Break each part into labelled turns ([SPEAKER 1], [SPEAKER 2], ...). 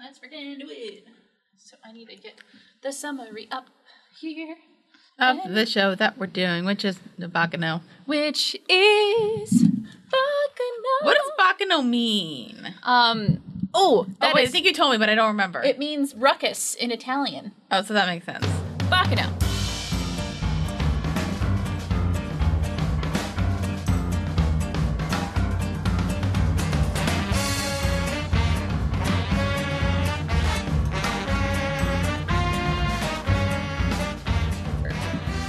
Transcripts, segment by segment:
[SPEAKER 1] Let's get into it. So I need to get the summary up here,
[SPEAKER 2] Of the show that we're doing, which is the Bacano.
[SPEAKER 1] which is Bacchanal.
[SPEAKER 2] What does Bacano mean?
[SPEAKER 1] Um. Oh,
[SPEAKER 2] Oh,
[SPEAKER 1] that
[SPEAKER 2] wait, I
[SPEAKER 1] is-
[SPEAKER 2] think you told me, but I don't remember.
[SPEAKER 1] it means ruckus in Italian.
[SPEAKER 2] oh, so that makes sense.
[SPEAKER 1] Bacchanal.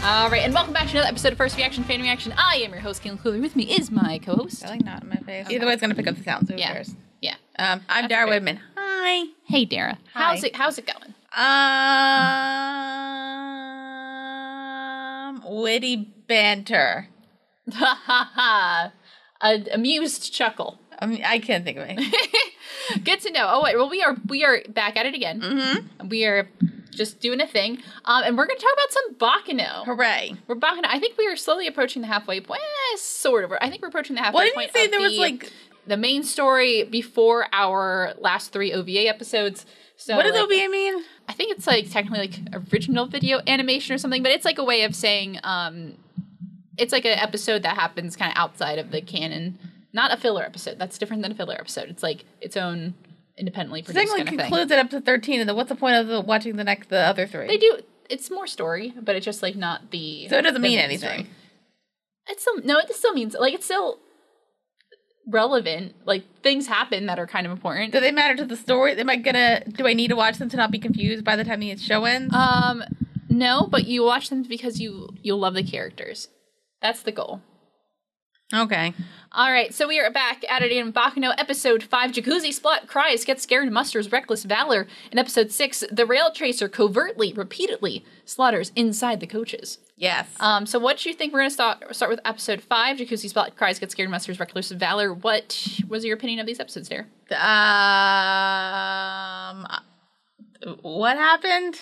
[SPEAKER 1] All right, and welcome back to another episode of First Reaction Fan Reaction. I am your host, Caitlin Cooler. With me is my co-host.
[SPEAKER 2] Really not in my face. Either way, it's going to pick up the sound, so who
[SPEAKER 1] Yeah.
[SPEAKER 2] cares?
[SPEAKER 1] Yeah.
[SPEAKER 2] Um, I'm
[SPEAKER 1] That's
[SPEAKER 2] Dara
[SPEAKER 1] great.
[SPEAKER 2] Woodman. Hi.
[SPEAKER 1] Hey, Dara.
[SPEAKER 2] Hi.
[SPEAKER 1] How's it? How's it going?
[SPEAKER 2] Um, witty banter.
[SPEAKER 1] Ha ha ha! An amused chuckle.
[SPEAKER 2] I, mean, I can't think of anything.
[SPEAKER 1] Good to know. Oh wait, well we are we are back at it again. Mm-hmm. We are just doing a thing, um, and we're going to talk about some Bacchano.
[SPEAKER 2] Hooray.
[SPEAKER 1] We're Bacchano. I think we are slowly approaching the halfway point. Eh, sort of. I think we're approaching the halfway
[SPEAKER 2] Well, didn't you
[SPEAKER 1] point.
[SPEAKER 2] say
[SPEAKER 1] of
[SPEAKER 2] there was,
[SPEAKER 1] the-
[SPEAKER 2] like-
[SPEAKER 1] the main story before our last three OVA episodes. So
[SPEAKER 2] what does
[SPEAKER 1] like,
[SPEAKER 2] OBA mean?
[SPEAKER 1] I think it's like technically like original video animation or something, but it's like a way of saying um it's like an episode that happens kind of outside of the canon, not a filler episode. That's different than a filler episode. It's like its own independently produced
[SPEAKER 2] Technically
[SPEAKER 1] kind of thing.
[SPEAKER 2] concludes at episode 13, and then what's the point of the, watching the next, the other three?
[SPEAKER 1] They do it's more story, but it's just like not the
[SPEAKER 2] So it doesn't
[SPEAKER 1] the
[SPEAKER 2] mean
[SPEAKER 1] main
[SPEAKER 2] anything.
[SPEAKER 1] story. It still no, it still means like it's still relevant. Like things happen that are kind of important.
[SPEAKER 2] Do they matter to the story? Am I gonna? Do I need to watch them to not be confused by the time the show ends?
[SPEAKER 1] Um, no, but you watch them because you you love the characters. That's the goal.
[SPEAKER 2] okay.
[SPEAKER 1] All right, so we are back at it in Bacano episode 5. Jacuzzi Splot cries, gets scared, and musters reckless valor. In episode 6, the rail tracer covertly, repeatedly slaughters inside the coaches.
[SPEAKER 2] Yes.
[SPEAKER 1] Um, so what do you think? We're going to start, start with episode 5, Jacuzzi Splot cries, gets scared, and musters reckless valor. What was your opinion of these episodes there?
[SPEAKER 2] Um. What happened?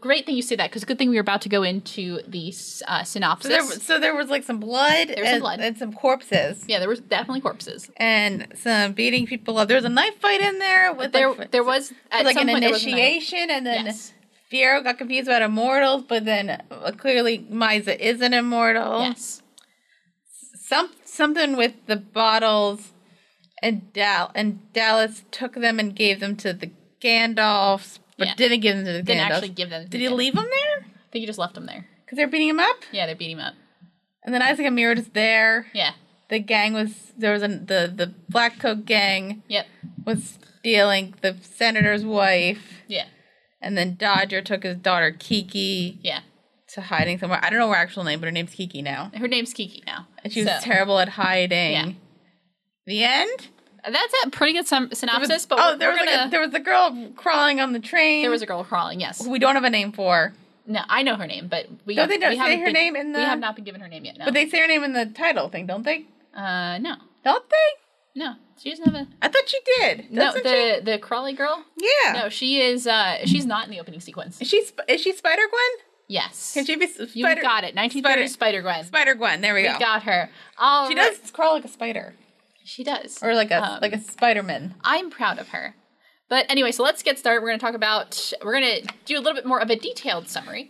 [SPEAKER 1] Great thing you say that, because good thing we were about to go into the uh, synopsis.
[SPEAKER 2] So there, was- so there was like some blood,
[SPEAKER 1] was
[SPEAKER 2] and,
[SPEAKER 1] some blood.
[SPEAKER 2] and some corpses,
[SPEAKER 1] yeah, there was definitely corpses.
[SPEAKER 2] and some beating people up. There was a knife fight in there with
[SPEAKER 1] There,
[SPEAKER 2] like,
[SPEAKER 1] there was at
[SPEAKER 2] like
[SPEAKER 1] some
[SPEAKER 2] an
[SPEAKER 1] point, there was a knife.
[SPEAKER 2] initiation, and then
[SPEAKER 1] Yes.
[SPEAKER 2] Fiero got confused about immortals, but then uh, clearly Miza is an immortal.
[SPEAKER 1] Yes.
[SPEAKER 2] some something with the bottles and Dal and Dallas took them and gave them to the Gandalfs, but
[SPEAKER 1] Yeah.
[SPEAKER 2] didn't give them to the
[SPEAKER 1] Didn't
[SPEAKER 2] Gandalfs.
[SPEAKER 1] actually give them. to
[SPEAKER 2] Did
[SPEAKER 1] the
[SPEAKER 2] he
[SPEAKER 1] kid.
[SPEAKER 2] leave them there?
[SPEAKER 1] I think he just left them there.
[SPEAKER 2] Because they're beating him up.
[SPEAKER 1] Yeah, they beat him up.
[SPEAKER 2] And then Isaac and Mira was there.
[SPEAKER 1] Yeah.
[SPEAKER 2] The gang was there was a, the the black coat gang
[SPEAKER 1] Yep.
[SPEAKER 2] was stealing the senator's wife,
[SPEAKER 1] Yeah.
[SPEAKER 2] and then Dodger took his daughter Kiki
[SPEAKER 1] Yeah.
[SPEAKER 2] to hiding somewhere. I don't know her actual name, but her name's Kiki now,
[SPEAKER 1] Her name's Kiki now.
[SPEAKER 2] and she was
[SPEAKER 1] So,
[SPEAKER 2] terrible at hiding.
[SPEAKER 1] Yeah.
[SPEAKER 2] The end.
[SPEAKER 1] That's a pretty good sum- synopsis,
[SPEAKER 2] There was-
[SPEAKER 1] but
[SPEAKER 2] oh,
[SPEAKER 1] oh,
[SPEAKER 2] there was
[SPEAKER 1] gonna,
[SPEAKER 2] like a, there was the girl crawling on the train.
[SPEAKER 1] there was a girl crawling. Yes.
[SPEAKER 2] who we don't have a name for,
[SPEAKER 1] No, I know her name, but we
[SPEAKER 2] Don't they
[SPEAKER 1] we
[SPEAKER 2] just say
[SPEAKER 1] haven't
[SPEAKER 2] her
[SPEAKER 1] been-
[SPEAKER 2] name in the-
[SPEAKER 1] We have not been given her name yet. No.
[SPEAKER 2] but they say her name in the title thing, don't they?
[SPEAKER 1] uh, no,
[SPEAKER 2] Don't they?
[SPEAKER 1] no, she doesn't have a
[SPEAKER 2] I thought she did.
[SPEAKER 1] no.
[SPEAKER 2] Doesn't
[SPEAKER 1] The the crawly girl.
[SPEAKER 2] she? Yeah.
[SPEAKER 1] No, she is. uh She's not in the opening sequence.
[SPEAKER 2] Is she Sp- is she Spider Gwen?
[SPEAKER 1] Yes.
[SPEAKER 2] Can she be S-
[SPEAKER 1] you
[SPEAKER 2] Spider?
[SPEAKER 1] got it. 1930 Spider Gwen.
[SPEAKER 2] Spider Gwen. There we
[SPEAKER 1] We
[SPEAKER 2] go.
[SPEAKER 1] got her. All
[SPEAKER 2] she
[SPEAKER 1] right.
[SPEAKER 2] does crawl like a spider,
[SPEAKER 1] She does.
[SPEAKER 2] or like a
[SPEAKER 1] Um,
[SPEAKER 2] like a Spiderman.
[SPEAKER 1] I'm proud of her. But anyway, so let's get started. We're going to talk about, we're going to do a little bit more of a detailed summary.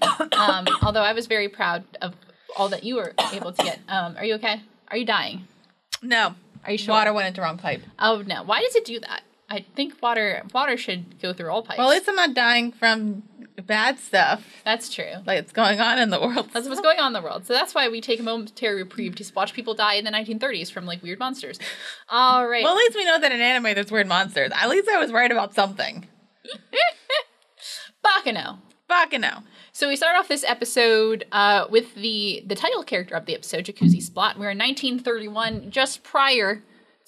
[SPEAKER 1] Um, although I was very proud of all that you were able to get. Um, are you okay? Are you dying?
[SPEAKER 2] No,
[SPEAKER 1] Are you sure?
[SPEAKER 2] water went into wrong pipe.
[SPEAKER 1] Oh no! Why does it do that? I think water water should go through all pipes.
[SPEAKER 2] Well, at least I'm not dying from bad stuff
[SPEAKER 1] that's true.
[SPEAKER 2] like it's going on in the world.
[SPEAKER 1] That's what's going on in the world. So that's why we take a momentary reprieve to watch people die in the 1930s from like weird monsters. All right.
[SPEAKER 2] well, at least we know that in anime there's weird monsters. At least I was right about something.
[SPEAKER 1] Bacano.
[SPEAKER 2] Fucking no.
[SPEAKER 1] So we start off this episode uh, with the the title character of the episode, Jacuzzi Splot. We're in 1931, just prior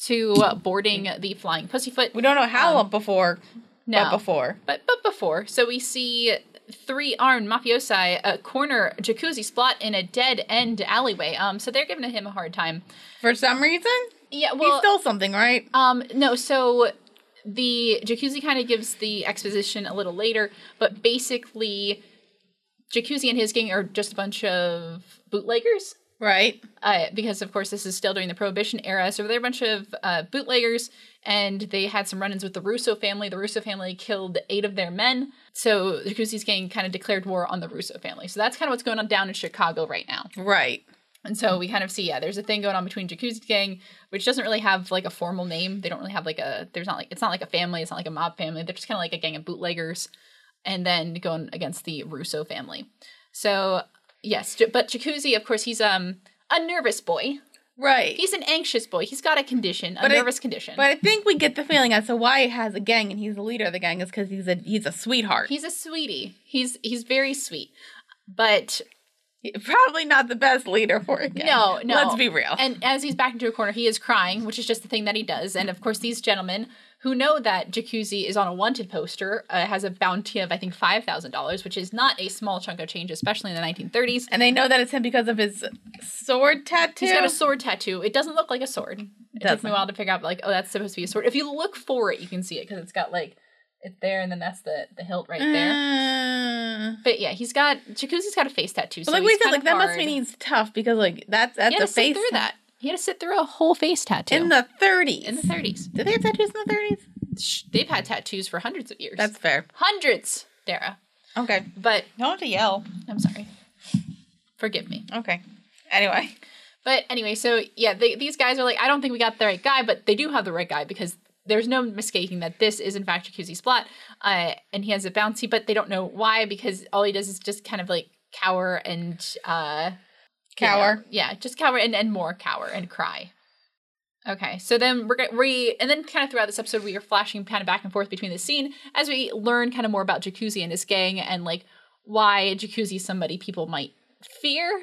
[SPEAKER 1] to uh, boarding the Flying Pussyfoot.
[SPEAKER 2] We don't know how long before,
[SPEAKER 1] Um, no.
[SPEAKER 2] but before.
[SPEAKER 1] But but before, so we see three armed mafiosi uh, corner Jacuzzi Splot in a dead end alleyway. Um, so they're giving him a hard time.
[SPEAKER 2] For some reason,
[SPEAKER 1] Yeah,
[SPEAKER 2] he
[SPEAKER 1] well,
[SPEAKER 2] stole something, right?
[SPEAKER 1] Um, no, so the Jacuzzi kind of gives the exposition a little later, but basically, Jacuzzi and his gang are just a bunch of bootleggers
[SPEAKER 2] Right.
[SPEAKER 1] uh, because of course this is still during the prohibition era so they're a bunch of uh, bootleggers and they had some run-ins with the russo family the russo family killed eight of their men so the Cousy's gang kind of declared war on the russo family so that's kind of what's going on down in chicago right now
[SPEAKER 2] Right.
[SPEAKER 1] and so we kind of see yeah there's a thing going on between jacuzzi gang which doesn't really have like a formal name they don't really have like a there's not like it's not like a family it's not like a mob family they're just kind of like a gang of bootleggers and then going against the russo family so yes J- but jacuzzi of course he's um a nervous boy
[SPEAKER 2] Right.
[SPEAKER 1] He's an anxious boy. He's got a condition, a
[SPEAKER 2] But I-
[SPEAKER 1] nervous condition.
[SPEAKER 2] but I think we get the feeling as to why he has a gang and he's the leader of the gang is because he's a he's a sweetheart.
[SPEAKER 1] he's a sweetie. He's he's very sweet. But
[SPEAKER 2] Probably not the best leader for a gang.
[SPEAKER 1] no, no.
[SPEAKER 2] Let's be real.
[SPEAKER 1] And as he's backed into a corner, he is crying, which is just the thing that he does. And of course, these gentlemen who know that Jacuzzi is on a wanted poster uh, has a bounty of I think five thousand dollars, which is not a small chunk of change, especially in the 1930s.
[SPEAKER 2] And they know that it's him because of his sword tattoo.
[SPEAKER 1] He's got a sword tattoo. It doesn't look like a sword. It took me
[SPEAKER 2] Doesn't.
[SPEAKER 1] a while to figure out, like, oh, that's supposed to be a sword. If you look for it, you can see it because it's got like it there, and then that's the the hilt right there.
[SPEAKER 2] Mm.
[SPEAKER 1] But yeah, he's got Jacuzzi's got a face tattoo.
[SPEAKER 2] But
[SPEAKER 1] so
[SPEAKER 2] like we
[SPEAKER 1] he's
[SPEAKER 2] said,
[SPEAKER 1] kind
[SPEAKER 2] like
[SPEAKER 1] of
[SPEAKER 2] that must
[SPEAKER 1] hard.
[SPEAKER 2] mean he's tough because like that's at
[SPEAKER 1] he had
[SPEAKER 2] the
[SPEAKER 1] to sit
[SPEAKER 2] face
[SPEAKER 1] through that. He had to sit through a whole face tattoo
[SPEAKER 2] in the thirties.
[SPEAKER 1] in the 30s.
[SPEAKER 2] Did they have tattoos in the thirties?
[SPEAKER 1] Shh, They've had tattoos for hundreds of years.
[SPEAKER 2] That's fair.
[SPEAKER 1] hundreds, Dara.
[SPEAKER 2] Okay.
[SPEAKER 1] But
[SPEAKER 2] Don't have to yell.
[SPEAKER 1] I'm sorry. Forgive me.
[SPEAKER 2] Okay. Anyway.
[SPEAKER 1] But anyway, so yeah, they, these guys are like, I don't think we got the right guy, but they do have the right guy because there's no mistaking that this is in fact Jacuzzi's plot. Uh, and he has a bouncy, but they don't know why because all he does is just kind of like cower and uh, you know,
[SPEAKER 2] Cower.
[SPEAKER 1] yeah, just cower and, and more cower and cry. Okay, so then we're gonna we and then kind of throughout this episode we are flashing kind of back and forth between the scene as we learn kind of more about Jacuzzi and his gang and like why Jacuzzi is somebody people might fear,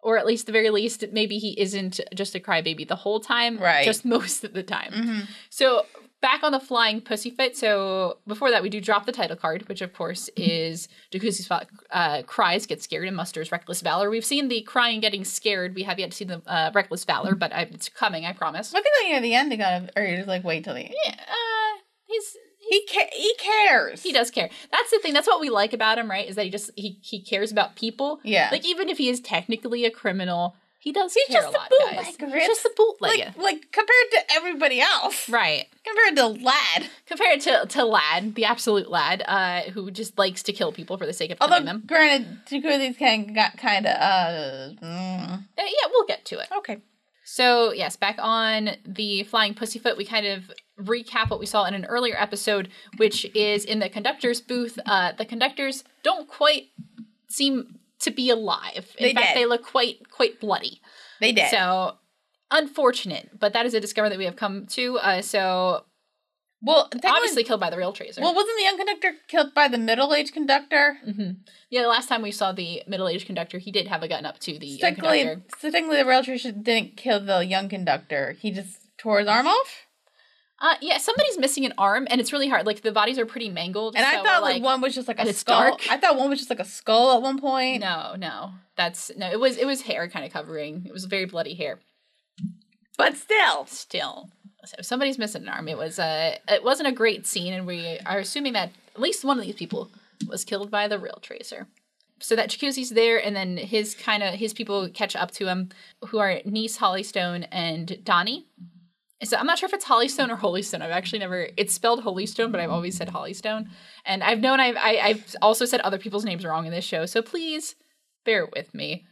[SPEAKER 1] or at least the very least maybe he isn't just a crybaby the whole time,
[SPEAKER 2] Right.
[SPEAKER 1] Just most of the time. So back on the flying pussyfoot. So before that, we do drop the title card, which of course is Jacuzzi's fa- uh, cries get scared and musters reckless valor. We've seen the crying getting scared. We have yet to see the uh, reckless valor, but I, it's coming. I promise.
[SPEAKER 2] What think like near the end they gotta or you just like wait till the end.
[SPEAKER 1] Yeah, uh, he's
[SPEAKER 2] He ca- he cares.
[SPEAKER 1] he does care. That's the thing. That's what we like about him, right? Is that he just he he cares about people.
[SPEAKER 2] Yeah.
[SPEAKER 1] Like even if he is technically a criminal, he does
[SPEAKER 2] He's
[SPEAKER 1] care
[SPEAKER 2] just
[SPEAKER 1] a
[SPEAKER 2] a
[SPEAKER 1] lot, guys.
[SPEAKER 2] bootlegger.
[SPEAKER 1] He's just a bootlegger.
[SPEAKER 2] like like compared to everybody else.
[SPEAKER 1] right.
[SPEAKER 2] Compared to Lad.
[SPEAKER 1] Compared to, to Lad, the absolute Lad, uh, who just likes to kill people for the sake of killing
[SPEAKER 2] Although
[SPEAKER 1] them.
[SPEAKER 2] granted, Jacuzzi's kind got kind of uh. mm,
[SPEAKER 1] Uh, yeah, we'll get to it.
[SPEAKER 2] Okay.
[SPEAKER 1] So, yes, back on the flying pussyfoot, we kind of recap what we saw in an earlier episode, which is in the conductor's booth. Uh, the conductors don't quite seem to be alive. In
[SPEAKER 2] They
[SPEAKER 1] fact,
[SPEAKER 2] dead.
[SPEAKER 1] they look quite quite bloody.
[SPEAKER 2] They did.
[SPEAKER 1] So, unfortunate, but that is a discovery that we have come to. Uh, so,
[SPEAKER 2] well,
[SPEAKER 1] obviously killed by the rail tracer.
[SPEAKER 2] Well, wasn't the young conductor killed by the middle-aged conductor?
[SPEAKER 1] yeah, the last time we saw the middle-aged conductor, he did have a gun up to the young
[SPEAKER 2] Technically,
[SPEAKER 1] conductor.
[SPEAKER 2] technically, the rail tracer didn't kill the young conductor. He just tore his arm off.
[SPEAKER 1] Uh, yeah, somebody's missing an arm, and it's really hard. Like the bodies are pretty mangled.
[SPEAKER 2] And
[SPEAKER 1] so
[SPEAKER 2] I
[SPEAKER 1] we're
[SPEAKER 2] thought like, one was just like
[SPEAKER 1] and
[SPEAKER 2] a
[SPEAKER 1] it's
[SPEAKER 2] skull.
[SPEAKER 1] dark.
[SPEAKER 2] I thought one was just like a skull at one point.
[SPEAKER 1] No, no. That's no. It was it was hair kind of covering. It was very bloody hair.
[SPEAKER 2] But still,
[SPEAKER 1] Still, so somebody's missing an arm. It was uh It wasn't a great scene, and we are assuming that at least one of these people was killed by the rail tracer. So that Jacuzzi's there, and then his kind of his people catch up to him, who are niece Holly Stone and Donnie. So I'm not sure if it's Hollystone or Holystone. I've actually never. It's spelled Holystone, but I've always said Hollystone. And I've known I've I, I've also said other people's names wrong in this show. So please bear with me.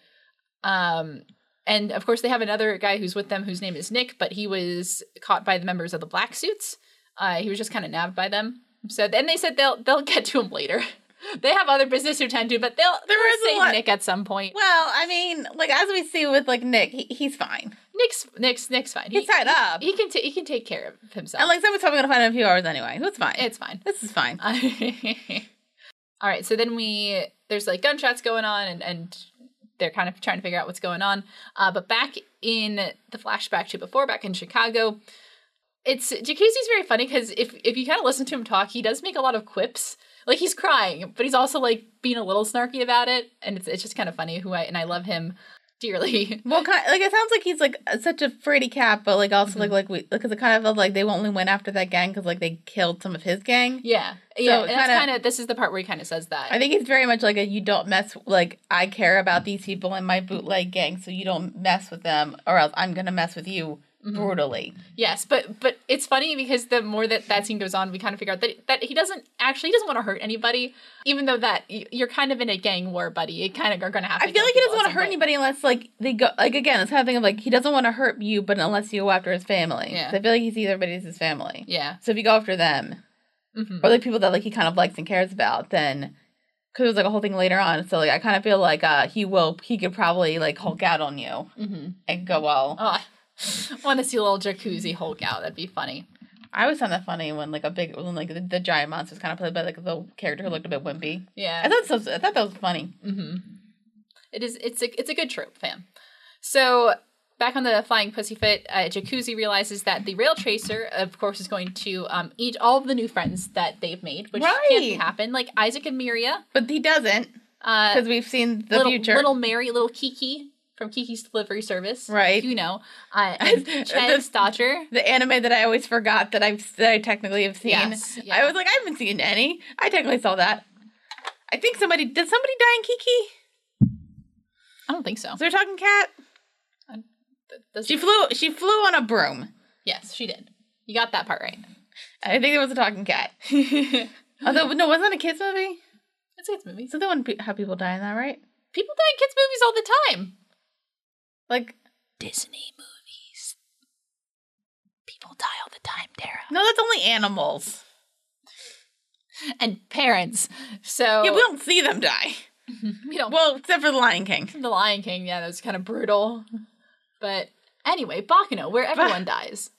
[SPEAKER 1] Um, and of course they have another guy who's with them whose name is Nick, but he was caught by the members of the black suits. Uh, he was just kind of nabbed by them. So then they said they'll they'll get to him later. they have other business to attend to, but they'll
[SPEAKER 2] There
[SPEAKER 1] they'll
[SPEAKER 2] is a
[SPEAKER 1] save
[SPEAKER 2] lot-
[SPEAKER 1] Nick at some point.
[SPEAKER 2] well, I mean, like as we see with like Nick, he, he's fine.
[SPEAKER 1] Nick's Nick's Nick's fine. He,
[SPEAKER 2] He's tied up,
[SPEAKER 1] he can ta- he can take care of himself.
[SPEAKER 2] and like someone's probably gonna find him in a few hours anyway. Who's fine?
[SPEAKER 1] it's fine.
[SPEAKER 2] this is fine.
[SPEAKER 1] All right, so then we there's like gunshots going on, and and they're kind of trying to figure out what's going on. Uh, but back in the flashback to before, back in Chicago, it's Jacuzzi's very funny because if if you kind of listen to him talk, he does make a lot of quips. Like he's crying, but he's also like being a little snarky about it, and it's it's just kind of funny. Who I and I love him. dearly.
[SPEAKER 2] Well, kind like it sounds like he's like such a fraidy cat, but like also
[SPEAKER 1] Mm-hmm.
[SPEAKER 2] like like we because it kind of felt like they only went after that gang because like they killed some of his gang.
[SPEAKER 1] Yeah, yeah. and that's
[SPEAKER 2] kinda-
[SPEAKER 1] kind of this is the part where he kind of says that.
[SPEAKER 2] I think it's very much like a you don't mess like I care about these people in my bootleg gang, so you don't mess with them, or else I'm gonna mess with you
[SPEAKER 1] Mm-hmm.
[SPEAKER 2] brutally.
[SPEAKER 1] yes, but but it's funny because the more that that scene goes on, we kind of figure out that that he doesn't actually he doesn't want to hurt anybody, even though that y- you're kind of in a gang war, buddy. You kind of are going to have. to
[SPEAKER 2] I feel
[SPEAKER 1] kill
[SPEAKER 2] like he
[SPEAKER 1] people at
[SPEAKER 2] doesn't want to
[SPEAKER 1] some
[SPEAKER 2] hurt
[SPEAKER 1] point.
[SPEAKER 2] anybody unless like they go like again it's kind of thing of like he doesn't want to hurt you, but unless you go after his family.
[SPEAKER 1] Yeah.
[SPEAKER 2] 'Cause I feel like he sees everybody as his family.
[SPEAKER 1] Yeah.
[SPEAKER 2] So if you go after them,
[SPEAKER 1] Mhm.
[SPEAKER 2] or like people that like he kind of likes and cares about, then because it was like a whole thing later on. So like I kind of feel like uh he will he could probably like Hulk out on you
[SPEAKER 1] Mm-hmm.
[SPEAKER 2] and go well.
[SPEAKER 1] Oh, I want to see a little jacuzzi Hulk out. That'd be funny.
[SPEAKER 2] I always found that funny when like a big when like the, the giant monster was kind of played by like the character who looked a bit wimpy. I
[SPEAKER 1] Yeah.
[SPEAKER 2] thought so, I thought that was funny.
[SPEAKER 1] Mm-hmm. It is. It's a. It's a good trope, fam. So back on the flying pussyfoot, uh, Jacuzzi realizes that the rail tracer, of course, is going to um, eat all of the new friends that they've made, which
[SPEAKER 2] Right.
[SPEAKER 1] can't happen. Like Isaac and Miria,
[SPEAKER 2] But he doesn't
[SPEAKER 1] uh,
[SPEAKER 2] because we've seen the
[SPEAKER 1] little
[SPEAKER 2] future.
[SPEAKER 1] little Mary, little Kiki from Kiki's Delivery Service,
[SPEAKER 2] Right.
[SPEAKER 1] You know, uh, and Chen
[SPEAKER 2] This-
[SPEAKER 1] Stotcher.
[SPEAKER 2] the anime that I always forgot that I've that I technically have seen.
[SPEAKER 1] Yes,
[SPEAKER 2] I
[SPEAKER 1] yeah.
[SPEAKER 2] was like, I haven't seen any. I technically saw that. I think somebody did somebody die in Kiki?
[SPEAKER 1] I don't think so.
[SPEAKER 2] Is there a talking cat?
[SPEAKER 1] Does-
[SPEAKER 2] She flew she flew on a broom.
[SPEAKER 1] yes, she did. You got that part right.
[SPEAKER 2] I think there was a talking cat. Although no, wasn't it a kids movie?
[SPEAKER 1] It's a kids movie.
[SPEAKER 2] So they wouldn't pe- have people die in that, right?
[SPEAKER 1] People die in kids movies all the time.
[SPEAKER 2] Like
[SPEAKER 1] Disney movies. People die all the time, Tara.
[SPEAKER 2] no, that's only animals.
[SPEAKER 1] And parents. So
[SPEAKER 2] Yeah, we don't see them die.
[SPEAKER 1] we don't
[SPEAKER 2] Well, except for the Lion King.
[SPEAKER 1] the Lion King, yeah, that was kind of brutal. But anyway, Bacano, where everyone dies.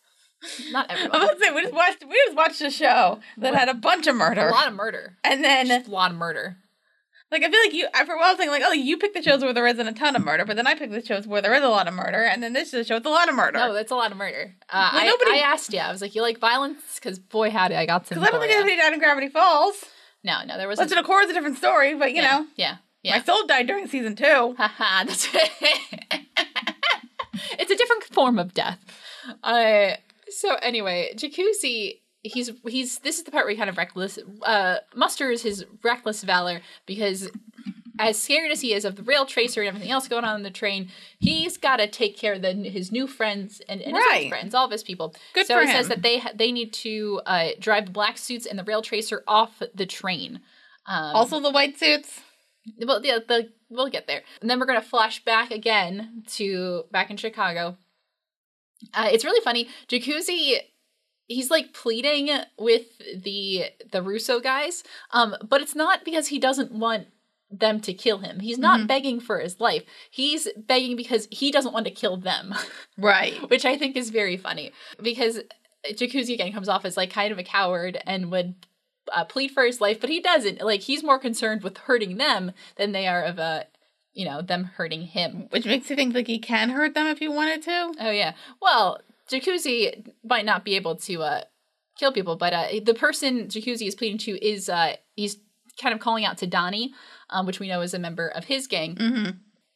[SPEAKER 1] Not
[SPEAKER 2] I was
[SPEAKER 1] everyone.
[SPEAKER 2] about to say we just watched we just watched a show that had a bunch of
[SPEAKER 1] A
[SPEAKER 2] murder,
[SPEAKER 1] lot of murder.
[SPEAKER 2] and then
[SPEAKER 1] Just a lot of murder.
[SPEAKER 2] Like I feel like you I for a while I was thinking like, oh you pick the shows where there isn't a ton of murder, but then I pick the shows where there is a lot of murder, and then this is a show with a lot of murder.
[SPEAKER 1] No, that's a lot of murder. Uh,
[SPEAKER 2] Well,
[SPEAKER 1] I,
[SPEAKER 2] nobody-
[SPEAKER 1] I asked you. I was like, you like violence? Because boy, howdy, I got some.
[SPEAKER 2] Because I don't think
[SPEAKER 1] for ya.
[SPEAKER 2] anybody died in Gravity Falls.
[SPEAKER 1] No, no, there
[SPEAKER 2] Legend
[SPEAKER 1] wasn't.
[SPEAKER 2] of Korra is a different story, but you
[SPEAKER 1] yeah,
[SPEAKER 2] know.
[SPEAKER 1] Yeah,
[SPEAKER 2] My
[SPEAKER 1] yeah.
[SPEAKER 2] soul died during season two.
[SPEAKER 1] Haha, that's it's a different form of death. Uh, so anyway, Jacuzzi, he's he's this is the part where he kind of reckless uh, musters his reckless valor because as scared as he is of the rail tracer and everything else going on in the train, he's got to take care of the, his new friends and, and his
[SPEAKER 2] Right.
[SPEAKER 1] old friends, all of his people.
[SPEAKER 2] Good
[SPEAKER 1] so
[SPEAKER 2] for
[SPEAKER 1] he says
[SPEAKER 2] him.
[SPEAKER 1] that they ha- they need to uh, drive the black suits and the rail tracer off the train. Um,
[SPEAKER 2] Also the white suits.
[SPEAKER 1] well, yeah, the we'll get there. And then we're gonna flash back again to back in Chicago. Uh, it's really funny. Jacuzzi, he's like pleading with the the Russo guys, um, but it's not because he doesn't want them to kill him. He's not begging for his life. He's begging because he doesn't want to kill them,
[SPEAKER 2] Right.
[SPEAKER 1] which I think is very funny because Jacuzzi again comes off as like kind of a coward and would uh, plead for his life, but he doesn't. Like he's more concerned with hurting them than they are of uh, you know, them hurting him.
[SPEAKER 2] Which makes you think like he can hurt them if he wanted to.
[SPEAKER 1] Oh yeah. Well, Jacuzzi might not be able to uh, kill people, but uh, the person Jacuzzi is pleading to is uh, he's kind of calling out to Donnie, um, which we know is a member of his gang.
[SPEAKER 2] Mm-hmm.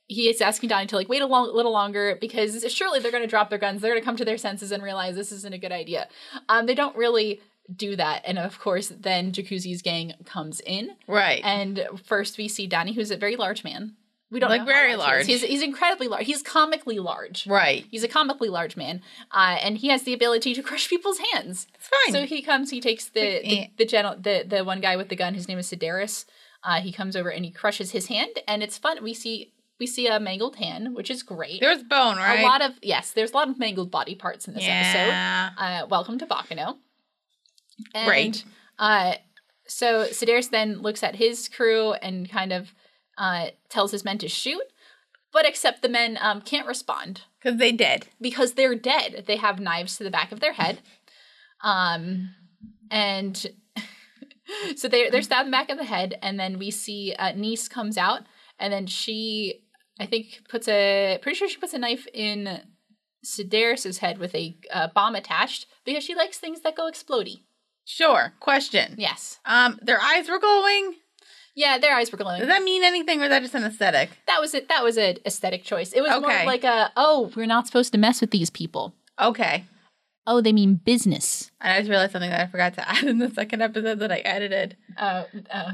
[SPEAKER 1] He is asking Donnie to like wait a long, little longer because surely they're going to drop their guns. They're going to come to their senses and realize this isn't a good idea. Um, they don't really do that, and of course, then Jacuzzi's gang comes in.
[SPEAKER 2] Right.
[SPEAKER 1] And first we see Donnie, who's a very large man. We don't
[SPEAKER 2] Like,
[SPEAKER 1] know how
[SPEAKER 2] very
[SPEAKER 1] he is.
[SPEAKER 2] large.
[SPEAKER 1] He's he's incredibly large. He's comically large.
[SPEAKER 2] right.
[SPEAKER 1] He's a comically large man, uh, and he has the ability to crush people's hands.
[SPEAKER 2] It's fine.
[SPEAKER 1] So he comes, he takes the
[SPEAKER 2] eh.
[SPEAKER 1] the the, gentle, the the one guy with the gun. His name is Sedaris. Uh, he comes over and he crushes his hand, and it's fun. We see we see a mangled hand, which is great.
[SPEAKER 2] There's bone, right?
[SPEAKER 1] a lot of yes, there's a lot of mangled body parts in this episode
[SPEAKER 2] yeah.
[SPEAKER 1] uh, welcome to Bacano. And,
[SPEAKER 2] Right.
[SPEAKER 1] Uh, so Sedaris then looks at his crew and kind of uh, tells his men to shoot, but except the men um, can't respond
[SPEAKER 2] Because they did.
[SPEAKER 1] because they're dead. They have knives to the back of their head. Um, and so they, they're stabbed in the back of the head. And then we see uh, Nice comes out. And then she, I think, puts a, pretty sure she puts a knife in Sedaris's head with a uh, bomb attached because she likes things that go explodey.
[SPEAKER 2] Sure. Question.
[SPEAKER 1] Yes.
[SPEAKER 2] Um, their eyes were glowing.
[SPEAKER 1] Yeah, their eyes were glowing.
[SPEAKER 2] Does that mean anything, or is that just an aesthetic?
[SPEAKER 1] That was it. That was an aesthetic choice. It was more
[SPEAKER 2] Okay.
[SPEAKER 1] of like a oh, we're not supposed to mess with these people.
[SPEAKER 2] Okay.
[SPEAKER 1] Oh, they mean business.
[SPEAKER 2] And I just realized something that I forgot to add in the second episode that I edited.
[SPEAKER 1] Uh, uh,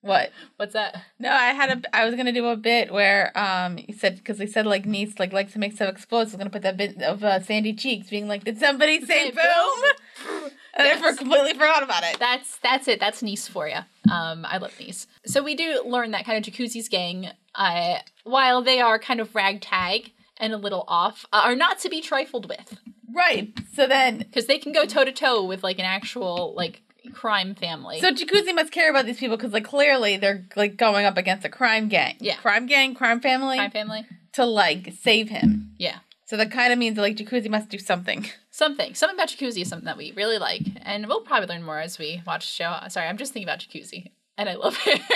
[SPEAKER 2] What?
[SPEAKER 1] what's that?
[SPEAKER 2] No, I had a. I was gonna do a bit where um he said because he said like niece like likes to make stuff explode. So I was gonna put that bit of uh, Sandy cheeks being like, did somebody
[SPEAKER 1] Say
[SPEAKER 2] say boom? And I for- completely forgot about it.
[SPEAKER 1] That's that's it. That's Nice for you. Um, I love Nice. So we do learn that kind of Jacuzzi's gang, uh, while they are kind of ragtag and a little off, uh, are not to be trifled with
[SPEAKER 2] Right. So then,
[SPEAKER 1] because they can go toe to toe with like an actual like crime family.
[SPEAKER 2] so Jacuzzi must care about these people because like clearly they're like going up against a crime gang.
[SPEAKER 1] Yeah.
[SPEAKER 2] Crime gang, crime family
[SPEAKER 1] crime family.
[SPEAKER 2] to like save him.
[SPEAKER 1] Yeah.
[SPEAKER 2] So that kind of means like Jacuzzi must do something.
[SPEAKER 1] Something. Something about Jacuzzi is something that we really like. And we'll probably learn more as we watch the show. Sorry, I'm just thinking about Jacuzzi. And I love him.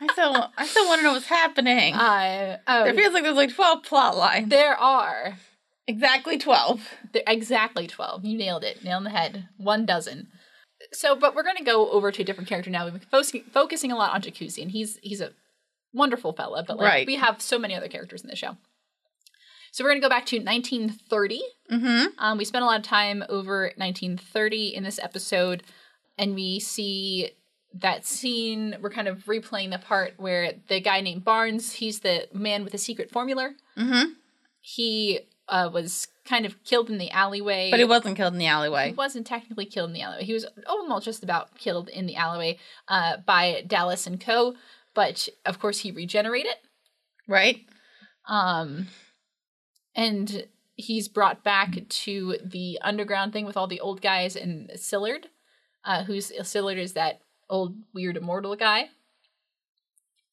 [SPEAKER 2] I still, I still want to know what's happening.
[SPEAKER 1] uh, oh,
[SPEAKER 2] It feels like there's like twelve plot lines.
[SPEAKER 1] there are.
[SPEAKER 2] Exactly twelve.
[SPEAKER 1] They're exactly 12. You nailed it. Nail on the head. One dozen. So, but we're going to go over to a different character now. We've been focusing, focusing a lot on Jacuzzi, and he's he's a wonderful fella, but like
[SPEAKER 2] Right.
[SPEAKER 1] we have so many other characters in the show. So, we're going to go back to 1930.
[SPEAKER 2] Mm-hmm.
[SPEAKER 1] Um, we spent a lot of time over 1930 in this episode, and we see that scene. We're kind of replaying the part where the guy named Barnes, he's the man with the secret formula.
[SPEAKER 2] Mm-hmm.
[SPEAKER 1] He uh, was kind of killed in the alleyway.
[SPEAKER 2] But he wasn't killed in the alleyway.
[SPEAKER 1] He wasn't technically killed in the alleyway. He was almost just about killed in the alleyway uh, by Dallas and Co. But of course, he regenerated,
[SPEAKER 2] Right?
[SPEAKER 1] um, and he's brought back to the underground thing with all the old guys and Sillard, uh, who's Sillard is that old weird immortal guy,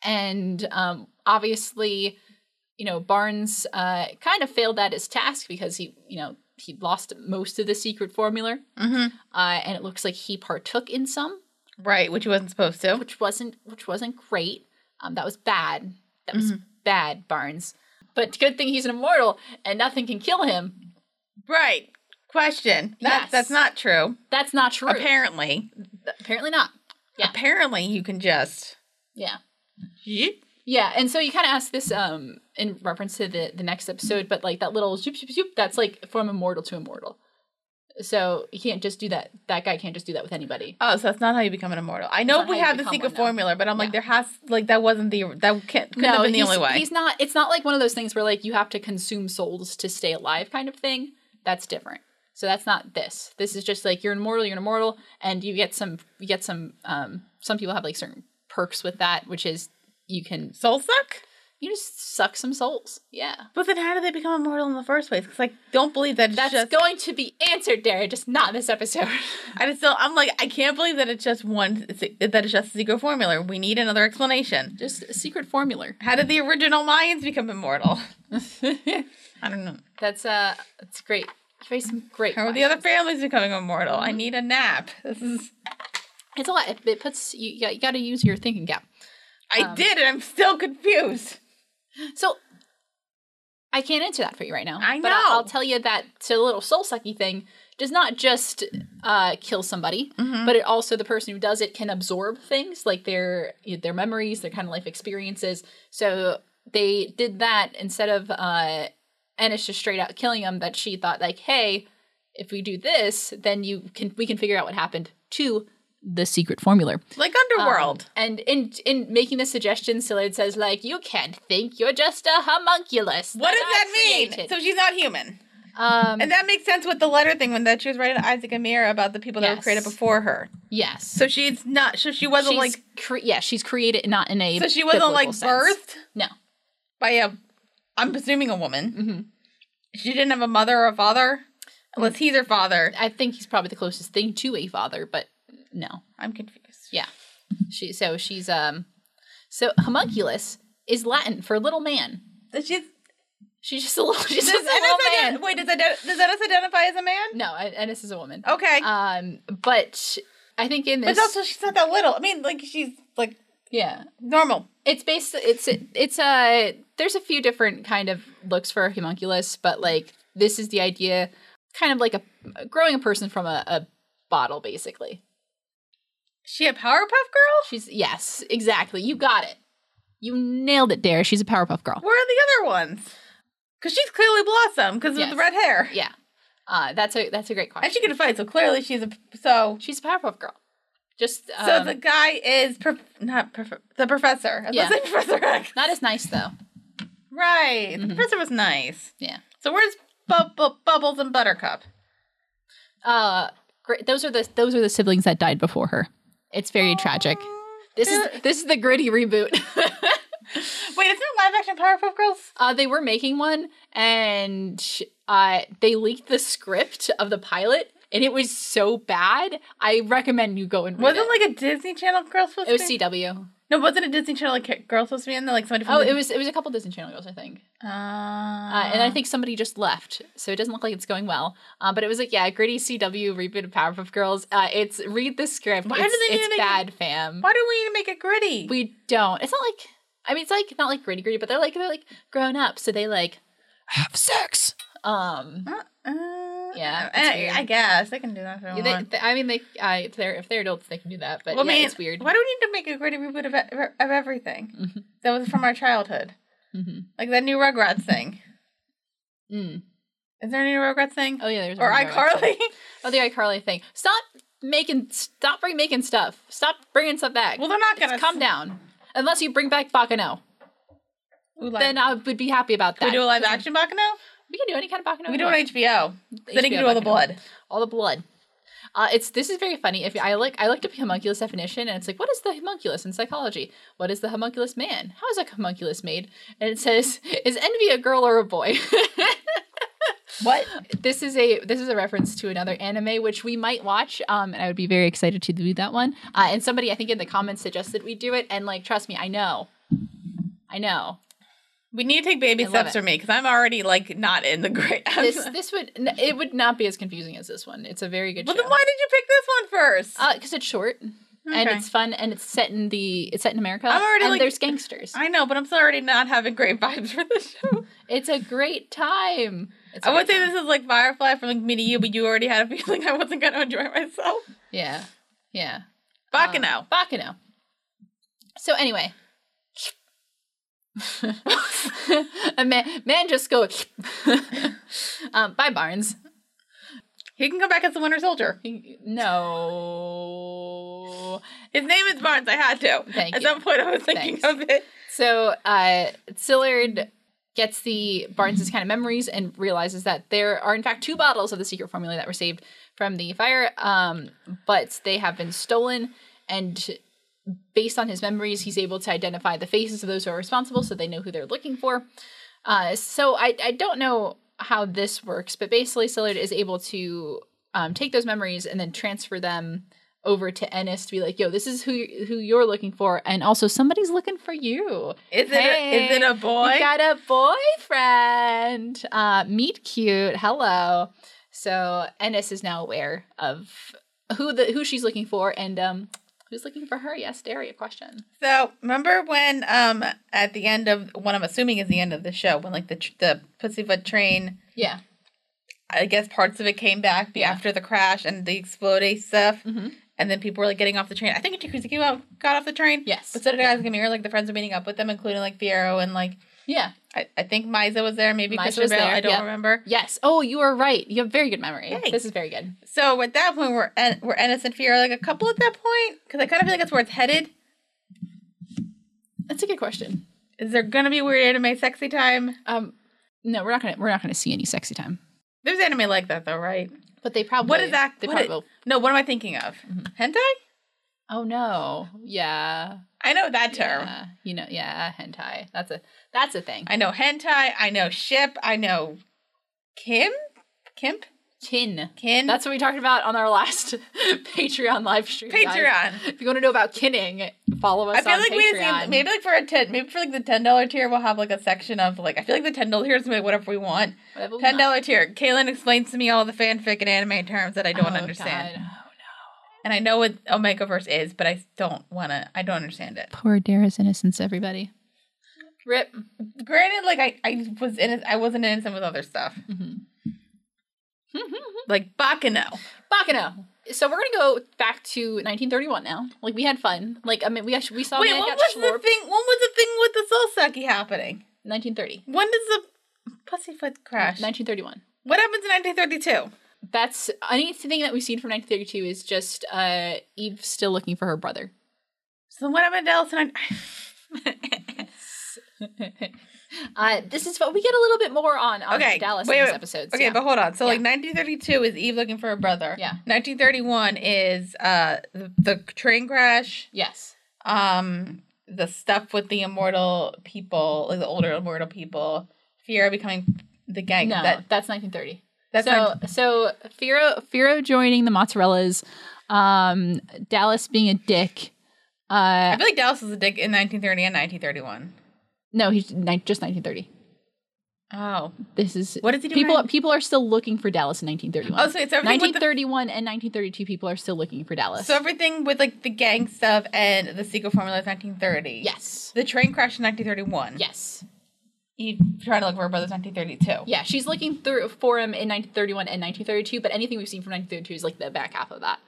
[SPEAKER 1] and um, obviously, you know Barnes uh, kind of failed at his task because he, you know, he lost most of the secret formula
[SPEAKER 2] Mm-hmm.
[SPEAKER 1] uh, and it looks like he partook in some,
[SPEAKER 2] Right, which he wasn't supposed to.
[SPEAKER 1] which wasn't which wasn't great. Um, that was bad. That was bad, Barnes. But good thing he's an immortal and nothing can kill him.
[SPEAKER 2] Right. Question. That,
[SPEAKER 1] Yes.
[SPEAKER 2] That's not true.
[SPEAKER 1] That's not true.
[SPEAKER 2] Apparently.
[SPEAKER 1] Apparently not. Yeah.
[SPEAKER 2] Apparently you can just
[SPEAKER 1] Yeah.
[SPEAKER 2] Yeet.
[SPEAKER 1] Yeah, and so you kind of ask this um in reference to the the next episode, but like that little zoop zoop zoop, that's like from immortal to immortal. So he can't just do that. That guy can't just do that with anybody.
[SPEAKER 2] Oh, so that's not how you become an immortal. I know
[SPEAKER 1] not
[SPEAKER 2] we
[SPEAKER 1] how you
[SPEAKER 2] have the
[SPEAKER 1] become
[SPEAKER 2] secret
[SPEAKER 1] one, though.
[SPEAKER 2] formula, but I'm like
[SPEAKER 1] Yeah.
[SPEAKER 2] there has like that wasn't the that can't couldn't have been the
[SPEAKER 1] he's,
[SPEAKER 2] only way.
[SPEAKER 1] he's not. It's not like one of those things where like you have to consume souls to stay alive, kind of thing. That's different. So that's not this. This is just like you're immortal. You're immortal, and you get some. You get some. Um, some people have like certain perks with that, which is you can
[SPEAKER 2] Soul suck?
[SPEAKER 1] you just suck some souls. Yeah,
[SPEAKER 2] But then how did they become immortal in the first place? Because I don't believe that it's
[SPEAKER 1] that's
[SPEAKER 2] just
[SPEAKER 1] going to be answered, Dara. Just not in this episode.
[SPEAKER 2] I just don't I'm like I can't believe that it's just one that it's just the secret formula. We need another explanation.
[SPEAKER 1] just a secret formula.
[SPEAKER 2] How did the original Mayans become immortal? I don't know.
[SPEAKER 1] that's uh, that's great. You raised some great.
[SPEAKER 2] How are the
[SPEAKER 1] questions.
[SPEAKER 2] other families becoming immortal? I need a nap. This is.
[SPEAKER 1] It's a lot. It, it puts you. You got- you got to use your thinking cap.
[SPEAKER 2] I
[SPEAKER 1] Um,
[SPEAKER 2] did, and I'm still confused.
[SPEAKER 1] So I can't answer that for you right now.
[SPEAKER 2] I
[SPEAKER 1] But I'll, I'll
[SPEAKER 2] know.
[SPEAKER 1] tell you that so the little soul sucky thing does not just uh, kill somebody,
[SPEAKER 2] Mm-hmm.
[SPEAKER 1] but it also the person who does it can absorb things like their their memories, their kind of life experiences. So they did that instead of uh, Ennis just straight out killing him. That she thought like, hey, if we do this, then you can we can figure out what happened to the secret formula.
[SPEAKER 2] Like Underworld.
[SPEAKER 1] Um, And in in making the suggestion, Sillard says like, "You can't think. You're just a homunculus."
[SPEAKER 2] what does
[SPEAKER 1] I
[SPEAKER 2] that mean?
[SPEAKER 1] created."
[SPEAKER 2] So she's not human,
[SPEAKER 1] um,
[SPEAKER 2] and that makes sense with the letter thing when that she was writing to Isaac and Mira about the people that were
[SPEAKER 1] Yes.
[SPEAKER 2] created before her.
[SPEAKER 1] yes.
[SPEAKER 2] So she's not. So she
[SPEAKER 1] she's
[SPEAKER 2] wasn't like.
[SPEAKER 1] cre- yeah, she's created not in a
[SPEAKER 2] So she wasn't
[SPEAKER 1] biblical
[SPEAKER 2] like
[SPEAKER 1] sense.
[SPEAKER 2] birthed
[SPEAKER 1] No,
[SPEAKER 2] by a. I'm assuming a woman.
[SPEAKER 1] Mm-hmm.
[SPEAKER 2] She didn't have a mother or a father, unless
[SPEAKER 1] Mm.
[SPEAKER 2] he's her father.
[SPEAKER 1] I think he's probably the closest thing to a father, but no.
[SPEAKER 2] I'm confused.
[SPEAKER 1] Yeah, she. So she's um, so homunculus is Latin for little man.
[SPEAKER 2] Does she?
[SPEAKER 1] She's just a little. She's
[SPEAKER 2] Does
[SPEAKER 1] just a little
[SPEAKER 2] Ennis ident-
[SPEAKER 1] man.
[SPEAKER 2] wait, does, ident- does Ennis identify as a man?
[SPEAKER 1] No, and and this is a woman.
[SPEAKER 2] Okay.
[SPEAKER 1] Um, but I think in
[SPEAKER 2] But
[SPEAKER 1] this,
[SPEAKER 2] it's also she's not that little. I mean, like she's like
[SPEAKER 1] yeah,
[SPEAKER 2] normal.
[SPEAKER 1] it's based it's it's a there's a few different kind of looks for a homunculus but like this is the idea kind of like a growing a person from a, a bottle basically
[SPEAKER 2] She a Powerpuff Girl?
[SPEAKER 1] She's yes, exactly. You got it. You nailed it, Dare. She's a Powerpuff Girl.
[SPEAKER 2] Where are the other ones? Because she's clearly Blossom because of
[SPEAKER 1] Yes.
[SPEAKER 2] the red hair.
[SPEAKER 1] Yeah, uh, that's a that's a great question.
[SPEAKER 2] And she can fight, so clearly she's a. So.
[SPEAKER 1] She's a Powerpuff Girl. Just um,
[SPEAKER 2] So the guy is prof- not prof- the professor. I was
[SPEAKER 1] Yeah.
[SPEAKER 2] gonna say Professor X.
[SPEAKER 1] not as nice though.
[SPEAKER 2] Right. The professor was nice.
[SPEAKER 1] Yeah.
[SPEAKER 2] So where's bu- bu- Bubbles and Buttercup?
[SPEAKER 1] Uh, great. Those are the those are the siblings that died before her. It's very tragic. This is this is the gritty reboot.
[SPEAKER 2] Wait, is there live action Powerpuff Girls?
[SPEAKER 1] uh, they were making one, and uh, they leaked the script of the pilot, and it was so bad. I recommend you go and read
[SPEAKER 2] Wasn't
[SPEAKER 1] it.
[SPEAKER 2] like a Disney Channel girl supposed
[SPEAKER 1] it was
[SPEAKER 2] to be?
[SPEAKER 1] CW.
[SPEAKER 2] no, wasn't a Disney Channel like, girl supposed to be in there? Like somebody from
[SPEAKER 1] Oh,
[SPEAKER 2] the-
[SPEAKER 1] it was it was a couple Disney Channel girls, I think.
[SPEAKER 2] Uh,
[SPEAKER 1] Uh,
[SPEAKER 2] Ah.
[SPEAKER 1] and I think somebody just left, so it doesn't look like it's going well. Uh, but it was like, yeah, gritty CW reboot of Powerpuff Girls. Uh, it's read the script.
[SPEAKER 2] Why do
[SPEAKER 1] it's
[SPEAKER 2] they need
[SPEAKER 1] it's
[SPEAKER 2] to make
[SPEAKER 1] bad, fam.
[SPEAKER 2] why do we need to make it gritty?
[SPEAKER 1] We don't. It's not like I mean, it's like not like gritty gritty, but they're like they're like grown up, so they like have sex. Um,
[SPEAKER 2] uh, uh,
[SPEAKER 1] Yeah, it's
[SPEAKER 2] I,
[SPEAKER 1] weird.
[SPEAKER 2] I guess they can do that if they
[SPEAKER 1] they,
[SPEAKER 2] want.
[SPEAKER 1] they- I mean, they I, if they're if they're adults, they can do that. But
[SPEAKER 2] Well,
[SPEAKER 1] yeah,
[SPEAKER 2] I mean,
[SPEAKER 1] it's weird.
[SPEAKER 2] Why do we need to make a gritty reboot of e- of everything
[SPEAKER 1] Mhm.
[SPEAKER 2] that was from our childhood,
[SPEAKER 1] Mhm.
[SPEAKER 2] like that new Rugrats thing?
[SPEAKER 1] Mm.
[SPEAKER 2] Is there a new Rugrats thing
[SPEAKER 1] Oh yeah, there's
[SPEAKER 2] or
[SPEAKER 1] one more episode.
[SPEAKER 2] iCarly?
[SPEAKER 1] Oh, the iCarly thing. Stop making stop bring making stuff. Stop bringing stuff back.
[SPEAKER 2] well, they're not
[SPEAKER 1] Just
[SPEAKER 2] gonna
[SPEAKER 1] calm down. Unless you bring back Bacano,
[SPEAKER 2] Ooh, live-
[SPEAKER 1] then I would be happy about that.
[SPEAKER 2] we do a live action Bacano.
[SPEAKER 1] We can do any kind of Bacano.
[SPEAKER 2] We
[SPEAKER 1] we
[SPEAKER 2] do
[SPEAKER 1] want.
[SPEAKER 2] an HBO. Then
[SPEAKER 1] HBO
[SPEAKER 2] you can do all the
[SPEAKER 1] Bacano.
[SPEAKER 2] blood.
[SPEAKER 1] all the blood. Uh, it's this is very funny. If I look, I looked up homunculus definition, and it's like, what is the homunculus in psychology? What is the homunculus man? How is a homunculus made? And it says, is envy a girl or a boy?
[SPEAKER 2] What?
[SPEAKER 1] this is a this is a reference to another anime which we might watch, um, and I would be very excited to do that one. Uh, and somebody I think in the comments suggested we do it, and like, trust me, I know, I know.
[SPEAKER 2] We need to take baby
[SPEAKER 1] I love
[SPEAKER 2] steps
[SPEAKER 1] it.
[SPEAKER 2] for me because I'm already like not in the great.
[SPEAKER 1] This this would n- it would not be as confusing as this one. It's a very good
[SPEAKER 2] Well,
[SPEAKER 1] show.
[SPEAKER 2] then why did you pick this one first?
[SPEAKER 1] because Uh, it's short. and
[SPEAKER 2] Okay.
[SPEAKER 1] it's fun and it's set in the it's set in America.
[SPEAKER 2] I'm already,
[SPEAKER 1] and
[SPEAKER 2] like-
[SPEAKER 1] there's gangsters.
[SPEAKER 2] I know, but I'm still already not having great vibes for this show.
[SPEAKER 1] It's a great time. It's a
[SPEAKER 2] I would
[SPEAKER 1] great
[SPEAKER 2] say
[SPEAKER 1] time.
[SPEAKER 2] this is like Firefly from like me to you, but you already had a feeling I wasn't going to enjoy myself.
[SPEAKER 1] Yeah, yeah.
[SPEAKER 2] Bacano.
[SPEAKER 1] Uh, Bacano. So anyway, a man, man just go. um, bye Barnes.
[SPEAKER 2] he can come back as the Winter Soldier.
[SPEAKER 1] No.
[SPEAKER 2] His name is Barnes. I had to.
[SPEAKER 1] Thank
[SPEAKER 2] At
[SPEAKER 1] you.
[SPEAKER 2] some point, I was thinking
[SPEAKER 1] Thanks.
[SPEAKER 2] of it.
[SPEAKER 1] So uh, Sillard gets the Barnes's kind of memories and realizes that there are in fact two bottles of the secret formula that were saved from the fire, um, but they have been stolen. And based on his memories, he's able to identify the faces of those who are responsible, so they know who they're looking for. Uh, so I, I don't know how this works, but basically Sillard is able to um, take those memories and then transfer them over to Ennis to be like, "Yo, this is who who you're looking for, and also somebody's looking for you."
[SPEAKER 2] Is it? A, is
[SPEAKER 1] Hey,
[SPEAKER 2] it a boy?
[SPEAKER 1] You got a boyfriend. Uh, meet cute. Hello. So Ennis is now aware of who the who she's looking for and um who's looking for her. Yes, Daria question.
[SPEAKER 2] So remember when um at the end of what I'm assuming is the end of the show when like the tr- the pussyfoot train
[SPEAKER 1] Yeah.
[SPEAKER 2] I guess parts of it came back be- after the crash and the exploding stuff
[SPEAKER 1] Mhm.
[SPEAKER 2] and then people were like getting off the train I think Jacuzzi came out got off the train
[SPEAKER 1] Yes.
[SPEAKER 2] but so did guys Gamir like the friends were meeting up with them including like Fiero and like
[SPEAKER 1] Yeah.
[SPEAKER 2] I, I think Miza was there maybe
[SPEAKER 1] Miza
[SPEAKER 2] Christian
[SPEAKER 1] was
[SPEAKER 2] Bale
[SPEAKER 1] there,
[SPEAKER 2] I don't
[SPEAKER 1] yep.
[SPEAKER 2] remember
[SPEAKER 1] Yes. Oh, you are right. You have very good memory.
[SPEAKER 2] Thanks.
[SPEAKER 1] This is very good.
[SPEAKER 2] so at that point we're en- we're Ennis and Fiero like a couple at that point because I kind of feel like that's where it's headed
[SPEAKER 1] That's a good question.
[SPEAKER 2] is there gonna be weird anime sexy time
[SPEAKER 1] Um no, we're not gonna we're not gonna see any sexy time.
[SPEAKER 2] there's anime like that though right
[SPEAKER 1] But they probably
[SPEAKER 2] What is that?
[SPEAKER 1] They
[SPEAKER 2] what
[SPEAKER 1] probably
[SPEAKER 2] is-
[SPEAKER 1] will. Mm-hmm.
[SPEAKER 2] no, what am I thinking of? Hentai?
[SPEAKER 1] Oh no. Yeah.
[SPEAKER 2] I know that term.
[SPEAKER 1] Yeah. uh, You know, yeah, hentai. That's a that's a thing.
[SPEAKER 2] I know hentai. I know ship. I know Kim? Kimp?
[SPEAKER 1] Kin.
[SPEAKER 2] Kin?
[SPEAKER 1] That's what we talked about on our last Patreon live stream. guys.
[SPEAKER 2] Patreon.
[SPEAKER 1] If you want to know about kinning, follow us
[SPEAKER 2] I feel
[SPEAKER 1] on
[SPEAKER 2] like we just
[SPEAKER 1] Patreon.
[SPEAKER 2] need, maybe like for a ten maybe for like the ten dollar tier we'll have like a section of like I feel like the ten dollar tier is like whatever we want.
[SPEAKER 1] Whatever we
[SPEAKER 2] Ten
[SPEAKER 1] want.
[SPEAKER 2] dollar tier. Kaylin explains to me all the fanfic and anime terms that I don't
[SPEAKER 1] Oh,
[SPEAKER 2] understand.
[SPEAKER 1] God.
[SPEAKER 2] And I know what Omegaverse is, but I don't wanna I don't understand it.
[SPEAKER 1] Poor Dara's innocence, everybody. Rip.
[SPEAKER 2] Granted, like I, I was in I wasn't
[SPEAKER 1] Mm-hmm.
[SPEAKER 2] innocent with other stuff. Like Bacano.
[SPEAKER 1] Bacano so we're gonna go back to 1931 now. Like we had fun. Like I mean, we actually we saw
[SPEAKER 2] Wait,
[SPEAKER 1] man
[SPEAKER 2] what
[SPEAKER 1] got
[SPEAKER 2] was the
[SPEAKER 1] schlorped.
[SPEAKER 2] thing? When was the thing with the soul sucky happening?
[SPEAKER 1] 1930,
[SPEAKER 2] When does the pussyfoot crash?
[SPEAKER 1] 1931.
[SPEAKER 2] What happened in 1932?
[SPEAKER 1] That's anything that we've seen from 1932 is just uh Eve still looking for her brother.
[SPEAKER 2] So what happened to Alice in Wonderland?
[SPEAKER 1] uh, this is what we get a little bit more on on
[SPEAKER 2] Okay,
[SPEAKER 1] Dallas
[SPEAKER 2] wait,
[SPEAKER 1] in these
[SPEAKER 2] wait.
[SPEAKER 1] episodes.
[SPEAKER 2] Okay,
[SPEAKER 1] yeah.
[SPEAKER 2] but hold on. So like
[SPEAKER 1] Yeah.
[SPEAKER 2] 1932 is Eve looking for her brother.
[SPEAKER 1] Yeah.
[SPEAKER 2] 1931 is uh the, the train crash.
[SPEAKER 1] yes,
[SPEAKER 2] Um, the stuff with the immortal people, like the older immortal people. Fear becoming the gang.
[SPEAKER 1] no,
[SPEAKER 2] That,
[SPEAKER 1] that's 1930.
[SPEAKER 2] that's
[SPEAKER 1] so
[SPEAKER 2] not-
[SPEAKER 1] so Firo Firo joining the mozzarellas, um, Dallas being a dick. Uh,
[SPEAKER 2] I feel like Dallas was a dick in 1930 and 1931.
[SPEAKER 1] no, he's ni- just 1930.
[SPEAKER 2] Oh.
[SPEAKER 1] This is
[SPEAKER 2] What does he do
[SPEAKER 1] People
[SPEAKER 2] right?
[SPEAKER 1] people are still looking for Dallas in 1931.
[SPEAKER 2] Oh, so it's everything with the
[SPEAKER 1] 1931 and 1932 people are still looking for Dallas.
[SPEAKER 2] So everything with like the gang stuff and the secret formula is 1930.
[SPEAKER 1] yes.
[SPEAKER 2] The train crash in 1931.
[SPEAKER 1] Yes.
[SPEAKER 2] You trying to look for her brother's 1932.
[SPEAKER 1] Yeah, she's looking through for him in 1931 and 1932, but anything we've seen from 1932 is like the back half of that.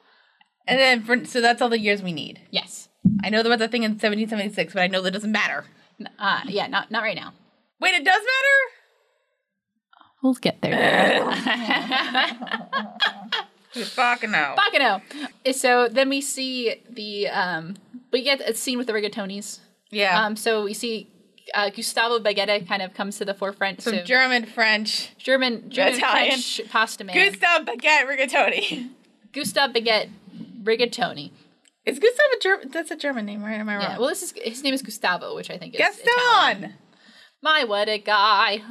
[SPEAKER 2] And then for, so that's all the years we need.
[SPEAKER 1] Yes.
[SPEAKER 2] I know there was a thing in 1776, but I know that doesn't matter.
[SPEAKER 1] N- Uh, yeah, not not right now.
[SPEAKER 2] Wait, it does matter.
[SPEAKER 1] We'll get there.
[SPEAKER 2] You fucking know.
[SPEAKER 1] Bacano. So then we see the um we get a scene with the rigatoni's.
[SPEAKER 2] Yeah.
[SPEAKER 1] Um so we see uh, Gustavo Baguetta kind of comes to the forefront.
[SPEAKER 2] so
[SPEAKER 1] so
[SPEAKER 2] German, French,
[SPEAKER 1] German, German
[SPEAKER 2] Italian.
[SPEAKER 1] French pasta man.
[SPEAKER 2] Gustav Baguette Rigatoni.
[SPEAKER 1] Gustav Baguette Rigatoni.
[SPEAKER 2] Is Gustav a German? That's a German name, right? Am I wrong?
[SPEAKER 1] Yeah. Well, this is his name is Gustavo, which I think is Italian.
[SPEAKER 2] Gaston.
[SPEAKER 1] My what a guy.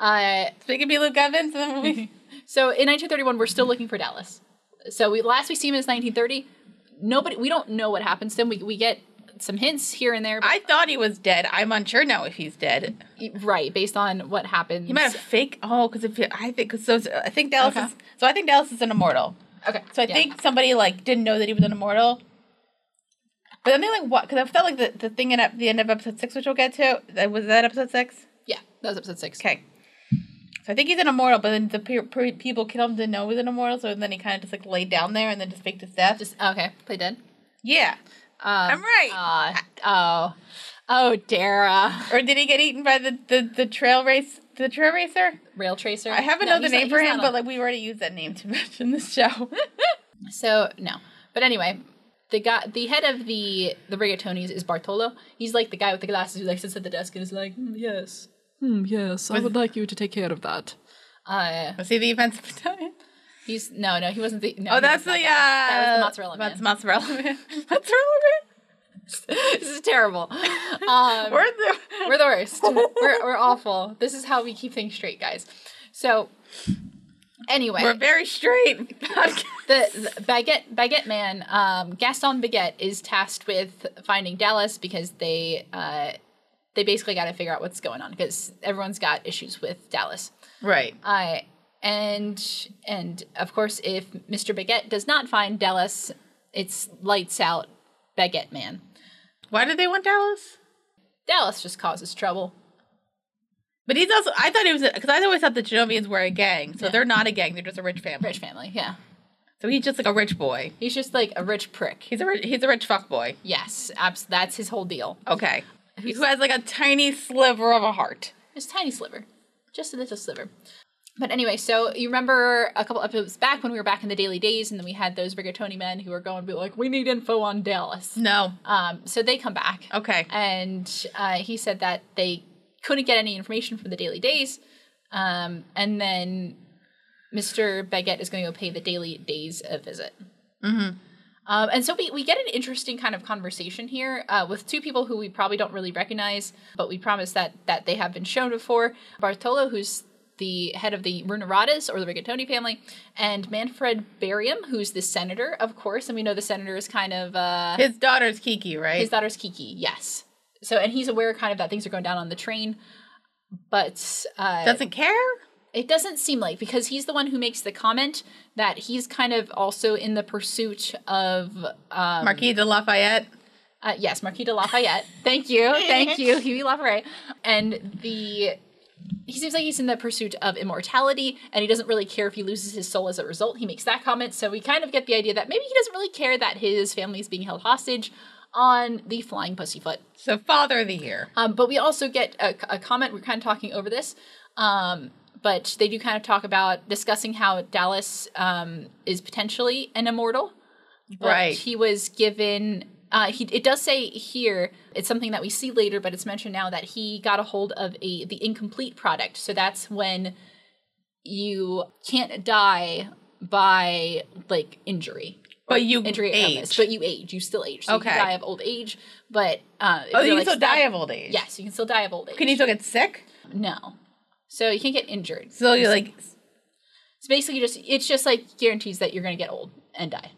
[SPEAKER 1] Uh,
[SPEAKER 2] Speaking of Luke Evans in the movie.
[SPEAKER 1] so in 1931, we're still looking for Dallas. So we last we see him is 1930. Nobody, we don't know what happens to him. We we get some hints here and there. But,
[SPEAKER 2] I thought he was dead. I'm unsure now if he's dead.
[SPEAKER 1] right, based on what happens.
[SPEAKER 2] You might have fake. Oh, because if you, I think cause so, I think Dallas
[SPEAKER 1] Okay.
[SPEAKER 2] is so I think Dallas is an immortal.
[SPEAKER 1] okay,
[SPEAKER 2] So I
[SPEAKER 1] yeah.
[SPEAKER 2] think somebody like didn't know that he was an immortal. But then they like what? Because I felt like the, the thing in ep- the end of episode six, which we'll get to, that- was that episode six?
[SPEAKER 1] yeah, that was episode six.
[SPEAKER 2] Okay. So I think he's an immortal, but then the pe- pe- people killed him didn't know he was an immortal, so then he kind of just like laid down there and then just faked his death.
[SPEAKER 1] Just oh, okay, play dead.
[SPEAKER 2] yeah, I'm
[SPEAKER 1] Um,
[SPEAKER 2] right.
[SPEAKER 1] uh, oh, oh, Dara,
[SPEAKER 2] or did he get eaten by the, the the trail race the trail racer?
[SPEAKER 1] rail tracer.
[SPEAKER 2] I have
[SPEAKER 1] No,
[SPEAKER 2] another
[SPEAKER 1] he's
[SPEAKER 2] name
[SPEAKER 1] not-
[SPEAKER 2] for
[SPEAKER 1] he's
[SPEAKER 2] him,
[SPEAKER 1] not
[SPEAKER 2] but
[SPEAKER 1] on-
[SPEAKER 2] like we already used that name too much in this show.
[SPEAKER 1] So no, but anyway, the guy, the head of the the rigatoni's is Bartolo. He's like the guy with the glasses who like sits at the desk and is like, "Hmm, yes, hmm, yes, I would like you to take care of that. Uh,
[SPEAKER 2] Was he the offensive battalion?
[SPEAKER 1] he's no, no, he wasn't the. No,
[SPEAKER 2] Oh,
[SPEAKER 1] he
[SPEAKER 2] that's the uh,
[SPEAKER 1] wasn't that guy. that was the mozzarella
[SPEAKER 2] That's
[SPEAKER 1] man.
[SPEAKER 2] mozzarella man. mozzarella
[SPEAKER 1] this is terrible.
[SPEAKER 2] man.
[SPEAKER 1] Um,
[SPEAKER 2] Or the
[SPEAKER 1] we're the worst. We're we're awful. This is how we keep things straight, guys. So anyway,
[SPEAKER 2] we're very straight.
[SPEAKER 1] the, the baguette baguette man um, Gaston Baguette is tasked with finding Dallas because they uh, they basically got to figure out what's going on because everyone's got issues with Dallas.
[SPEAKER 2] right.
[SPEAKER 1] Uh, and and of course, if Mr. Baguette does not find Dallas, it's lights out Baguette man.
[SPEAKER 2] Why did they want Dallas?
[SPEAKER 1] Dallas just causes trouble.
[SPEAKER 2] But he's also. I thought he was because I always thought the Genovians were a gang, so they're not a gang. They're just a rich family.
[SPEAKER 1] Rich family, yeah.
[SPEAKER 2] So he's just like a rich boy.
[SPEAKER 1] He's just like a rich prick.
[SPEAKER 2] He's a rich, he's a rich fuck boy.
[SPEAKER 1] Yes, abs- that's his whole deal.
[SPEAKER 2] Okay. Who has like a tiny sliver of a heart?
[SPEAKER 1] It's a tiny sliver, just a little sliver. But anyway, so you remember a couple episodes back when we were back in the Daily Days, and then we had those Rigatoni men who were going to be like, "We need info on Dallas."
[SPEAKER 2] No.
[SPEAKER 1] Um, so they come back,
[SPEAKER 2] Okay.
[SPEAKER 1] and uh, he said that they couldn't get any information from the Daily Days, um, and then Mister Baguette is going to go pay the Daily Days a visit. Um, and so we, we get an interesting kind of conversation here uh, with two people who we probably don't really recognize, but we promise that that they have been shown before. Bartolo, who's the head of the Runeratas or the Rigatoni family, and Manfred Barium, who's the senator, of course. And we know the senator is kind of uh,
[SPEAKER 2] His daughter's Kiki, right?
[SPEAKER 1] his daughter's Kiki, yes. So and he's aware kind of that things are going down on the train, but uh,
[SPEAKER 2] Doesn't care.
[SPEAKER 1] it doesn't seem like because he's the one who makes the comment that he's kind of also in the pursuit of um,
[SPEAKER 2] Marquis de Lafayette.
[SPEAKER 1] uh, yes, Marquis de Lafayette. Thank you, thank you, Huey Lafayette. And the he seems like he's in the pursuit of immortality and he doesn't really care if he loses his soul as a result. He makes that comment, so we kind of get the idea that maybe he doesn't really care that his family is being held hostage on the flying pussyfoot.
[SPEAKER 2] So father of the year.
[SPEAKER 1] Um, but we also get a, a comment. We're kind of talking over this, um, but they do kind of talk about discussing how Dallas um, is potentially an immortal. But
[SPEAKER 2] Right.
[SPEAKER 1] He was given. Uh, he, it does say here it's something that we see later, but it's mentioned now that he got a hold of a the incomplete product. So that's when you can't die by like injury. or
[SPEAKER 2] But you
[SPEAKER 1] injury or illness,
[SPEAKER 2] age.
[SPEAKER 1] but you age. You still age. So you
[SPEAKER 2] Okay.
[SPEAKER 1] can die of old age, but uh, if
[SPEAKER 2] Oh,
[SPEAKER 1] you're,
[SPEAKER 2] you can
[SPEAKER 1] like,
[SPEAKER 2] still
[SPEAKER 1] stabbed-
[SPEAKER 2] die of old age.
[SPEAKER 1] Yes, you can still die of old age.
[SPEAKER 2] Can you still get sick?
[SPEAKER 1] No. So you can't get injured.
[SPEAKER 2] So you're like,
[SPEAKER 1] It's basically just it's just like guarantees that you're going to get old and die.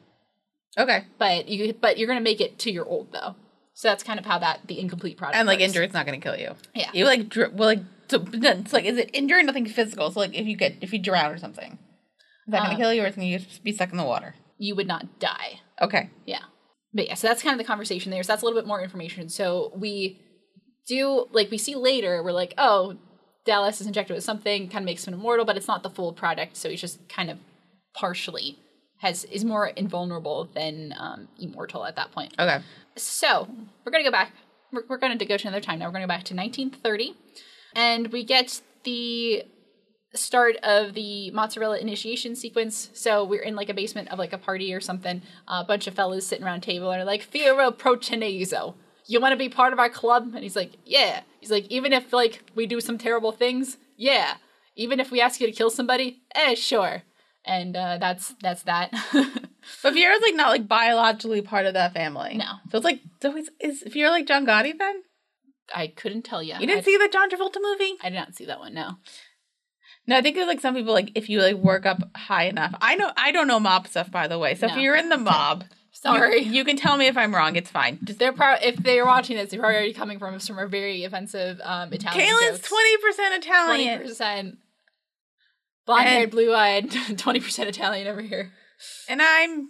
[SPEAKER 2] okay.
[SPEAKER 1] But you but you're going to make it to your old though. So that's kind of how that the incomplete product
[SPEAKER 2] And like
[SPEAKER 1] works.
[SPEAKER 2] injury, it's not going to kill you.
[SPEAKER 1] Yeah.
[SPEAKER 2] You like, dr- well, like, so, but then it's like, is it injury? or Nothing physical. So like, if you get, if you drown or something, is that going to
[SPEAKER 1] Uh,
[SPEAKER 2] kill you, or is going to be stuck in the water?
[SPEAKER 1] You would not die.
[SPEAKER 2] Okay.
[SPEAKER 1] Yeah. But yeah, so that's kind of the conversation there. So that's a little bit more information. So we do like we see later, we're like, oh, Dallas is injected with something, kind of makes him immortal, but it's not the full product. So he's just kind of partially has is more invulnerable than um, immortal at that point.
[SPEAKER 2] Okay.
[SPEAKER 1] So we're going to go back. We're, we're going to go to another time now. We're going to go back to 1930. And we get the start of the mozzarella initiation sequence. So we're in like a basement of like a party or something. a bunch of fellas sitting around a table and are like, Fiora Protenezo, you want to be part of our club? And he's like, yeah. He's like, even if like we do some terrible things, yeah. Even if we ask you to kill somebody, eh, sure. And uh, that's that's that.
[SPEAKER 2] But Vieira's like not like biologically part of that family.
[SPEAKER 1] No.
[SPEAKER 2] So it's like, so he's, is Vieira like John Gotti then?
[SPEAKER 1] I couldn't tell you.
[SPEAKER 2] You didn't
[SPEAKER 1] I,
[SPEAKER 2] see the John Travolta movie?
[SPEAKER 1] I did not see that one. No.
[SPEAKER 2] No, I think it was like some people like if you like work up high enough. I know I don't know mob stuff by the way. So if
[SPEAKER 1] No.
[SPEAKER 2] you're in the mob,
[SPEAKER 1] Sorry.
[SPEAKER 2] you, you can tell me if I'm wrong. It's fine. Just
[SPEAKER 1] They're pro- if they're watching this, they're already coming from us from a very offensive um, Italian.
[SPEAKER 2] Kaylin's twenty percent Italian,
[SPEAKER 1] percent blonde
[SPEAKER 2] And-
[SPEAKER 1] haired, blue eyed, twenty percent Italian over here.
[SPEAKER 2] and I'm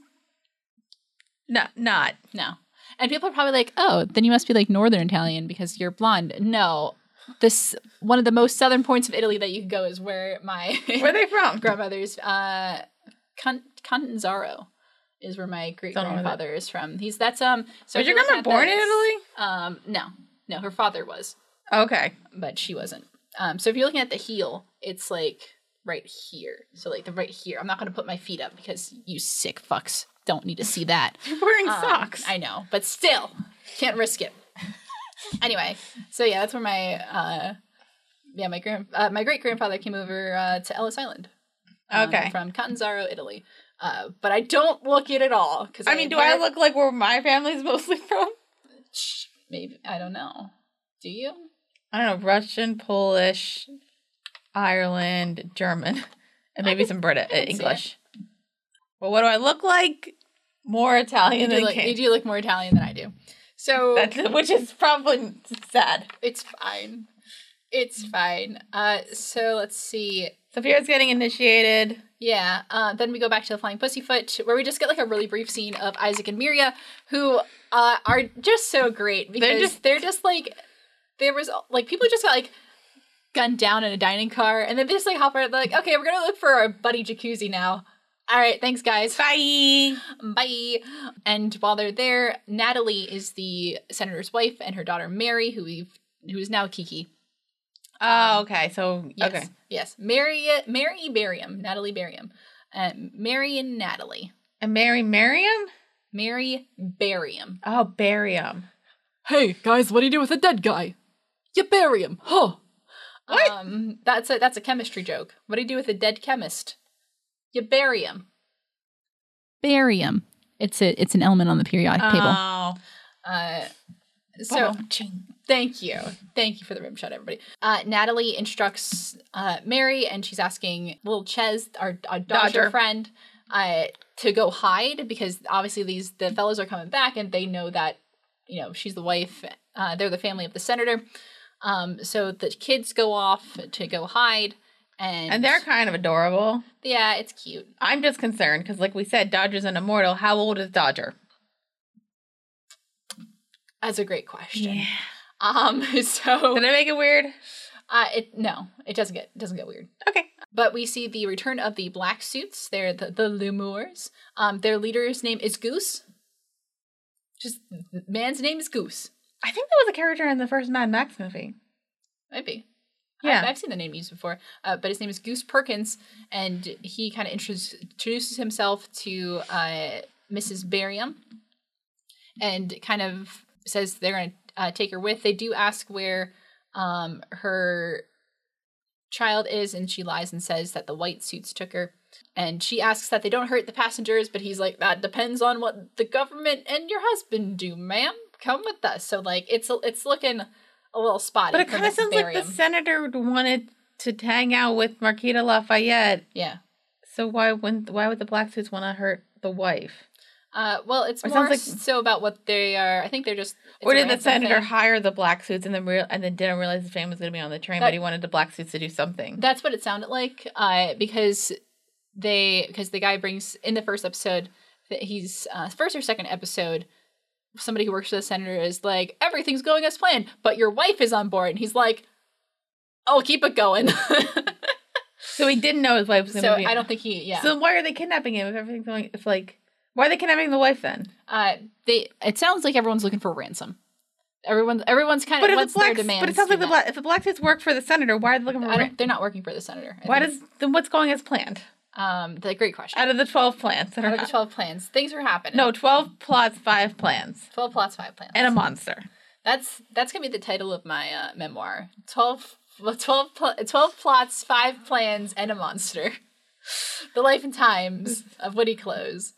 [SPEAKER 2] not not.
[SPEAKER 1] No, and people are probably like, "Oh, then you must be like Northern Italian because you're blonde." No, this one of the most southern points of Italy that you can go is where my
[SPEAKER 2] Where are they from?
[SPEAKER 1] grandmother's uh, Con- Contanzaro is where my great
[SPEAKER 2] Don't know that.
[SPEAKER 1] grandfather is from. He's that's um. So
[SPEAKER 2] Was
[SPEAKER 1] if you're
[SPEAKER 2] your
[SPEAKER 1] looking
[SPEAKER 2] grandma
[SPEAKER 1] at
[SPEAKER 2] born in
[SPEAKER 1] this-
[SPEAKER 2] Italy?
[SPEAKER 1] Um, no, no, her father was.
[SPEAKER 2] Okay.
[SPEAKER 1] but she wasn't. Um, so if you're looking at the heel, it's like right here. So like the right here. I'm not gonna put my feet up because you sick fucks don't need to see that.
[SPEAKER 2] You're wearing
[SPEAKER 1] Um,
[SPEAKER 2] socks.
[SPEAKER 1] I know, but still can't risk it. anyway, so yeah, that's where my uh, yeah my grand uh, my great grandfather came over uh, to Ellis Island. um,
[SPEAKER 2] Okay.
[SPEAKER 1] from Catanzaro, Italy. Uh, but I don't look it at all because
[SPEAKER 2] I mean, do I look like where my family's mostly from?
[SPEAKER 1] Maybe I don't know. Do you?
[SPEAKER 2] I don't know, Russian, Polish, Ireland, German, and maybe some British
[SPEAKER 1] can see
[SPEAKER 2] English. But what do I look like? More
[SPEAKER 1] You
[SPEAKER 2] Italian
[SPEAKER 1] do,
[SPEAKER 2] than
[SPEAKER 1] look, you
[SPEAKER 2] Kate.
[SPEAKER 1] do look more Italian than I do. So
[SPEAKER 2] That's, which is probably sad.
[SPEAKER 1] It's fine. It's fine. Uh, so let's see.
[SPEAKER 2] So Pierre's getting initiated.
[SPEAKER 1] Yeah. Uh, then we go back to the flying pussyfoot, where we just get like a really brief scene of Isaac and Miria, who uh, are just so great because they're just,
[SPEAKER 2] just-
[SPEAKER 1] like there was like people just got like gunned down in a dining car, and then they just like hop right. They're like, okay, we're gonna look for our buddy jacuzzi now. All right, thanks guys.
[SPEAKER 2] Bye.
[SPEAKER 1] Bye. And while they're there, Natalie is the senator's wife and her daughter Mary, who we've who is now Kiki.
[SPEAKER 2] Oh, okay. So
[SPEAKER 1] Yes.
[SPEAKER 2] okay.
[SPEAKER 1] Yes. Mary Mary Barium, Natalie Barium. Uh, Mary and Natalie.
[SPEAKER 2] And Mary Miriam?
[SPEAKER 1] Mary Barium.
[SPEAKER 2] Oh, barium.
[SPEAKER 1] Hey guys, what do you do with a dead guy? You bury him. Huh.
[SPEAKER 2] What?
[SPEAKER 1] Um that's a that's a chemistry joke. What do you do with a dead chemist? You bury him. Bury him. It's a it's an element on the periodic
[SPEAKER 2] Oh.
[SPEAKER 1] Uh so
[SPEAKER 2] So
[SPEAKER 1] Thank you. Thank you for the rim shot, everybody. Uh, Natalie instructs uh, Mary, and she's asking little Ches, our, our Dodger,
[SPEAKER 2] Dodger.
[SPEAKER 1] friend, uh, to go hide because obviously these the fellows are coming back, and they know that you know she's the wife. Uh, they're the family of the senator. Um, so the kids go off to go hide, and
[SPEAKER 2] and they're kind of adorable.
[SPEAKER 1] yeah, it's cute.
[SPEAKER 2] I'm just concerned because, like we said, Dodger's an immortal. How old is Dodger?
[SPEAKER 1] That's a great question. Um, so
[SPEAKER 2] Did I make it weird?
[SPEAKER 1] Uh, it no, it doesn't get it doesn't get weird.
[SPEAKER 2] Okay.
[SPEAKER 1] But we see the return of the black suits. They're the, the Lumurs. Um, their leader's name is Goose. Just the man's name is Goose.
[SPEAKER 2] I think that was a character in the first Mad Max movie.
[SPEAKER 1] Might be.
[SPEAKER 2] Yeah.
[SPEAKER 1] I've, I've seen the name used before, uh, but his name is Goose Perkins, and he kind of introduces himself to uh, Mrs. Barium and kind of says they're going to uh, take her with. They do ask where um, her child is, and she lies and says that the white suits took her. And she asks that they don't hurt the passengers, but he's like, that depends on what the government and your husband do, ma'am. Come with us. So like, it's it's looking a little spotty.
[SPEAKER 2] But it
[SPEAKER 1] for
[SPEAKER 2] kind of
[SPEAKER 1] Mrs.
[SPEAKER 2] sounds like the
[SPEAKER 1] Barium.
[SPEAKER 2] senator would- wanted to hang out with Marquita Lafayette.
[SPEAKER 1] Yeah.
[SPEAKER 2] So why wouldn't why would the black suits want to hurt the wife?
[SPEAKER 1] Uh, well, it's
[SPEAKER 2] Or sounds
[SPEAKER 1] more
[SPEAKER 2] like-
[SPEAKER 1] so about what they are. I think they're just. it's
[SPEAKER 2] or
[SPEAKER 1] a
[SPEAKER 2] did the
[SPEAKER 1] ransom
[SPEAKER 2] senator
[SPEAKER 1] thing.
[SPEAKER 2] hire the black suits and then real and then didn't realize his fame was going to be on the train,
[SPEAKER 1] That-
[SPEAKER 2] but he wanted the black suits to do something?
[SPEAKER 1] That's what it sounded like. Uh, because they because the guy brings in the first episode that he's uh, first or second episode. Somebody who works for the senator is like, everything's going as planned, but your wife is on board, and he's like, "I'll keep it going."
[SPEAKER 2] So he didn't know his wife was going to
[SPEAKER 1] so
[SPEAKER 2] be.
[SPEAKER 1] I don't think he. Yeah.
[SPEAKER 2] So why are they kidnapping him if everything's going? If like, why are they kidnapping the wife then?
[SPEAKER 1] uh, they. It sounds like everyone's looking for ransom. Everyone. Everyone's kind
[SPEAKER 2] But
[SPEAKER 1] of
[SPEAKER 2] if
[SPEAKER 1] what's
[SPEAKER 2] the black,
[SPEAKER 1] their demands.
[SPEAKER 2] but it sounds
[SPEAKER 1] do
[SPEAKER 2] like the
[SPEAKER 1] that.
[SPEAKER 2] black, if the black suits work for the senator, why are they looking for?
[SPEAKER 1] I
[SPEAKER 2] Ra-
[SPEAKER 1] don't, they're not working for the senator. I
[SPEAKER 2] why
[SPEAKER 1] think.
[SPEAKER 2] does then what's going as planned?
[SPEAKER 1] um the great question.
[SPEAKER 2] Out of the twelve plans that
[SPEAKER 1] Out
[SPEAKER 2] are
[SPEAKER 1] of the 12 plans, things were happening.
[SPEAKER 2] no twelve plots, five plans,
[SPEAKER 1] 12 plots, 5 plans.
[SPEAKER 2] and a monster.
[SPEAKER 1] that's that's going to be the title of my uh, memoir. 12, well, 12, pl- 12 plots, 5 plans, and a monster. the life and times of Woody Close.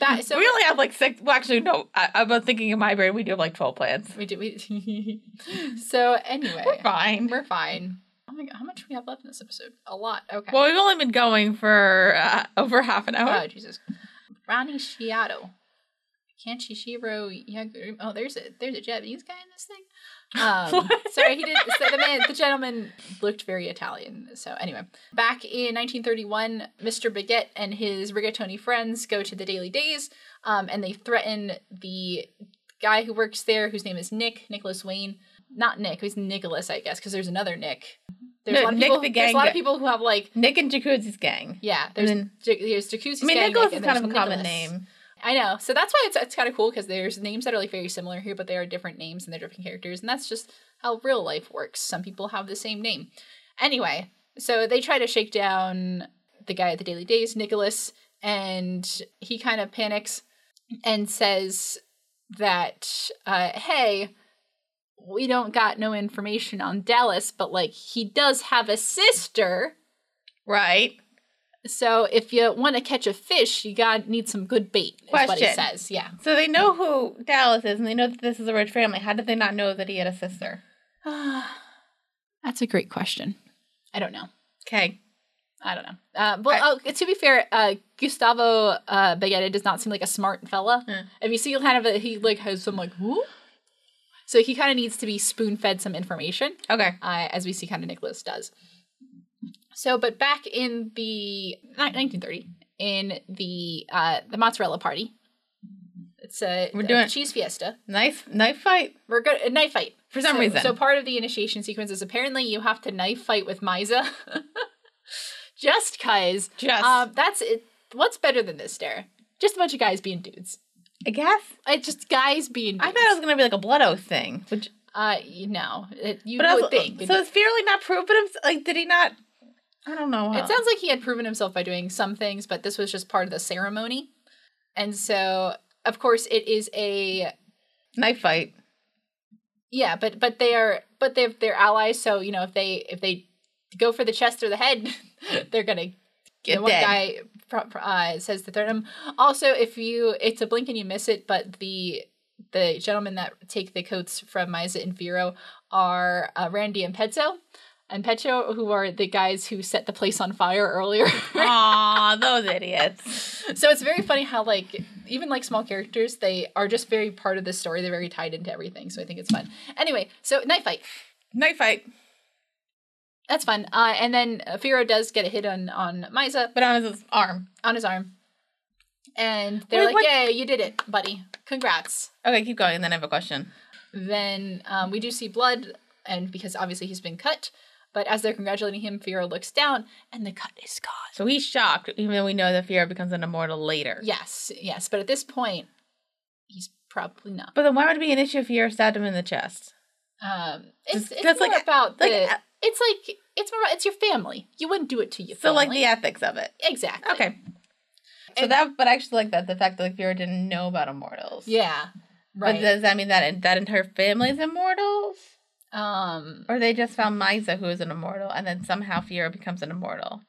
[SPEAKER 1] That, so
[SPEAKER 2] we only have like six. Well, actually, no. I, I was thinking in my brain we do have like twelve plans.
[SPEAKER 1] we do. We, so anyway,
[SPEAKER 2] We're fine.
[SPEAKER 1] We're fine. Oh my god, how much we have left in this episode? A lot. Okay.
[SPEAKER 2] well, we've only been going for uh, over half an hour.
[SPEAKER 1] oh Jesus, Ronnie Shiato. Kanchi Shiro Yaguri. Oh, there's a there's a Japanese guy in this thing. Um, sorry, he did. So the man, the gentleman, looked very Italian. So anyway, back in 1931, Mr. Baguette and his rigatoni friends go to the Daily Days, um, and they threaten the guy who works there, whose name is Nick Nicholas Wayne. Not Nick, he's Nicholas, I guess, because there's another Nick. There's
[SPEAKER 2] No,
[SPEAKER 1] a lot of
[SPEAKER 2] Nick
[SPEAKER 1] people.
[SPEAKER 2] the
[SPEAKER 1] there's
[SPEAKER 2] gang
[SPEAKER 1] a lot
[SPEAKER 2] guy.
[SPEAKER 1] of people who have like
[SPEAKER 2] Nick and Jacuzzi's gang.
[SPEAKER 1] yeah. There's
[SPEAKER 2] then-
[SPEAKER 1] Jac- there's Jacuzzi.
[SPEAKER 2] I mean,
[SPEAKER 1] Gang
[SPEAKER 2] Nicholas
[SPEAKER 1] Nick, and
[SPEAKER 2] is kind of a
[SPEAKER 1] there's
[SPEAKER 2] common
[SPEAKER 1] Nicholas.
[SPEAKER 2] name.
[SPEAKER 1] I know. So that's why it's it's kind of cool because there's names that are like very similar here, but they are different names and they're different characters, and that's just how real life works. Some people have the same name. Anyway, so they try to shake down the guy at the Daily Days, Nicholas, and he kind of panics and says that, uh, "Hey." We don't got no information on Dallas, but like he does have a sister.
[SPEAKER 2] Right.
[SPEAKER 1] So if you want to catch a fish, you got to need some good bait. Is what he
[SPEAKER 2] Question.
[SPEAKER 1] says. Yeah.
[SPEAKER 2] So they know who Dallas is and they know that this is a rich family. How did they not know that he had a sister?
[SPEAKER 1] That's a great question. I don't know.
[SPEAKER 2] Okay.
[SPEAKER 1] I don't know. Uh, but oh, to be fair, uh, Gustavo uh, Baguette does not seem like a smart fella.
[SPEAKER 2] Yeah.
[SPEAKER 1] If you see kind of a, he like has some like who, so he kind of needs to be spoon fed some information.
[SPEAKER 2] Okay.
[SPEAKER 1] uh, as we see kind of Nicholas does. So, but back in the ni- 1930, in the uh, the mozzarella party, it's a,
[SPEAKER 2] We're
[SPEAKER 1] a
[SPEAKER 2] doing-
[SPEAKER 1] cheese fiesta.
[SPEAKER 2] Nice knife fight.
[SPEAKER 1] We're good a knife fight
[SPEAKER 2] For some
[SPEAKER 1] So-
[SPEAKER 2] reason.
[SPEAKER 1] So part of the initiation sequence is apparently you have to knife fight with Miza, just cause.
[SPEAKER 2] Just.
[SPEAKER 1] Um, that's it. What's better than this, Dare? Just a bunch of guys being dudes.
[SPEAKER 2] I guess.
[SPEAKER 1] It's just guys being. Dudes.
[SPEAKER 2] I thought it was going to be like a blood oath thing. Which,
[SPEAKER 1] Uh, you know, it, you
[SPEAKER 2] but I
[SPEAKER 1] would
[SPEAKER 2] was,
[SPEAKER 1] think.
[SPEAKER 2] So is Fearly not proven himself? Like, did he not? I don't know.
[SPEAKER 1] It sounds like he had proven himself by doing some things, but this was just part of the ceremony. And so, of course, it is a
[SPEAKER 2] knife fight.
[SPEAKER 1] yeah, but but they are but they're they're allies, so you know if they if they go for the chest or the head, they're gonna.
[SPEAKER 2] Get
[SPEAKER 1] the one
[SPEAKER 2] dead.
[SPEAKER 1] guy pro- pro- uh, says to threaten him. Also, if you it's a blink and you miss it, but the the gentlemen that take the coats from Misa and Vero are uh, Randy and Pezzo, and Pecho, who are the guys who set the place on fire earlier.
[SPEAKER 2] Aw, those idiots.
[SPEAKER 1] So it's very funny how like even like small characters, they are just very part of the story. They're very tied into everything. So I think it's fun. Anyway, so knife fight.
[SPEAKER 2] Knife fight,
[SPEAKER 1] That's fun. Uh, and then uh, Firo does get a hit on on Misa
[SPEAKER 2] but on his arm.
[SPEAKER 1] on his arm, and they're
[SPEAKER 2] Wait,
[SPEAKER 1] like,
[SPEAKER 2] what-
[SPEAKER 1] "Yay, you did it, buddy! Congrats!"
[SPEAKER 2] Okay, keep going. Then I have a question.
[SPEAKER 1] Then um, we do see blood and because obviously he's been cut. But as they're congratulating him, Fiora looks down, and the cut is gone.
[SPEAKER 2] So he's shocked, even though we know that Fiora becomes an immortal later.
[SPEAKER 1] Yes, yes, but at this point, he's probably not.
[SPEAKER 2] But then why would it be an issue if Fiora stabbed him in the chest?
[SPEAKER 1] Um, it's,
[SPEAKER 2] Just-
[SPEAKER 1] it's
[SPEAKER 2] that's
[SPEAKER 1] more
[SPEAKER 2] like-
[SPEAKER 1] about
[SPEAKER 2] like- uh,
[SPEAKER 1] the. it's like it's more. about- It's your family. You wouldn't do it to your
[SPEAKER 2] So
[SPEAKER 1] family.
[SPEAKER 2] like the ethics of it.
[SPEAKER 1] exactly.
[SPEAKER 2] Okay. So
[SPEAKER 1] And-
[SPEAKER 2] that, but I actually like that the fact that like Fiora didn't know about immortals.
[SPEAKER 1] Yeah.
[SPEAKER 2] But
[SPEAKER 1] Right.
[SPEAKER 2] does that mean that that entire family's immortals,
[SPEAKER 1] um.
[SPEAKER 2] or they just found Misa who is an immortal, and then somehow Fiora becomes an immortal?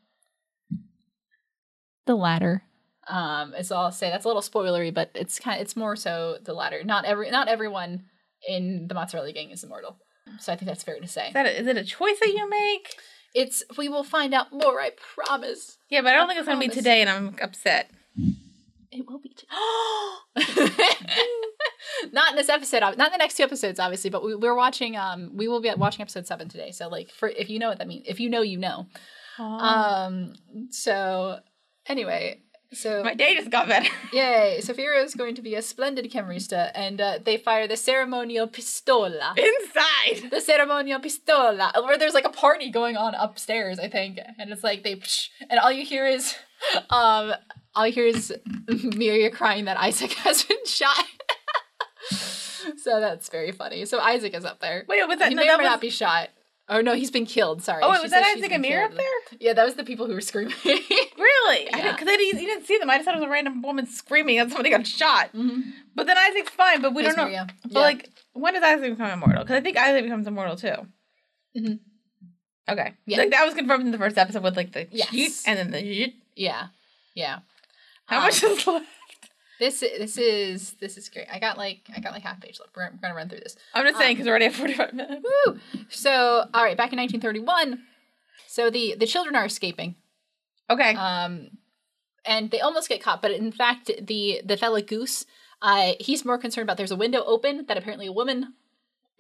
[SPEAKER 1] The latter. Um. It's all I'll say. That's a little spoilery, but it's kind. It's more so the latter. Not every. Not everyone in the mozzarella gang is immortal. So I think that's fair to say.
[SPEAKER 2] Is that a, is it a choice that you make?
[SPEAKER 1] It's. We will find out more. I promise.
[SPEAKER 2] Yeah, but I don't think it's gonna be
[SPEAKER 1] promise.
[SPEAKER 2] today, and I'm upset.
[SPEAKER 1] It will be. not in this episode, ob- not in the next two episodes, obviously. But we, we're watching. Um, we will be watching episode seven today. So, like, for if you know what that means, if you know, you know. Um. So, anyway, so
[SPEAKER 2] my day just got better.
[SPEAKER 1] yay! So Firo is going to be a splendid camerista, and uh, they fire the ceremonial pistola.
[SPEAKER 2] Inside.
[SPEAKER 1] The ceremonial pistola, where there's like a party going on upstairs, I think, and it's like they, psh, and all you hear is, um, all you hear is Miria crying that Isaac has been shot. so that's very funny. So Isaac is up there.
[SPEAKER 2] Wait, was that?
[SPEAKER 1] he
[SPEAKER 2] No,
[SPEAKER 1] may
[SPEAKER 2] that
[SPEAKER 1] or not
[SPEAKER 2] was,
[SPEAKER 1] be shot. Oh no, he's been killed. Sorry.
[SPEAKER 2] oh,
[SPEAKER 1] She
[SPEAKER 2] wait, was
[SPEAKER 1] says
[SPEAKER 2] that
[SPEAKER 1] she's
[SPEAKER 2] Isaac
[SPEAKER 1] been
[SPEAKER 2] Amir up
[SPEAKER 1] killed.
[SPEAKER 2] there?
[SPEAKER 1] Yeah, that was the people who were screaming.
[SPEAKER 2] Really? I
[SPEAKER 1] Yeah.
[SPEAKER 2] Because I didn't, you didn't see them. I just thought it was a random woman screaming that somebody got shot. But then Isaac's fine, but we
[SPEAKER 1] There's
[SPEAKER 2] don't know.
[SPEAKER 1] Maria.
[SPEAKER 2] But
[SPEAKER 1] Mm-hmm. Yeah.
[SPEAKER 2] like, when does Isaac become immortal? Because I think Isaac becomes immortal too.
[SPEAKER 1] Mhm.
[SPEAKER 2] Okay.
[SPEAKER 1] Yeah.
[SPEAKER 2] Like that was confirmed in the first episode with like the
[SPEAKER 1] Yes.
[SPEAKER 2] yeet and then the yeet.
[SPEAKER 1] Yeah, yeah.
[SPEAKER 2] How
[SPEAKER 1] Um,
[SPEAKER 2] much is left?
[SPEAKER 1] This i- this is this is great. I got like I got like half page left. We're, we're gonna run through this.
[SPEAKER 2] I'm just
[SPEAKER 1] um,
[SPEAKER 2] saying because we're already at 45 minutes.
[SPEAKER 1] Woo! So all right, back in 1931, so the the children are escaping,
[SPEAKER 2] Okay.
[SPEAKER 1] um, and they almost get caught. But in fact, the the fella goose, uh, he's more concerned about there's a window open that apparently a woman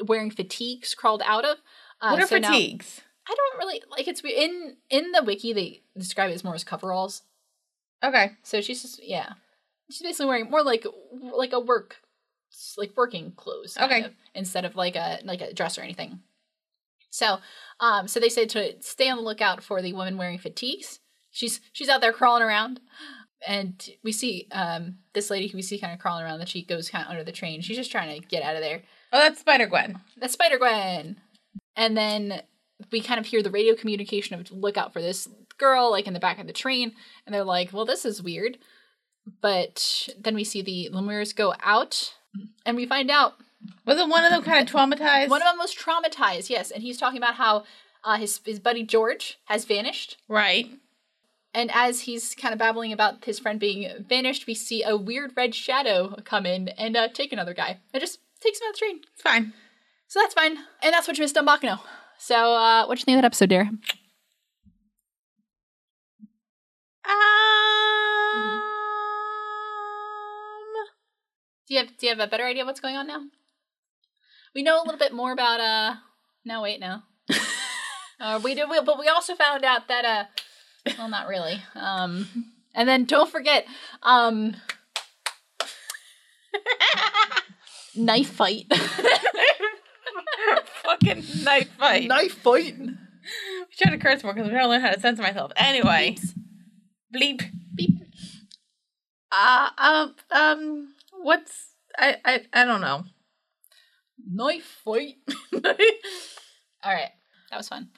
[SPEAKER 1] wearing fatigues crawled out of. Uh,
[SPEAKER 2] what are
[SPEAKER 1] so now-
[SPEAKER 2] fatigues?
[SPEAKER 1] I don't really like it's weird. in in the wiki they describe it as more as coveralls.
[SPEAKER 2] Okay.
[SPEAKER 1] So she's just yeah, she's basically wearing more like like a work like working clothes kind
[SPEAKER 2] Okay.
[SPEAKER 1] of, instead of like a like a dress or anything. So um so they said to stay on the lookout for the woman wearing fatigues. She's she's out there crawling around. And we see um this lady who we see kind of crawling around that she goes kind of under the train. She's just trying to get out of there.
[SPEAKER 2] Oh, that's Spider Gwen.
[SPEAKER 1] That's Spider Gwen. And then we kind of hear the radio communication of look out for this girl, like in the back of the train. And they're like, well, this is weird. But then we see the Lemurs go out and we find out
[SPEAKER 2] Was it one of them kind of traumatized?
[SPEAKER 1] one of them was traumatized, yes. And he's talking about how uh, his, his buddy George has vanished.
[SPEAKER 2] right.
[SPEAKER 1] And as he's kind of babbling about his friend being vanished, we see a weird red shadow come in and uh, take another guy. It just takes him out of the train.
[SPEAKER 2] It's fine.
[SPEAKER 1] So that's fine. And that's what you missed on Bakano. So uh what you think of that episode, dear? Mm-hmm.
[SPEAKER 2] Um,
[SPEAKER 1] Do you have do you have a better idea of what's going on now? We know a little bit more about uh no wait, no. uh, we did we, but we also found out that uh well not really. Um and then don't forget, um knife fight.
[SPEAKER 2] fucking knife fight.
[SPEAKER 1] knife fight.
[SPEAKER 2] I tried to curse more because I'm trying to learn how to censor myself. Anyway, bleep.
[SPEAKER 1] Beep.
[SPEAKER 2] Uh, um, um, what's I I I don't know.
[SPEAKER 1] Knife fight. All right, that was fun.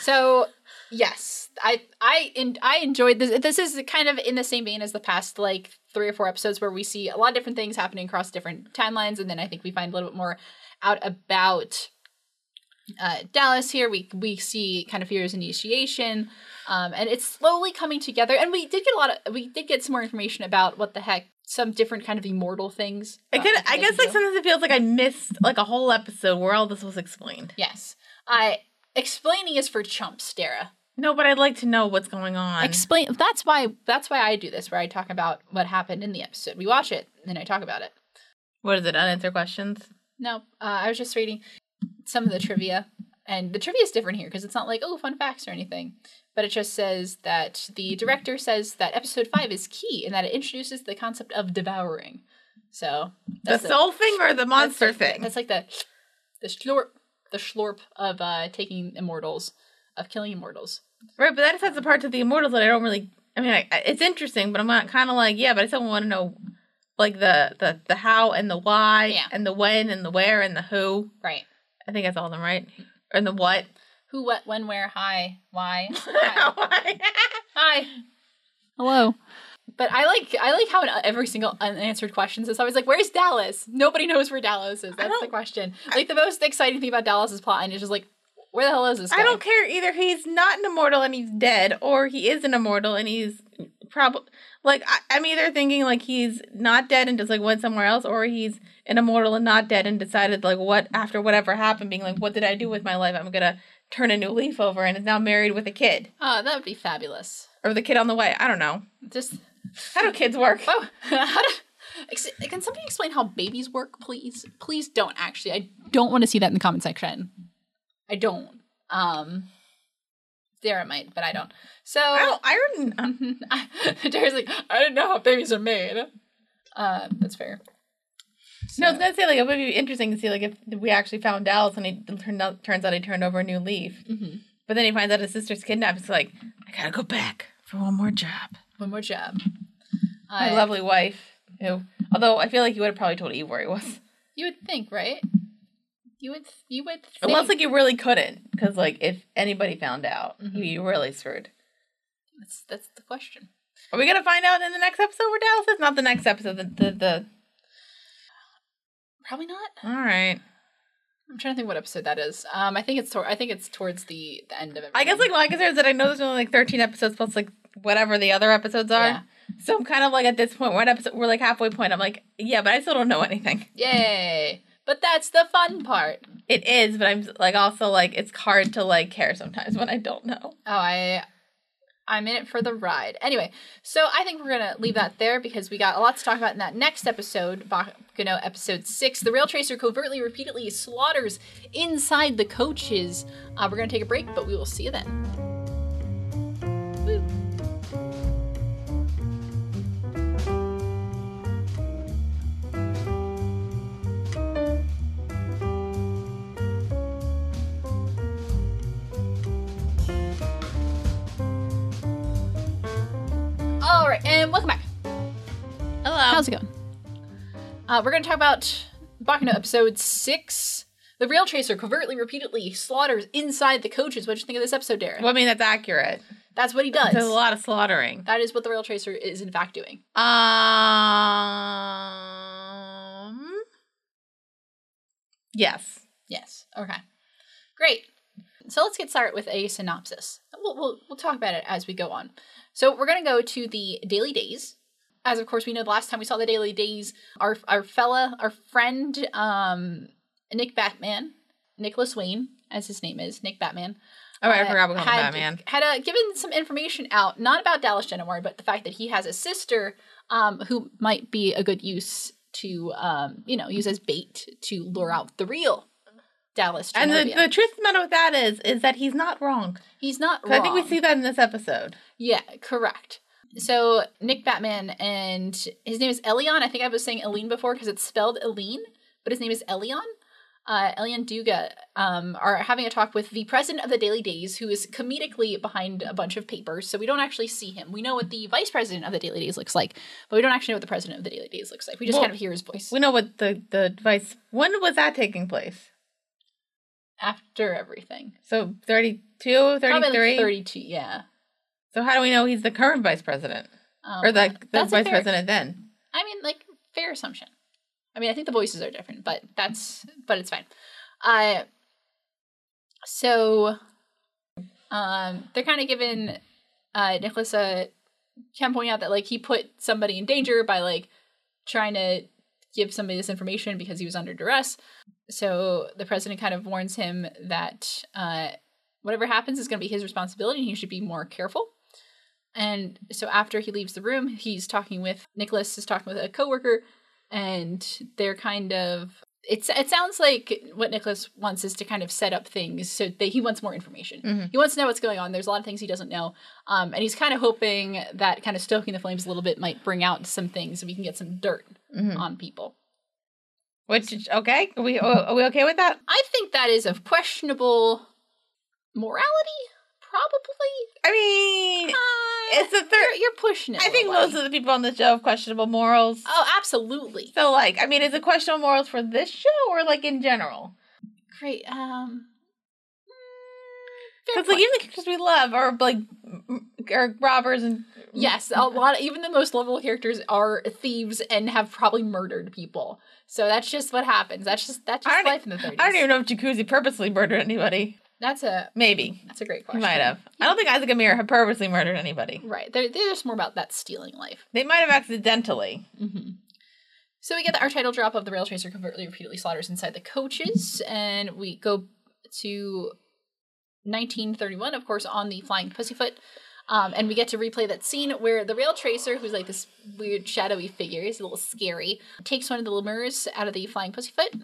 [SPEAKER 1] So yes, I I en- I enjoyed this. This is kind of in the same vein as the past like three or four episodes where we see a lot of different things happening across different timelines, and then I think we find a little bit more out about uh, Dallas here. We we see kind of Fear's initiation, um, and it's slowly coming together. And we did get a lot of we did get some more information about what the heck some different kind of immortal things.
[SPEAKER 2] I could
[SPEAKER 1] uh,
[SPEAKER 2] I
[SPEAKER 1] they
[SPEAKER 2] guess
[SPEAKER 1] can
[SPEAKER 2] like
[SPEAKER 1] do.
[SPEAKER 2] sometimes it feels like I missed like a whole episode where all this was explained.
[SPEAKER 1] Yes. I explaining is for chumps, Dara.
[SPEAKER 2] No, but I'd like to know what's going on.
[SPEAKER 1] Explain that's why that's why I do this where I talk about what happened in the episode. We watch it and then I talk about it.
[SPEAKER 2] what is it? Unanswered questions.
[SPEAKER 1] No, uh, I was just reading some of the trivia and the trivia is different here because it's not like oh fun facts or anything. But it just says that the director says that episode 5 is key and that it introduces the concept of devouring. So
[SPEAKER 2] The soul thing or the monster
[SPEAKER 1] that's like-
[SPEAKER 2] thing?
[SPEAKER 1] That's like the the slurp the schlorp of uh, taking immortals, of killing immortals.
[SPEAKER 2] Right, but that is the parts of the Immortals that I don't really. I mean, I, I- it's interesting, but I'm not kind of like yeah. But I still want to know, like the the the how and the why
[SPEAKER 1] Yeah.
[SPEAKER 2] and the when and the where and the who.
[SPEAKER 1] Right.
[SPEAKER 2] I think that's all of them, right? And the what?
[SPEAKER 1] Who, what, when, where, hi, why, hi.
[SPEAKER 2] right.
[SPEAKER 1] hi. Hello. But I like I like how in every single unanswered questions is always like, "Where's Dallas?" Nobody knows where Dallas is. That's the
[SPEAKER 2] don't-
[SPEAKER 1] question. Like the most exciting thing about Dallas's plotline is just like, "Where the hell is this guy?"
[SPEAKER 2] I don't care either. He's not an immortal and he's dead, or he is an immortal and he's probably like I, I'm either thinking like he's not dead and just like went somewhere else, or he's an immortal and not dead and decided like what after whatever happened, being like, what did I do with my life? I'm gonna turn a new leaf over and is now married with a kid
[SPEAKER 1] Oh, that would be fabulous.
[SPEAKER 2] or the kid on the way. I don't know.
[SPEAKER 1] Just
[SPEAKER 2] How do kids work?
[SPEAKER 1] oh, how do, ex- can somebody explain how babies work, please? Please don't. Actually, I don't want to see that in the comment section. I don't. Um, Sarah might, but I don't. So
[SPEAKER 2] I don't. I don't.
[SPEAKER 1] Jerry's like, I didn't know how babies are made. Uh, that's fair.
[SPEAKER 2] No, I was gonna say like it would be interesting to see like if we actually found Dallas and he turned out, turns out he turned over a new leaf. But then he finds out his sister's kidnapped. It's like I gotta go back for one more job.
[SPEAKER 1] One more Uh, job.
[SPEAKER 2] My
[SPEAKER 1] I-
[SPEAKER 2] lovely wife. Who, although I feel like you would have probably told Eve where he was,
[SPEAKER 1] You would think, right? You would. You would. Think.
[SPEAKER 2] unless like you really couldn't, because like if anybody found out, you you really screwed.
[SPEAKER 1] that's, that's the question.
[SPEAKER 2] Are we gonna find out in the next episode where Dallas is? Not the next episode. The the, the
[SPEAKER 1] Probably not.
[SPEAKER 2] all right.
[SPEAKER 1] I'm trying to think what episode that is. Um, I think it's. Tor- I think it's towards the the end of it.
[SPEAKER 2] I guess like my concern is that I know there's only like 13 episodes plus like whatever the other episodes are.
[SPEAKER 1] Yeah.
[SPEAKER 2] So I'm kind of like at this point, we're at episode, we're like halfway point. I'm like, yeah, but I still don't know anything.
[SPEAKER 1] Yay! But that's the fun part.
[SPEAKER 2] It is, but I'm like also like it's hard to like care sometimes when I don't know.
[SPEAKER 1] Oh, I. I'm in it for the ride. Anyway, so I think we're gonna leave that there because we got a lot to talk about in that next episode, Bakuno episode six. The rail tracer covertly, repeatedly slaughters inside the coaches. Uh, we're gonna take a break, but we will see you then. Woo. All right, and welcome back.
[SPEAKER 2] Hello.
[SPEAKER 1] How's it going? Uh, we're going to talk about Bakano episode six. The rail tracer covertly, repeatedly slaughters inside the coaches. What'd you think of this episode, Darren?
[SPEAKER 2] well, I mean that's accurate.
[SPEAKER 1] That's what he
[SPEAKER 2] There's a
[SPEAKER 1] does.
[SPEAKER 2] lot of slaughtering.
[SPEAKER 1] That is what the rail tracer is in fact doing.
[SPEAKER 2] Um. Yes.
[SPEAKER 1] Yes. Okay. Great. So let's get started with a synopsis. We'll, we'll, we'll talk about it as we go on. So we're going to go to the Daily Days. As of course we know, the last time we saw the Daily Days, our our fella, our friend, um, Nick Batman, Nicholas Wayne, as his name is, Nick Batman.
[SPEAKER 2] All right, Oh, I
[SPEAKER 1] uh,
[SPEAKER 2] forgot about
[SPEAKER 1] had,
[SPEAKER 2] Batman.
[SPEAKER 1] Had uh, given some information out, not about Dallas Jenimore, but the fact that he has a sister um, who might be a good use to, um, you know, use as bait to lure out the real Dallas
[SPEAKER 2] And the,
[SPEAKER 1] Jenimore.
[SPEAKER 2] the truth of the matter with that is, is that he's not wrong.
[SPEAKER 1] He's not
[SPEAKER 2] 'Cause
[SPEAKER 1] wrong.
[SPEAKER 2] I think we see that in this episode.
[SPEAKER 1] Yeah, correct.
[SPEAKER 2] Mm-hmm.
[SPEAKER 1] So Nick Batman and his name is Elion. I think I was saying Eileen before because it's spelled Eileen, but his name is Elion. Uh, Elion Duga um, are having a talk with the president of the Daily Days, who is comedically behind a bunch of papers. So we don't actually see him. We know what the vice president of the Daily Days looks like, but we don't actually know what the president of the Daily Days looks like. We just
[SPEAKER 2] Well-
[SPEAKER 1] kind of hear his voice
[SPEAKER 2] We know what the the advice. When was that taking place?
[SPEAKER 1] after everything.
[SPEAKER 2] So 32,
[SPEAKER 1] Probably
[SPEAKER 2] 33.
[SPEAKER 1] like 32, yeah.
[SPEAKER 2] So how do we know he's the current vice president
[SPEAKER 1] Um,
[SPEAKER 2] or the, the
[SPEAKER 1] that's a
[SPEAKER 2] vice
[SPEAKER 1] fair-
[SPEAKER 2] president then?
[SPEAKER 1] I mean, like fair assumption. I mean, I think the voices are different, but that's but it's fine. Uh, so um, they're kind of given uh, Nicholas a can point out that like he put somebody in danger by like trying to give somebody this information because he was under duress. So the president kind of warns him that uh, whatever happens is going to be his responsibility and he should be more careful. And so after he leaves the room, he's talking with Nicholas is talking with a coworker, and they're kind of it's it sounds like what Nicholas wants is to kind of set up things so that he wants more information.
[SPEAKER 2] Mm-hmm.
[SPEAKER 1] He wants to know what's going on. There's a lot of things he doesn't know, um, and he's kind of hoping that kind of
[SPEAKER 2] Mm.
[SPEAKER 1] stoking the flames a little bit might bring out some things so we can get some dirt on people.
[SPEAKER 2] Mm-hmm. Which okay, are we are we okay with that?
[SPEAKER 1] I think that is of questionable morality, probably.
[SPEAKER 2] I mean,
[SPEAKER 1] Uh,
[SPEAKER 2] it's a
[SPEAKER 1] you're,
[SPEAKER 2] third.
[SPEAKER 1] you're pushing it.
[SPEAKER 2] I
[SPEAKER 1] a
[SPEAKER 2] think
[SPEAKER 1] little
[SPEAKER 2] most
[SPEAKER 1] buddy.
[SPEAKER 2] of the people on the show have questionable morals.
[SPEAKER 1] Oh, absolutely.
[SPEAKER 2] So, like, I mean, is it questionable morals for this show or like in general?
[SPEAKER 1] Great. Um. mm, fair
[SPEAKER 2] Because like
[SPEAKER 1] point.
[SPEAKER 2] even the characters we love are like m- m- are robbers and
[SPEAKER 1] Yes, a lot. Of, even the most lovable characters are thieves and have probably murdered people. So that's just what happens. That's just that's
[SPEAKER 2] I
[SPEAKER 1] just
[SPEAKER 2] don't- e,
[SPEAKER 1] life in the thirties.
[SPEAKER 2] I don't even know if Jacuzzi purposely murdered anybody.
[SPEAKER 1] That's a
[SPEAKER 2] Maybe
[SPEAKER 1] that's a great
[SPEAKER 2] he
[SPEAKER 1] question.
[SPEAKER 2] might have. I don't think Isaac Amir had purposely murdered anybody.
[SPEAKER 1] Right. They're, they're just more about that stealing life.
[SPEAKER 2] They might have accidentally.
[SPEAKER 1] hmm So we get the, our title drop of the rail tracer covertly repeatedly slaughters inside the coaches, and we go to 1931, of course, on the flying pussyfoot. Um, and we get to replay that scene where the rail tracer, who's like this weird shadowy figure, he's a little scary, takes one of the lemurs out of the flying pussyfoot.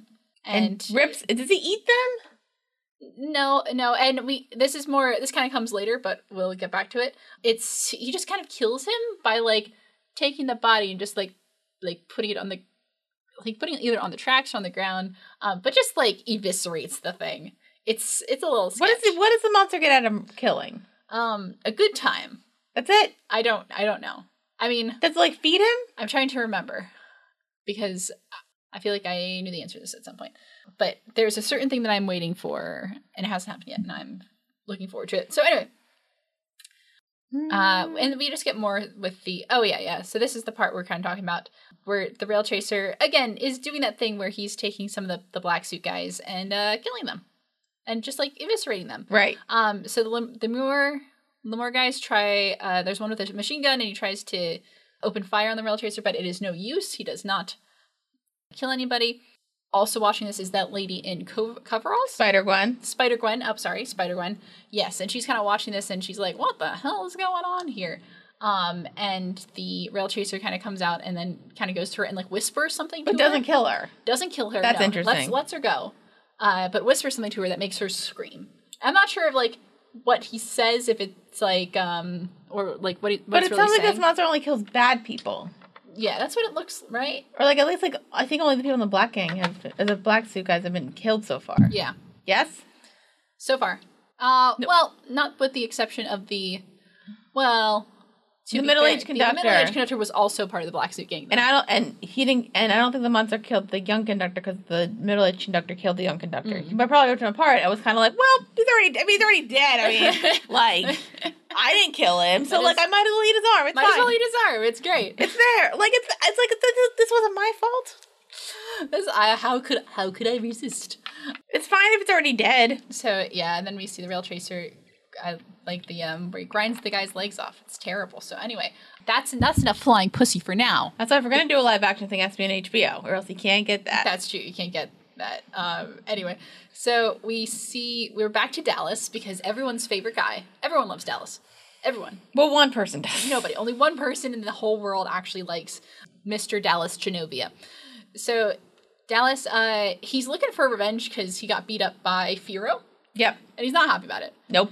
[SPEAKER 1] And,
[SPEAKER 2] and rips. Does he eat them?
[SPEAKER 1] no, no, and we this is more this kind of comes later, but we'll get back to it. It's he just kind of kills him by like taking the body and just like like putting it on the like putting it either on the tracks or on the ground, um, but just like eviscerates the thing. It's it's a little
[SPEAKER 2] What
[SPEAKER 1] sketch.
[SPEAKER 2] is it? What does the monster get out of killing?
[SPEAKER 1] um a good time.
[SPEAKER 2] That's it.
[SPEAKER 1] I don't I don't know. I mean,
[SPEAKER 2] Does it, like feed him?
[SPEAKER 1] I'm trying to remember because I feel like I knew the answer to this at some point. But there's a certain thing that I'm waiting for, and it hasn't happened yet, and I'm looking forward to it. So anyway, uh, and we just get more with the oh yeah yeah. So this is the part we're kind of talking about where the rail chaser again is doing that thing where he's taking some of the the black suit guys and uh, killing them, and just like eviscerating them.
[SPEAKER 2] right.
[SPEAKER 1] Um, so the Lem- the Moor the Moor guys try. Uh, there's one with a machine gun, and he tries to open fire on the rail tracer, but it is no use. He does not kill anybody. Also watching this is that lady in co- coveralls,
[SPEAKER 2] Spider Gwen.
[SPEAKER 1] Spider Gwen. Oh, sorry, Spider Gwen. Yes, and she's kind of watching this, and she's like, "What the hell is going on here?" Um, and the rail chaser kind of comes out, and then kind of goes to her and like whispers something.
[SPEAKER 2] But
[SPEAKER 1] to her.
[SPEAKER 2] doesn't kill her.
[SPEAKER 1] Doesn't kill her.
[SPEAKER 2] That's
[SPEAKER 1] no. Let's,
[SPEAKER 2] interesting.
[SPEAKER 1] lets her go, uh, but whispers something to her that makes her scream. I'm not sure of like what he says if it's like um or like what, he, what
[SPEAKER 2] But
[SPEAKER 1] it's
[SPEAKER 2] it
[SPEAKER 1] really
[SPEAKER 2] sounds like
[SPEAKER 1] saying.
[SPEAKER 2] this monster only kills bad people.
[SPEAKER 1] yeah, that's what it looks right.
[SPEAKER 2] Or like at least like I think only the people in the black gang have or the black suit guys have been killed so far.
[SPEAKER 1] Yeah,
[SPEAKER 2] Yes?
[SPEAKER 1] so far. Uh, well, not with the exception of the well. to
[SPEAKER 2] The
[SPEAKER 1] be
[SPEAKER 2] middle-aged
[SPEAKER 1] fair, The middle
[SPEAKER 2] conductor.
[SPEAKER 1] aged conductor was also part of the black suit gang.
[SPEAKER 2] And I don't and he didn't and I don't think the monster killed the young conductor because the middle aged conductor killed the young conductor. But probably ripped him apart. I was kinda like, Well, he's already I mean he's already dead. I mean like I didn't kill him, so
[SPEAKER 1] But
[SPEAKER 2] like
[SPEAKER 1] it's-
[SPEAKER 2] I might as well eat his arm. It's
[SPEAKER 1] Might as
[SPEAKER 2] fine.
[SPEAKER 1] well eat his arm. It's great.
[SPEAKER 2] it's there. Like it's it's like this, this- this wasn't my fault.
[SPEAKER 1] This, I, how could how could I resist?
[SPEAKER 2] It's fine if it's already dead.
[SPEAKER 1] So yeah, and then we see the rail tracer, uh, like the um, where he grinds the guy's legs off. It's terrible. So anyway, that's that's enough flying pussy for now.
[SPEAKER 2] That's why if we're gonna do a live action thing, it has to be on HBO, or else you can't get that.
[SPEAKER 1] That's true. You can't get that. Um, anyway, so we see we're back to Dallas because everyone's favorite guy. Everyone loves Dallas. Everyone.
[SPEAKER 2] Well, one person does.
[SPEAKER 1] Nobody. Only one person in the whole world actually likes Mr. Dallas Genovia. So Dallas, uh, he's looking for revenge because he got beat up by Firo,
[SPEAKER 2] Yep.
[SPEAKER 1] and he's not happy about it.
[SPEAKER 2] Nope.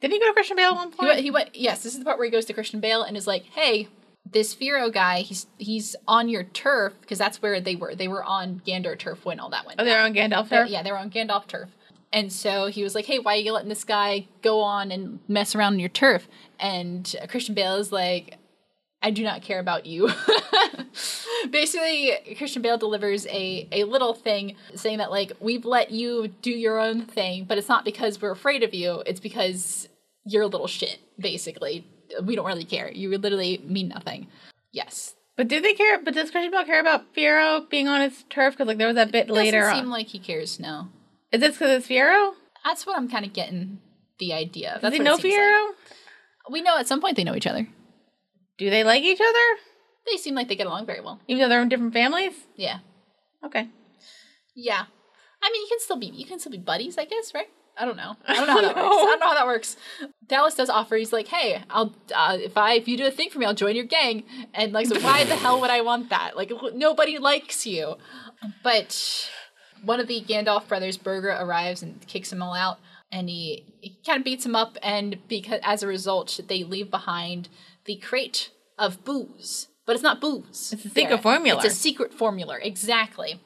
[SPEAKER 2] Didn't he go to Christian Bale at one
[SPEAKER 1] He
[SPEAKER 2] point?
[SPEAKER 1] went, he went. Yes, this is the part where he goes to Christian Bale and is like, "Hey, this Firo guy, he's he's on your turf because that's where they were. They were on Gander turf when all that went.
[SPEAKER 2] oh,
[SPEAKER 1] down.
[SPEAKER 2] they're on Gandalf there.
[SPEAKER 1] Yeah, they were on Gandalf turf. And so he was like, "Hey, why are you letting this guy go on and mess around on your turf?" And Christian Bale is like, "I do not care about you." Basically, Christian Bale delivers a a little thing saying that like, "We've let you do your own thing, but it's not because we're afraid of you. It's because you're a little shit, basically. We don't really care. You literally mean nothing." Yes.
[SPEAKER 2] But do they care? But does Christian Bale care about Fiero being on his turf? Because like there was that bit later
[SPEAKER 1] Doesn't
[SPEAKER 2] on.
[SPEAKER 1] seem like he cares now.
[SPEAKER 2] Is this because it's Fiero?
[SPEAKER 1] That's what I'm kind of getting the idea. of.
[SPEAKER 2] Does
[SPEAKER 1] That's
[SPEAKER 2] he
[SPEAKER 1] what it
[SPEAKER 2] know
[SPEAKER 1] seems like.
[SPEAKER 2] Fiero?
[SPEAKER 1] We know at some point they know each other.
[SPEAKER 2] Do they like each other?
[SPEAKER 1] They seem like they get along very well.
[SPEAKER 2] Even though they're in different families.
[SPEAKER 1] Yeah.
[SPEAKER 2] Okay.
[SPEAKER 1] Yeah. I mean, you can still be you can still be buddies, I guess, right? I don't know. I don't know how that
[SPEAKER 2] No.
[SPEAKER 1] works. I don't know how that works. Dallas does offer. He's like, "Hey, I'll uh, if I if you do a thing for me, I'll join your gang." And like, so why the hell would I want that? Like, wh- nobody likes you. But one of the Gandalf brothers, Burger, arrives and kicks them all out, and he, he kind of beats him up. And because as a result, they leave behind the crate of booze, but it's not booze.
[SPEAKER 2] It's a
[SPEAKER 1] Sarah.
[SPEAKER 2] secret formula.
[SPEAKER 1] It's a secret formula, exactly.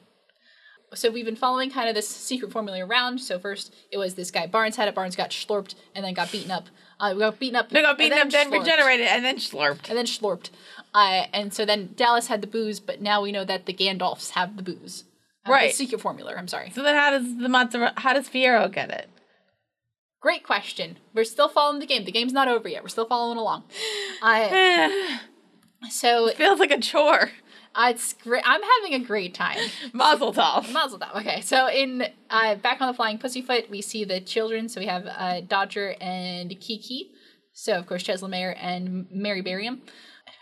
[SPEAKER 1] so we've been following kind of this secret formula around. So first it was this guy Barnes had it. Barnes got schlorped and then got beaten up. Uh, got beaten up.
[SPEAKER 2] They got beaten up,
[SPEAKER 1] and
[SPEAKER 2] then
[SPEAKER 1] schlorped,
[SPEAKER 2] regenerated, and then slurped.
[SPEAKER 1] And then schlorped. Uh, and so then Dallas had the booze, but now we know that the Gandalfs have the booze. Uh, the
[SPEAKER 2] Right.
[SPEAKER 1] secret formula. I'm sorry.
[SPEAKER 2] So then, how does the mozzarella? How does Fiero get it?
[SPEAKER 1] Great question. We're still following the game. The game's not over yet. We're still following along. Uh,
[SPEAKER 2] Eh,
[SPEAKER 1] so
[SPEAKER 2] feels like a chore.
[SPEAKER 1] uh, it's great. I'm having a great time.
[SPEAKER 2] Mazel tov.
[SPEAKER 1] Mazel tov. Okay, so in uh, back on the flying pussyfoot, we see the children. So we have uh, Dodger and Kiki. So of course Chesla Mayer and Mary Barium.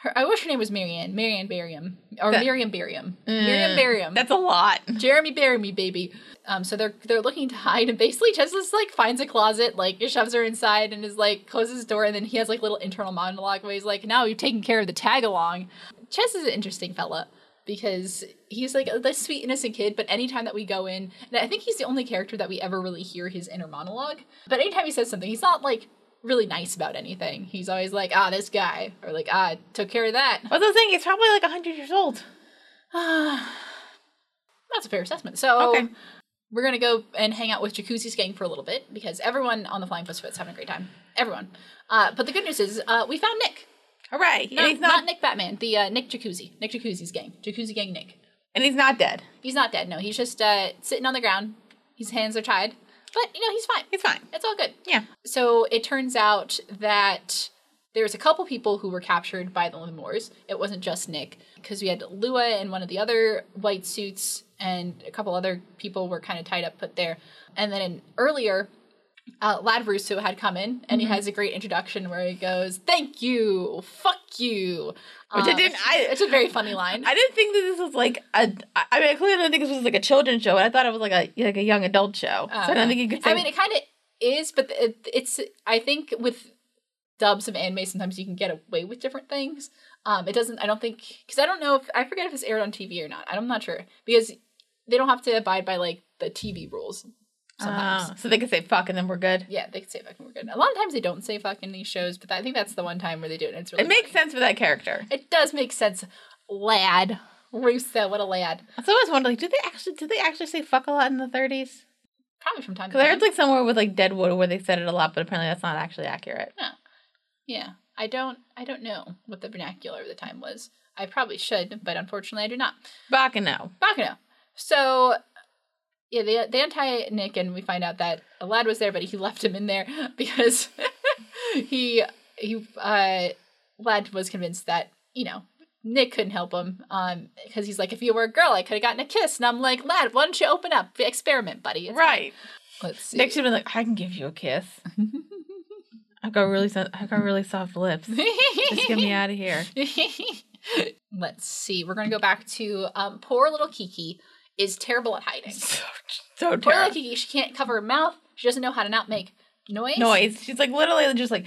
[SPEAKER 1] Her, I wish her name was Marianne. Marianne Barium or
[SPEAKER 2] That-
[SPEAKER 1] Miriam Barium. Miriam Barium.
[SPEAKER 2] That's a lot.
[SPEAKER 1] Jeremy bury me, baby. Um, so they're they're looking to hide, and basically Chesla's like finds a closet, like shoves her inside, and is like closes the door, and then he has like little internal monologue where he's like, "Now you've taken care of the tag along." Ches is an interesting fella because he's like this sweet innocent kid, but anytime that we go in, and I think he's the only character that we ever really hear his inner monologue. But anytime he says something, he's not like really nice about anything. He's always like, "Ah, this guy," or like, "Ah, I took care of that."
[SPEAKER 2] What's the thing? It's probably like hundred years old.
[SPEAKER 1] That's a fair assessment. So
[SPEAKER 2] Okay.
[SPEAKER 1] we're gonna go and hang out with Jacuzzi's gang for a little bit because everyone on the Flying Pussyfoot's having a great time. Everyone. Uh, but the good news is uh, we found Nick.
[SPEAKER 2] All right,
[SPEAKER 1] No,
[SPEAKER 2] and he's
[SPEAKER 1] not,
[SPEAKER 2] not,
[SPEAKER 1] Nick Batman. The uh, Nick Jacuzzi. Nick Jacuzzi's gang. Jacuzzi gang Nick.
[SPEAKER 2] and he's not dead.
[SPEAKER 1] He's not dead. No, he's just uh, sitting on the ground. His hands are tied, but you know he's fine.
[SPEAKER 2] He's fine.
[SPEAKER 1] It's all good.
[SPEAKER 2] Yeah.
[SPEAKER 1] So it turns out that there's a couple people who were captured by the Lemurs. It wasn't just Nick, because we had Lua and one of the other white suits, and a couple other people were kind of tied up, put there. And then in, earlier, uh, Lad Russo had come in, and
[SPEAKER 2] Mm-hmm.
[SPEAKER 1] he has a great introduction where he goes, "Thank you, fuck you," Um,
[SPEAKER 2] Which I
[SPEAKER 1] Uh,
[SPEAKER 2] didn't- I-
[SPEAKER 1] it's a very funny line.
[SPEAKER 2] I didn't think that this was like a. I I mean, I clearly didn't think this was like a children's show, and I thought it was like a like a young adult show. so I
[SPEAKER 1] Uh,
[SPEAKER 2] don't think you could. Say,
[SPEAKER 1] I mean, it kind of is, but it, it's. I think with dubs of anime, sometimes you can get away with different things. Um, it doesn't. I don't think because I don't know if I forget if it's aired on TV or not. I'm not sure because they don't have to abide by like the TV rules. Sometimes,
[SPEAKER 2] Oh, so they could say fuck, and then we're good.
[SPEAKER 1] yeah, they can say fucking. We're good. A lot of times they don't say fuck in these shows, but I think that's the one time where they do it. And it's really
[SPEAKER 2] It makes
[SPEAKER 1] funny.
[SPEAKER 2] sense for that character.
[SPEAKER 1] It does make sense. Lad Russo, what a lad.
[SPEAKER 2] So I always wondered, like, did they actually did they actually say fuck a lot in the thirties?
[SPEAKER 1] Probably from time to
[SPEAKER 2] Because I
[SPEAKER 1] time.
[SPEAKER 2] heard like somewhere with like Deadwood where they said it a lot, but apparently that's not actually accurate.
[SPEAKER 1] Yeah, I don't. I don't know what the vernacular of the time was. I probably should, but unfortunately, I do not.
[SPEAKER 2] Bacano.
[SPEAKER 1] Bakano. So, yeah, they they untie Nick, and we find out that a lad was there, but he left him in there because he he uh, lad was convinced that you know Nick couldn't help him um because he's like, if you were a girl, I could have gotten a kiss, and I'm like, lad, why don't you open up, experiment, buddy? It's
[SPEAKER 2] Right.
[SPEAKER 1] fine." Let's see.
[SPEAKER 2] Nick should have been like, I can give you a kiss. I got really so- I got really soft lips. Just get me out of here.
[SPEAKER 1] Let's see. We're gonna go back to um, poor little Kiki is terrible at hiding.
[SPEAKER 2] So,
[SPEAKER 1] Poor
[SPEAKER 2] so
[SPEAKER 1] little
[SPEAKER 2] terrible.
[SPEAKER 1] Kiki, she can't cover her mouth. She doesn't know how to not make noise.
[SPEAKER 2] Noise. She's like literally just like,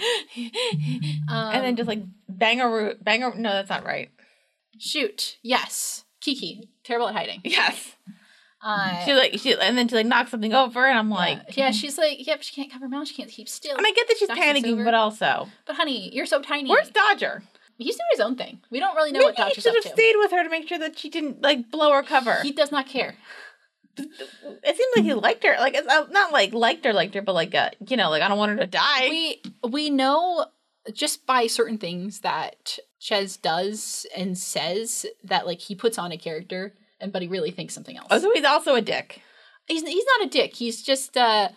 [SPEAKER 1] Um,
[SPEAKER 2] and then just like bang a root, bang a. No, that's not right.
[SPEAKER 1] shoot. Yes, Kiki, terrible at hiding.
[SPEAKER 2] Yes.
[SPEAKER 1] Uh,
[SPEAKER 2] She like she, and then she like knocks something over, and I'm like,
[SPEAKER 1] yeah, yeah, she's like, yeah, but she can't cover her mouth. She can't keep still.
[SPEAKER 2] and I get that she's
[SPEAKER 1] Knocks us over.
[SPEAKER 2] panicking, but also,
[SPEAKER 1] but honey, you're so tiny.
[SPEAKER 2] where's Dodger?
[SPEAKER 1] He's doing his own thing. We don't really know
[SPEAKER 2] Maybe
[SPEAKER 1] what
[SPEAKER 2] he
[SPEAKER 1] Dodger's
[SPEAKER 2] should
[SPEAKER 1] up
[SPEAKER 2] have
[SPEAKER 1] to.
[SPEAKER 2] stayed with her to make sure that she didn't like blow her cover.
[SPEAKER 1] He Mm-hmm. does not care.
[SPEAKER 2] it seemed like he liked her. Like, it's uh, not like liked her, liked her, but like, uh, you know, like I don't want her to die.
[SPEAKER 1] we we know just by certain things that Ches does and says that like he puts on a character and but he really thinks something else.
[SPEAKER 2] oh, so he's also a dick.
[SPEAKER 1] He's he's not a dick. He's just uh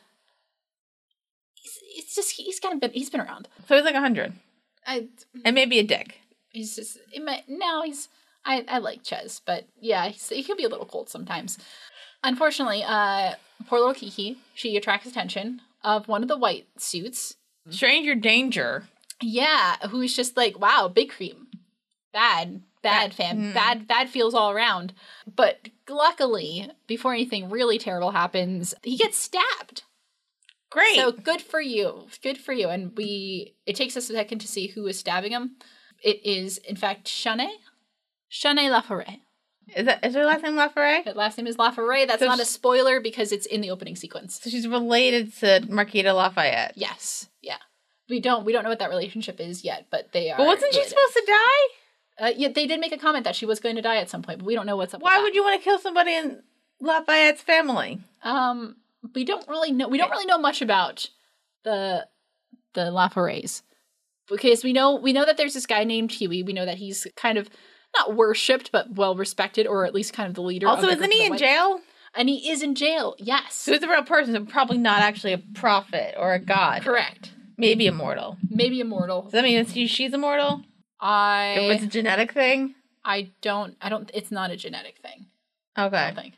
[SPEAKER 1] he's, it's just he's kind of been he's been around.
[SPEAKER 2] So he's like hundred,
[SPEAKER 1] I
[SPEAKER 2] and maybe a dick.
[SPEAKER 1] he's just it might, now he's I I like Ches, but yeah, he's, he can be a little cold sometimes. Unfortunately, uh poor little Kiki, she attracts attention of one of the white suits.
[SPEAKER 2] Stranger danger.
[SPEAKER 1] Yeah, who's just like, wow, big cream. Bad, bad fam,
[SPEAKER 2] mm.
[SPEAKER 1] bad, bad feels all around. But luckily, before anything really terrible happens, he gets stabbed.
[SPEAKER 2] Great.
[SPEAKER 1] So good for you. Good for you. And we it takes us a second to see who is stabbing him. It is, in fact, Shane. Shane Laferre.
[SPEAKER 2] is that is her last name Laferre?
[SPEAKER 1] That last name is Laferre. That's
[SPEAKER 2] So
[SPEAKER 1] not a
[SPEAKER 2] sh-
[SPEAKER 1] spoiler because it's in the opening sequence.
[SPEAKER 2] So she's related to Marquita Lafayette.
[SPEAKER 1] Yes. Yeah. We don't we don't know what that relationship is yet, but they are
[SPEAKER 2] But wasn't she
[SPEAKER 1] related.
[SPEAKER 2] supposed to die?
[SPEAKER 1] Uh, yeah, they did make a comment that she was going to die at some point, but we don't know what's up.
[SPEAKER 2] Why
[SPEAKER 1] with
[SPEAKER 2] would you want to kill somebody and Lafayette's family.
[SPEAKER 1] Um, we don't really know. We don't really know much about the the Laforays because we know we know that there's this guy named Huey. We know that he's kind of not worshipped, but well respected, or at least kind of the leader. of
[SPEAKER 2] also,
[SPEAKER 1] the
[SPEAKER 2] isn't
[SPEAKER 1] group of
[SPEAKER 2] he
[SPEAKER 1] the
[SPEAKER 2] in
[SPEAKER 1] White-
[SPEAKER 2] jail?
[SPEAKER 1] And he is in jail. Yes,
[SPEAKER 2] So he's a real person, so probably not actually a prophet or a god.
[SPEAKER 1] correct.
[SPEAKER 2] Maybe immortal.
[SPEAKER 1] Maybe immortal.
[SPEAKER 2] Does that mean it's, she- she's immortal? It was a
[SPEAKER 1] I
[SPEAKER 2] genetic thing?
[SPEAKER 1] I don't I don't. It's not a genetic thing. I
[SPEAKER 2] Okay.
[SPEAKER 1] don't think.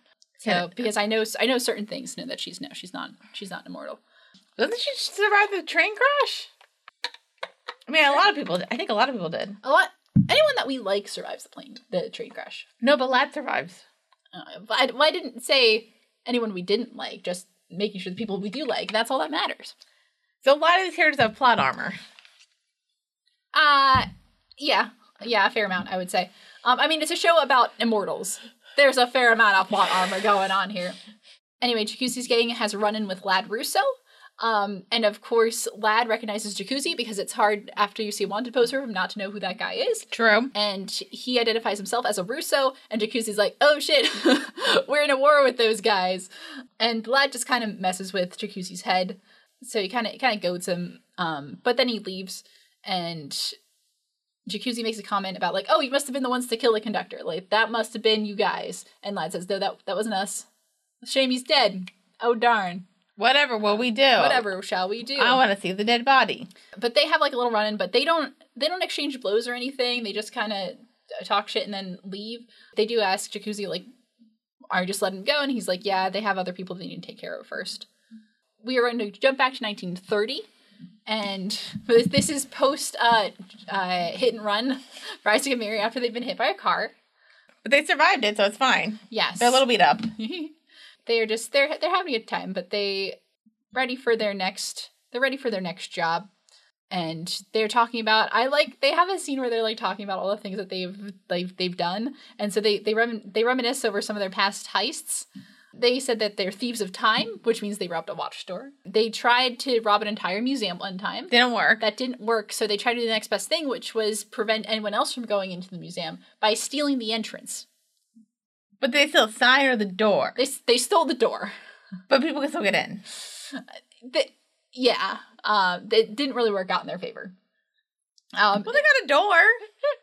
[SPEAKER 2] Yeah.
[SPEAKER 1] So because I know I know certain things. Know that she's no, she's not. She's not immortal.
[SPEAKER 2] Doesn't she survive the train crash? I mean, a lot of people. I think a lot of people did.
[SPEAKER 1] A lot. Anyone that we like survives the plane, the train crash.
[SPEAKER 2] No, but Lad survives.
[SPEAKER 1] Uh, but I, well, I didn't say anyone we didn't like. Just making sure the people we do like. That's all that matters.
[SPEAKER 2] So a lot of these characters have plot armor.
[SPEAKER 1] Uh yeah, yeah, a fair amount, I would say. Um, I mean, it's a show about immortals. There's a fair amount of plot armor going on here. Anyway, Jacuzzi's gang has run in with Lad Russo. Um, and of course, Lad recognizes Jacuzzi because it's hard after you see a wanted poster not to know who that guy is.
[SPEAKER 2] True.
[SPEAKER 1] and he identifies himself as a Russo, and Jacuzzi's like, oh shit, we're in a war with those guys. And Vlad just kind of messes with Jacuzzi's head. So he kind of kind of goads him, um, but then he leaves, and Jacuzzi makes a comment about like, "Oh, you must have been the ones to kill the conductor. Like that must have been you guys." And Vlad says, "No, that that wasn't us. Shame he's dead. Oh darn.
[SPEAKER 2] Whatever. What we do.
[SPEAKER 1] Whatever shall we do?"
[SPEAKER 2] I want to see the dead body.
[SPEAKER 1] but they have like a little run in but they don't they don't exchange blows or anything they just kind of talk shit and then leave they do ask jacuzzi like are you just letting him go and he's like yeah they have other people they need to take care of first we are going to jump back to 1930 and this, this is post uh, uh, hit and run for Isaac and Mary after they've been hit by a car.
[SPEAKER 2] But they survived it, so it's fine.
[SPEAKER 1] Yes,
[SPEAKER 2] They're a little beat up.
[SPEAKER 1] they are just they're they're having a good time, but they ready for their next they're ready for their next job. And they're talking about I like they have a scene where they're like talking about all the things that they've they've they've done. And so they they remin- they reminisce over some of their past heists. They said that they're thieves of time, which means they robbed a watch store. They tried to rob an entire museum one time
[SPEAKER 2] Didn't work.
[SPEAKER 1] that didn't work, so they tried to do the next best thing, which was prevent anyone else from going into the museum by stealing the entrance.
[SPEAKER 2] But they still sign or the door.
[SPEAKER 1] They s- they stole the door.
[SPEAKER 2] But people can still get in.
[SPEAKER 1] th- yeah, um, it didn't really work out in their favor. Um,
[SPEAKER 2] Well, they got a door.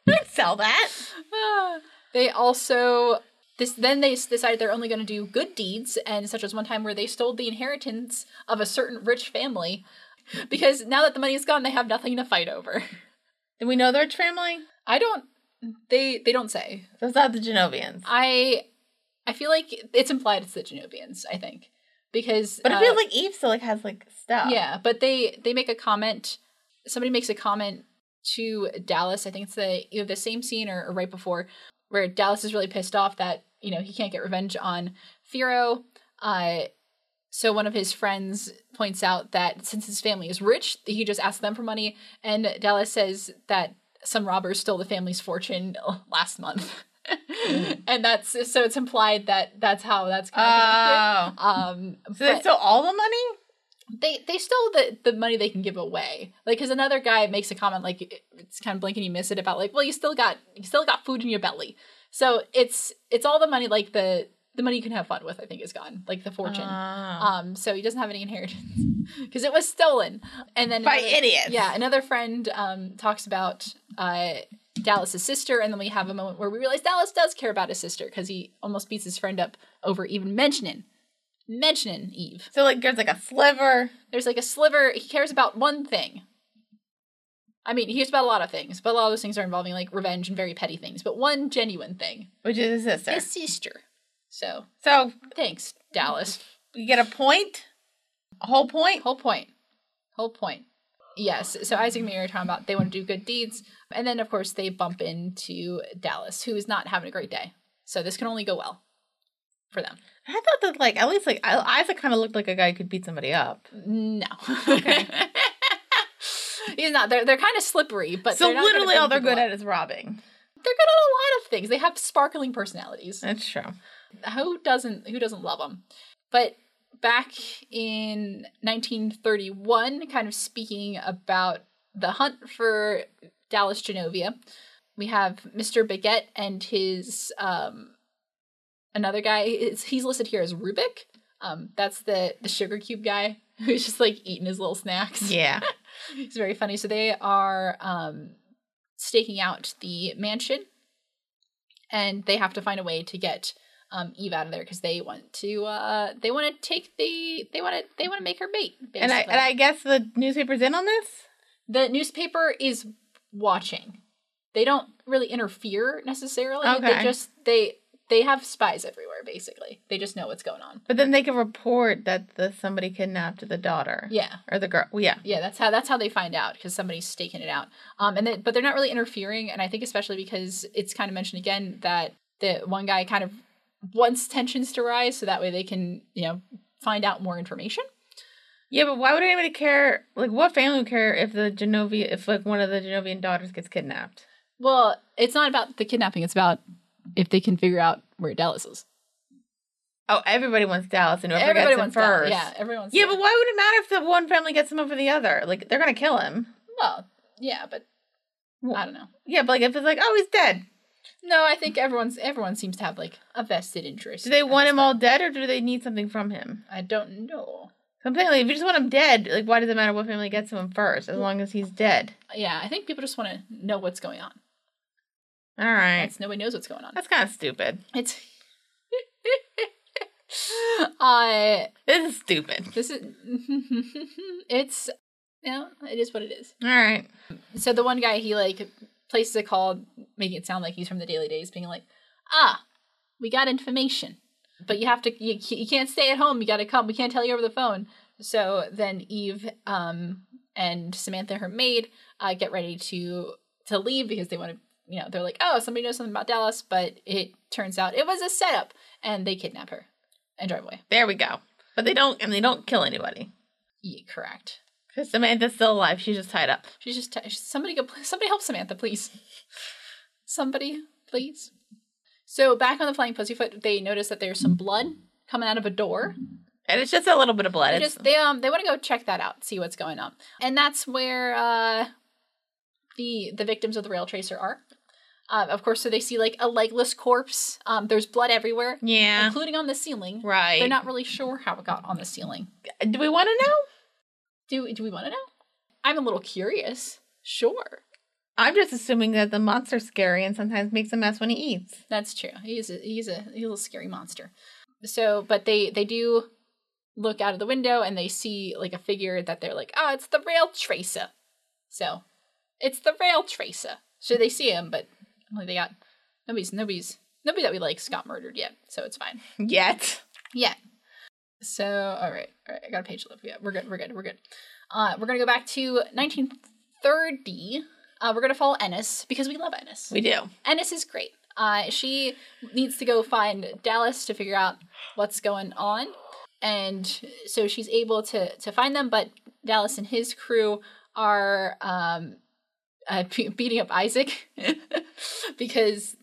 [SPEAKER 2] they can sell that.
[SPEAKER 1] they also this then they s- decided they're only going to do good deeds, and such as one time where they stole the inheritance of a certain rich family because now that the money is gone, they have nothing to fight over.
[SPEAKER 2] Do we know the rich family?
[SPEAKER 1] I don't. They they don't say.
[SPEAKER 2] That's not the Genovians.
[SPEAKER 1] I I feel like it's implied it's the Genovians. I think because
[SPEAKER 2] But
[SPEAKER 1] uh,
[SPEAKER 2] I feel like Eve still like has like stuff.
[SPEAKER 1] Yeah, but they they make a comment. Somebody makes a comment to Dallas. I think it's the either the same scene or, or right before where Dallas is really pissed off that you know he can't get revenge on Firo. Uh, so one of his friends points out that since his family is rich, he just asks them for money, and Dallas says that some robbers stole the family's fortune last month.
[SPEAKER 2] Mm.
[SPEAKER 1] and that's so it's implied that that's how that's kind
[SPEAKER 2] Oh.
[SPEAKER 1] of um
[SPEAKER 2] So they
[SPEAKER 1] but-
[SPEAKER 2] stole all the money?
[SPEAKER 1] they they stole the the money they can give away. Like, because another guy makes a comment like it- it's kind of blink and you miss it about like, well, you still got you still got food in your belly. So it's it's all the money like the the money you can have fun with. I think is gone, like the fortune.
[SPEAKER 2] Ah.
[SPEAKER 1] um, so he doesn't have any inheritance because it was stolen. And then
[SPEAKER 2] By
[SPEAKER 1] another-
[SPEAKER 2] idiots.
[SPEAKER 1] yeah, another friend um, talks about uh, Dallas's sister, and then we have a moment where we realize Dallas does care about his sister because he almost beats his friend up over even mentioning mentioning Eve.
[SPEAKER 2] So like there's like a sliver.
[SPEAKER 1] There's like a sliver. He cares about one thing. I mean, he cares about a lot of things, but a lot of those things are involving like revenge and very petty things. But one genuine thing,
[SPEAKER 2] Which is his sister.
[SPEAKER 1] his sister. So
[SPEAKER 2] So
[SPEAKER 1] thanks, Dallas.
[SPEAKER 2] you get a point? A whole point?
[SPEAKER 1] Whole point. Whole point. Yes. So Isaac and Mary are talking about they want to do good deeds, and then of course they bump into Dallas, who is not having a great day. So this can only go well for them.
[SPEAKER 2] I thought that like at least like I- Isaac kind of looked like a guy who could beat somebody up.
[SPEAKER 1] No. He's not. They're they're kind of slippery, but
[SPEAKER 2] so
[SPEAKER 1] they're not gonna
[SPEAKER 2] literally
[SPEAKER 1] bring
[SPEAKER 2] all they're
[SPEAKER 1] people
[SPEAKER 2] good
[SPEAKER 1] up.
[SPEAKER 2] at is robbing.
[SPEAKER 1] they're good at a lot of things. They have sparkling personalities.
[SPEAKER 2] That's true.
[SPEAKER 1] Who doesn't who doesn't love them? But back in 1931, kind of speaking about the hunt for Dallas Genovia, we have Mr. Baguette and his um another guy. It's, he's listed here as Rubik. Um, that's the the sugar cube guy who's just like eating his little snacks.
[SPEAKER 2] Yeah.
[SPEAKER 1] It's very funny. So they are um, staking out the mansion, and they have to find a way to get um, Eve out of there because they want to uh, they want to take the they want to they want to make her bait. Basically.
[SPEAKER 2] And I and I guess the newspaper's in on this.
[SPEAKER 1] the newspaper is watching. They don't really interfere necessarily. They
[SPEAKER 2] Okay.
[SPEAKER 1] just they they have spies everywhere. Basically, they just know what's going on.
[SPEAKER 2] But then they can report that the somebody kidnapped the daughter.
[SPEAKER 1] Yeah.
[SPEAKER 2] Or the girl. well, yeah.
[SPEAKER 1] yeah that's how that's how they find out because somebody's staking it out um and then but they're not really interfering and i think especially because it's kind of mentioned again that the one guy kind of wants tensions to rise so that way they can you know find out more information
[SPEAKER 2] Yeah, but why would anybody care? Like, what family would care if the Genovia, if like one of the Genovian daughters gets kidnapped?
[SPEAKER 1] well it's not about the kidnapping it's about if they can figure out where dallas is
[SPEAKER 2] Oh, everybody wants Dallas, and whoever
[SPEAKER 1] everybody
[SPEAKER 2] gets him
[SPEAKER 1] wants
[SPEAKER 2] first.
[SPEAKER 1] first. yeah everyone wants
[SPEAKER 2] Yeah,
[SPEAKER 1] Dallas.
[SPEAKER 2] but why would it matter if the one family gets him over the other? Like, they're gonna kill him.
[SPEAKER 1] well yeah but i don't know
[SPEAKER 2] Yeah, but like if it's like, oh, he's dead.
[SPEAKER 1] no i think everyone's everyone seems to have like a vested interest
[SPEAKER 2] Do they
[SPEAKER 1] at
[SPEAKER 2] want
[SPEAKER 1] this
[SPEAKER 2] him all dead, or do they need something from him?
[SPEAKER 1] point. i don't know
[SPEAKER 2] I'm saying, like, if you just want him dead, like, why does it matter what family gets him first, as long as he's dead?
[SPEAKER 1] yeah i think people just want to know what's going on
[SPEAKER 2] All right,
[SPEAKER 1] It's- nobody knows what's going on
[SPEAKER 2] that's kind of stupid.
[SPEAKER 1] It's uh
[SPEAKER 2] This is stupid.
[SPEAKER 1] this is it's yeah, it is what it is.
[SPEAKER 2] All right.
[SPEAKER 1] So the one guy he like places a call making it sound like he's from the Daily Days being like, "Ah, we got information." But you have to you, you can't stay at home, you got to come. We can't tell you over the phone. So then Eve um and Samantha her maid uh, get ready to to leave because they want to you know, they're like, "Oh, somebody knows something about Dallas," but it turns out it was a setup and they kidnap her and drive away.
[SPEAKER 2] There we go. But they don't, and they don't kill anybody.
[SPEAKER 1] Yeah, correct.
[SPEAKER 2] Because Samantha's still alive. She's just tied up.
[SPEAKER 1] She's just t- somebody go somebody help Samantha, please. Somebody, please. So back on the flying pussyfoot, they notice that there's some blood coming out of a door.
[SPEAKER 2] And it's just a little bit of blood.
[SPEAKER 1] They
[SPEAKER 2] It's-
[SPEAKER 1] just they um they want to go check that out, see what's going on. And that's where uh the the victims of the rail tracer are. Uh, of course, so they see like a legless corpse. Um, there's blood everywhere,
[SPEAKER 2] yeah.
[SPEAKER 1] including on the ceiling.
[SPEAKER 2] Right.
[SPEAKER 1] They're not really sure how it got on the ceiling.
[SPEAKER 2] Do we want to know?
[SPEAKER 1] Do do we want to know? I'm a little curious. Sure.
[SPEAKER 2] I'm just assuming that the monster's scary and sometimes makes a mess when he eats.
[SPEAKER 1] That's true. He's a he's a he's a scary monster. So, but they they do look out of the window and they see like a figure that they're like, oh, it's the rail tracer. So, it's the rail tracer. So they see him, but like they got nobody's nobody's nobody that we like's got murdered yet, so it's fine.
[SPEAKER 2] Yet.
[SPEAKER 1] Yeah. So, all right, all right, I got a page left. Yeah, we're good, we're good, we're good. Uh, we're gonna go back to 1930. Uh, we're gonna follow Ennis because we love Ennis.
[SPEAKER 2] We do.
[SPEAKER 1] Ennis is great. Uh, she needs to go find Dallas to figure out what's going on, and so she's able to to find them. But Dallas and his crew are um, uh, be- beating up Isaac because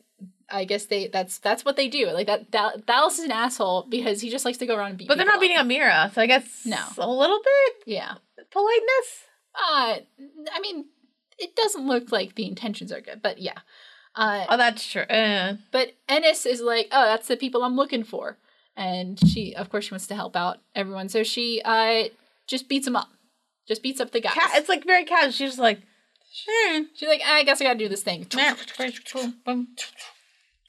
[SPEAKER 1] I guess they that's that's what they do. Like that Dal- Dallas is an asshole because he just likes to go around and beat.
[SPEAKER 2] But they're
[SPEAKER 1] people
[SPEAKER 2] not beating
[SPEAKER 1] up.
[SPEAKER 2] up Mira, so I guess
[SPEAKER 1] No.
[SPEAKER 2] a little bit
[SPEAKER 1] Yeah,
[SPEAKER 2] politeness.
[SPEAKER 1] uh, I mean, it doesn't look like the intentions are good, but yeah. Uh,
[SPEAKER 2] Oh, that's true. Uh,
[SPEAKER 1] But Ennis is like, oh, that's the people I'm looking for. And she, of course, she wants to help out everyone. So she uh, just beats him up. Just beats up the guys.
[SPEAKER 2] ca- it's like very casual. She's just like, hmm.
[SPEAKER 1] She's like, I guess I gotta do this thing.
[SPEAKER 2] meh, boom, boom, boom.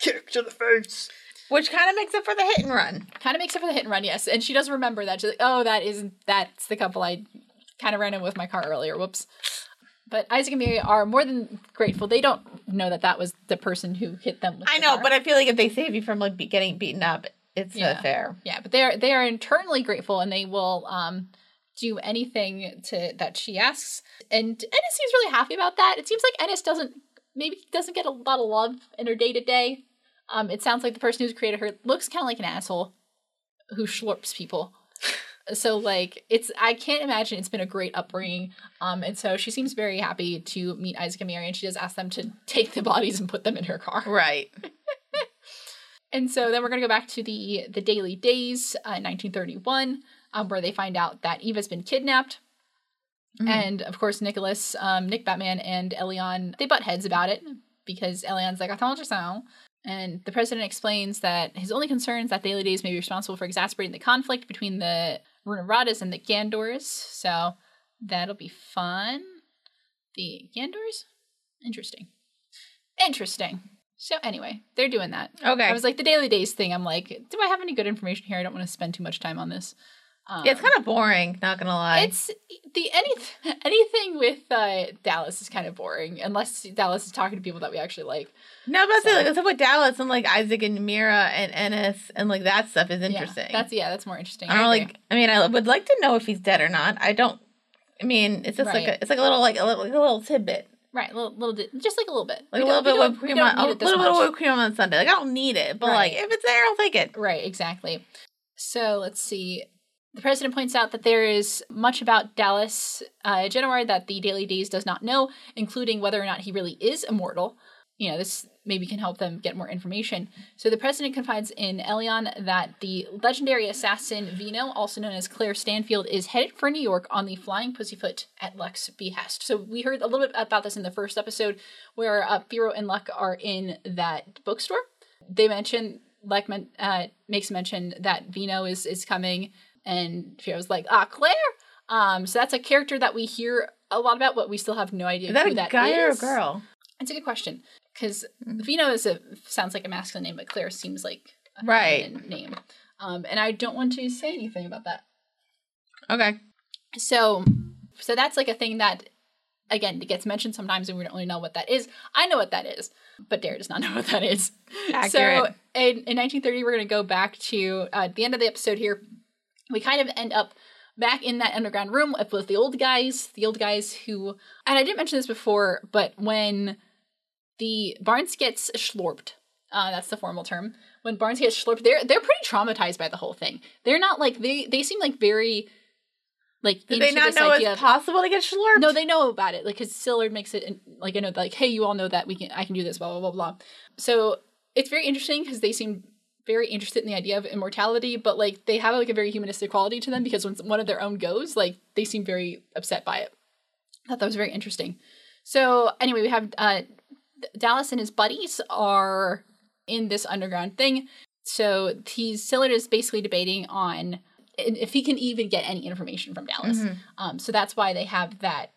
[SPEAKER 3] Kick to the face.
[SPEAKER 2] Which kind of makes up for the hit and run.
[SPEAKER 1] Kind of makes up for the hit and run, yes. And she does remember that. She's like, oh, that isn't, that's the couple I kind of ran in with my car earlier. Whoops. But Isaac and Mary are more than grateful. They don't know that that was the person who hit them. With
[SPEAKER 2] I
[SPEAKER 1] the
[SPEAKER 2] know,
[SPEAKER 1] car.
[SPEAKER 2] but I feel like if they save you from like be- getting beaten up, it's
[SPEAKER 1] Yeah.
[SPEAKER 2] not fair.
[SPEAKER 1] yeah but they are they are internally grateful and they will um do anything to that she asks and ennis seems really happy about that it seems like ennis doesn't maybe doesn't get a lot of love in her day-to-day um it sounds like the person who's created her looks kind of like an asshole who slurps people so like it's i can't imagine it's been a great upbringing um and so she seems very happy to meet isaac and mary and she does ask them to take the bodies and put them in her car
[SPEAKER 2] Right.
[SPEAKER 1] and so then we're going to go back to the the Daily Days, uh, 1931, um, where they find out that Eva's been kidnapped.
[SPEAKER 2] Mhm.
[SPEAKER 1] And of course, Nicholas, um, Nick Batman, and Elion, they butt heads about it because Elion's like, I told you so. And the president explains that his only concern is that the Days may be responsible for exasperating the conflict between the Runaradas and the Gandors. So that'll be fun. The Gandors? Interesting. Interesting. So anyway, they're doing that.
[SPEAKER 2] Okay.
[SPEAKER 1] I was like the Daily Days thing. I'm like, do I have any good information here? I don't want to spend too much time on this. Um,
[SPEAKER 2] Yeah, it's kind of boring, not gonna lie.
[SPEAKER 1] it's the any anything with uh, Dallas is kind of boring unless Dallas is talking to people that we actually like.
[SPEAKER 2] no, I'm about to say like the stuff with Dallas and like Isaac and Mira and Ennis and like that stuff is
[SPEAKER 1] Yeah,
[SPEAKER 2] interesting.
[SPEAKER 1] that's yeah, that's more interesting.
[SPEAKER 2] I don't
[SPEAKER 1] agree.
[SPEAKER 2] like. I mean, I would like to know if he's dead or not. I don't. I mean, it's just like
[SPEAKER 1] Right.
[SPEAKER 2] a, it's like a little like a little, like a little tidbit,
[SPEAKER 1] right, little, little di- just like a little bit, We
[SPEAKER 2] like a little
[SPEAKER 1] don't-
[SPEAKER 2] bit
[SPEAKER 1] we
[SPEAKER 2] whipped
[SPEAKER 1] don't- we
[SPEAKER 2] cream
[SPEAKER 1] don't
[SPEAKER 2] on a
[SPEAKER 1] need it this
[SPEAKER 2] little bit of
[SPEAKER 1] much.
[SPEAKER 2] whipped cream on Sunday. Like I don't need it, but like
[SPEAKER 1] Right.
[SPEAKER 2] if it's there, I'll take it.
[SPEAKER 1] Right, exactly. So let's see. The president points out that there is much about Dallas uh, Genoir that the Daily Days does not know, including whether or not he really is immortal. You know, this maybe can help them get more information. So the president confides in Elion that the legendary assassin Vino, also known as Claire Stanfield, is headed for New York on the Flying Pussyfoot at Luck's behest. So we heard a little bit about this in the first episode where uh, Firo and Luck are in that bookstore they mention like men- uh, makes mention that Vino is is coming, and Firo's like ah Claire. Um, so that's a character that we hear a lot about, but we still have no idea
[SPEAKER 2] Is that
[SPEAKER 1] who
[SPEAKER 2] a
[SPEAKER 1] that
[SPEAKER 2] guy or a
[SPEAKER 1] is.
[SPEAKER 2] girl?
[SPEAKER 1] It's a good question because Vino is a sounds like a masculine name, but Claire seems like a
[SPEAKER 2] Right.
[SPEAKER 1] feminine name. Um, and I don't want to say anything about that.
[SPEAKER 2] Okay.
[SPEAKER 1] So, so that's like a thing that again it gets mentioned sometimes, and we don't really know what that is. I know what that is, but Dare does not know what that is.
[SPEAKER 2] Accurate.
[SPEAKER 1] So, in, in 1930, we're going to go back to uh, the end of the episode here. We kind of end up back in that underground room with both the old guys, the old guys who, and I didn't mention this before, but when the Barnes gets schlorped, uh, that's the formal term. When Barnes gets schlorped, they're they're pretty traumatized by the whole thing. They're not like they they seem like very like
[SPEAKER 2] Did they
[SPEAKER 1] into
[SPEAKER 2] not
[SPEAKER 1] this
[SPEAKER 2] know
[SPEAKER 1] idea
[SPEAKER 2] it's
[SPEAKER 1] of-
[SPEAKER 2] possible to get slurped?
[SPEAKER 1] no, they know about it. Like, because Sillard makes it in- like I know, like, hey, you all know that we can, I can do this, blah blah blah blah. So it's very interesting because they seem very interested in the idea of immortality, but like they have like a very humanistic quality to them because when one of their own goes, like they seem very upset by it. I thought that was very interesting. So anyway, we have uh, D- Dallas and his buddies are in this underground thing. So he's Sillard is basically debating on i- if he can even get any information from Dallas.
[SPEAKER 2] Mm-hmm.
[SPEAKER 1] Um, so that's why they have that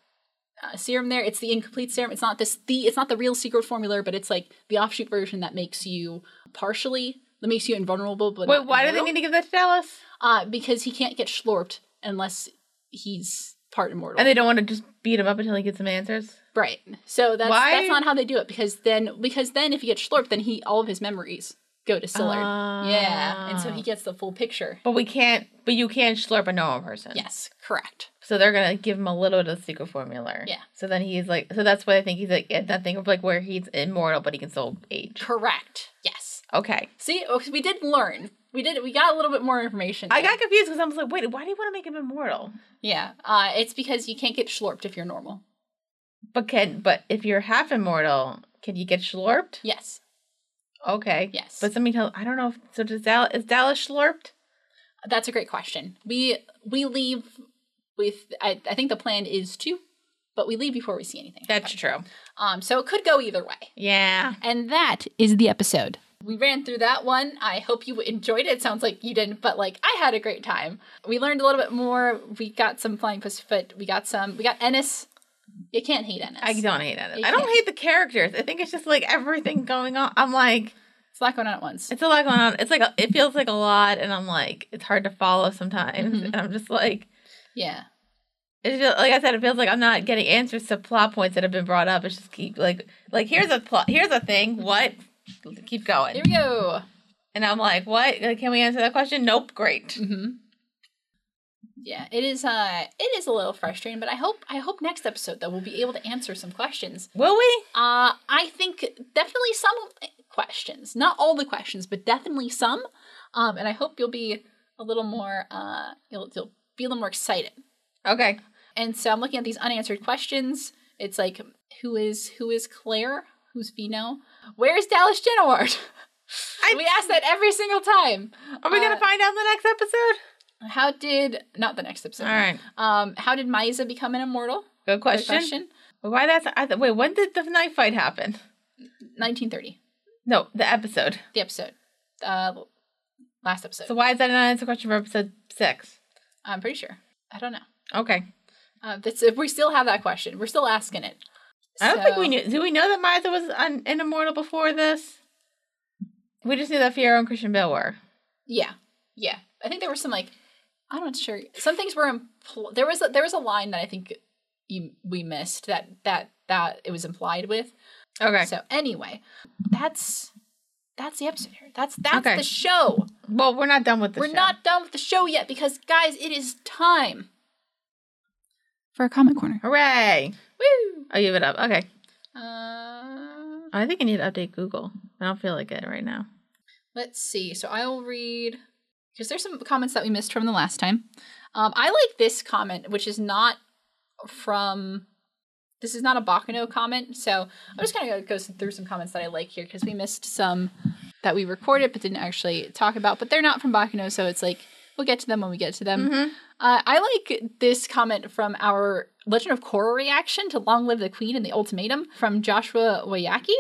[SPEAKER 1] uh, serum there. It's the incomplete serum. It's not this the it's not the real secret formula, but it's like the offshoot version that makes you partially that makes you invulnerable. But
[SPEAKER 2] Wait,
[SPEAKER 1] not
[SPEAKER 2] why do they
[SPEAKER 1] immortal.
[SPEAKER 2] need to give that to Dallas?
[SPEAKER 1] Uh, because he can't get schlorped unless he's part immortal.
[SPEAKER 2] And they don't want to just beat him up until he gets some answers.
[SPEAKER 1] Right. So that's
[SPEAKER 2] Why-
[SPEAKER 1] that's not how they do it because then because then if he gets slurped, then he all of his memories go to Sillard. yeah, and so he gets the full picture.
[SPEAKER 2] Ah. But we can't. But you can slurp a normal person.
[SPEAKER 1] Yes, correct.
[SPEAKER 2] So they're gonna give him a little bit of secret formula.
[SPEAKER 1] Yeah.
[SPEAKER 2] So then he's like. So that's why I think he's like at that thing of like where he's immortal, but he can still age.
[SPEAKER 1] Correct. Yes.
[SPEAKER 2] Okay.
[SPEAKER 1] See, oh, 'cause we did learn. We did. We got a little bit more information.
[SPEAKER 2] I
[SPEAKER 1] there.
[SPEAKER 2] got confused because I was like, wait, why do you want to make him immortal?
[SPEAKER 1] Yeah. Uh, it's because you can't get slurped if you're normal.
[SPEAKER 2] But can but if you're half immortal, can you get schlorped?
[SPEAKER 1] Yes.
[SPEAKER 2] Okay.
[SPEAKER 1] Yes.
[SPEAKER 2] But somebody tells I don't know if so does Dallas is Dallas schlorped?
[SPEAKER 1] That's a great question. We we leave with. I, I think the plan is to, but we leave before we see anything.
[SPEAKER 2] That's true.
[SPEAKER 1] Um. So it could go either way.
[SPEAKER 2] Yeah.
[SPEAKER 1] And that is the episode. We ran through that one. I hope you enjoyed it. Sounds like you didn't, but like I had a great time. We learned a little bit more. We got some flying pussyfoot. We got some. We got Ennis. You can't hate Ennis.
[SPEAKER 2] I don't hate it.
[SPEAKER 1] You
[SPEAKER 2] I don't
[SPEAKER 1] can't.
[SPEAKER 2] hate the characters. I think it's just like everything going on. I'm like,
[SPEAKER 1] It's a lot going on at once.
[SPEAKER 2] it's a lot going on. It's like a, it feels like a lot, and I'm like, it's hard to follow sometimes. And I'm just like,
[SPEAKER 1] Yeah.
[SPEAKER 2] it's just, like I said, it feels like I'm not getting answers to plot points that have been brought up. It's just keep like, like here's a plot, here's a thing. What? Keep going.
[SPEAKER 1] Here we go.
[SPEAKER 2] And I'm like, what? Like, Can we answer that question? Nope. Great.
[SPEAKER 1] hmm Yeah, it is. Uh, it is a little frustrating, but I hope I hope next episode though we'll be able to answer some questions.
[SPEAKER 2] Will we?
[SPEAKER 1] Uh, I think definitely some of- questions, not all the questions, but definitely some. Um, and I hope you'll be a little more, uh, you'll, you'll be a little more excited.
[SPEAKER 2] Okay.
[SPEAKER 1] And so I'm looking at these unanswered questions. It's like, who is who is Claire? Who's Vino? Where is Dallas Genoward?
[SPEAKER 2] I-
[SPEAKER 1] we ask that every single time.
[SPEAKER 2] Are we
[SPEAKER 1] Uh,
[SPEAKER 2] gonna find out in the next episode?
[SPEAKER 1] How did not the next episode?
[SPEAKER 2] All right.
[SPEAKER 1] Um, how did Maiza become an immortal?
[SPEAKER 2] Good
[SPEAKER 1] Good
[SPEAKER 2] question.
[SPEAKER 1] question.
[SPEAKER 2] Why that's? I th- wait, when did the knife fight happen?
[SPEAKER 1] 1930.
[SPEAKER 2] No, the episode.
[SPEAKER 1] The episode, uh, last episode.
[SPEAKER 2] So why is that an unanswered question for episode six?
[SPEAKER 1] I'm pretty sure. I don't know.
[SPEAKER 2] Okay.
[SPEAKER 1] Uh, that's we still have that question. We're still asking it.
[SPEAKER 2] I don't think we
[SPEAKER 1] So-
[SPEAKER 2] knew. Do we know that Martha was un- an immortal before this? We just knew that Fiero and Christian Bale were.
[SPEAKER 1] Yeah, yeah. I think there were some like I'm not sure. Some things were impl- there was a, there was a line that I think you, we missed that that that it was implied with.
[SPEAKER 2] Okay.
[SPEAKER 1] So anyway, that's that's the episode here. That's that's
[SPEAKER 2] Okay.
[SPEAKER 1] the show.
[SPEAKER 2] well, we're not done with this.
[SPEAKER 1] We're not done with the show yet because guys, it is time for a comic corner.
[SPEAKER 2] Hooray!
[SPEAKER 1] Woo!
[SPEAKER 2] I'll give it up. Okay.
[SPEAKER 1] Uh,
[SPEAKER 2] I think I need to update Google. I don't feel like it right now.
[SPEAKER 1] let's see. So I will read because there's some comments that we missed from the last time. Um, I like this comment, which is not from. This is not a Bacano comment, so I'm just gonna go through some comments that I like here because we missed some that we recorded but didn't actually talk about. But they're not from Bacano, so it's like we'll get to them when we get to them. Uh, I like this comment from our Legend of Korra reaction to Long Live the Queen and the Ultimatum from Joshua Wayaki,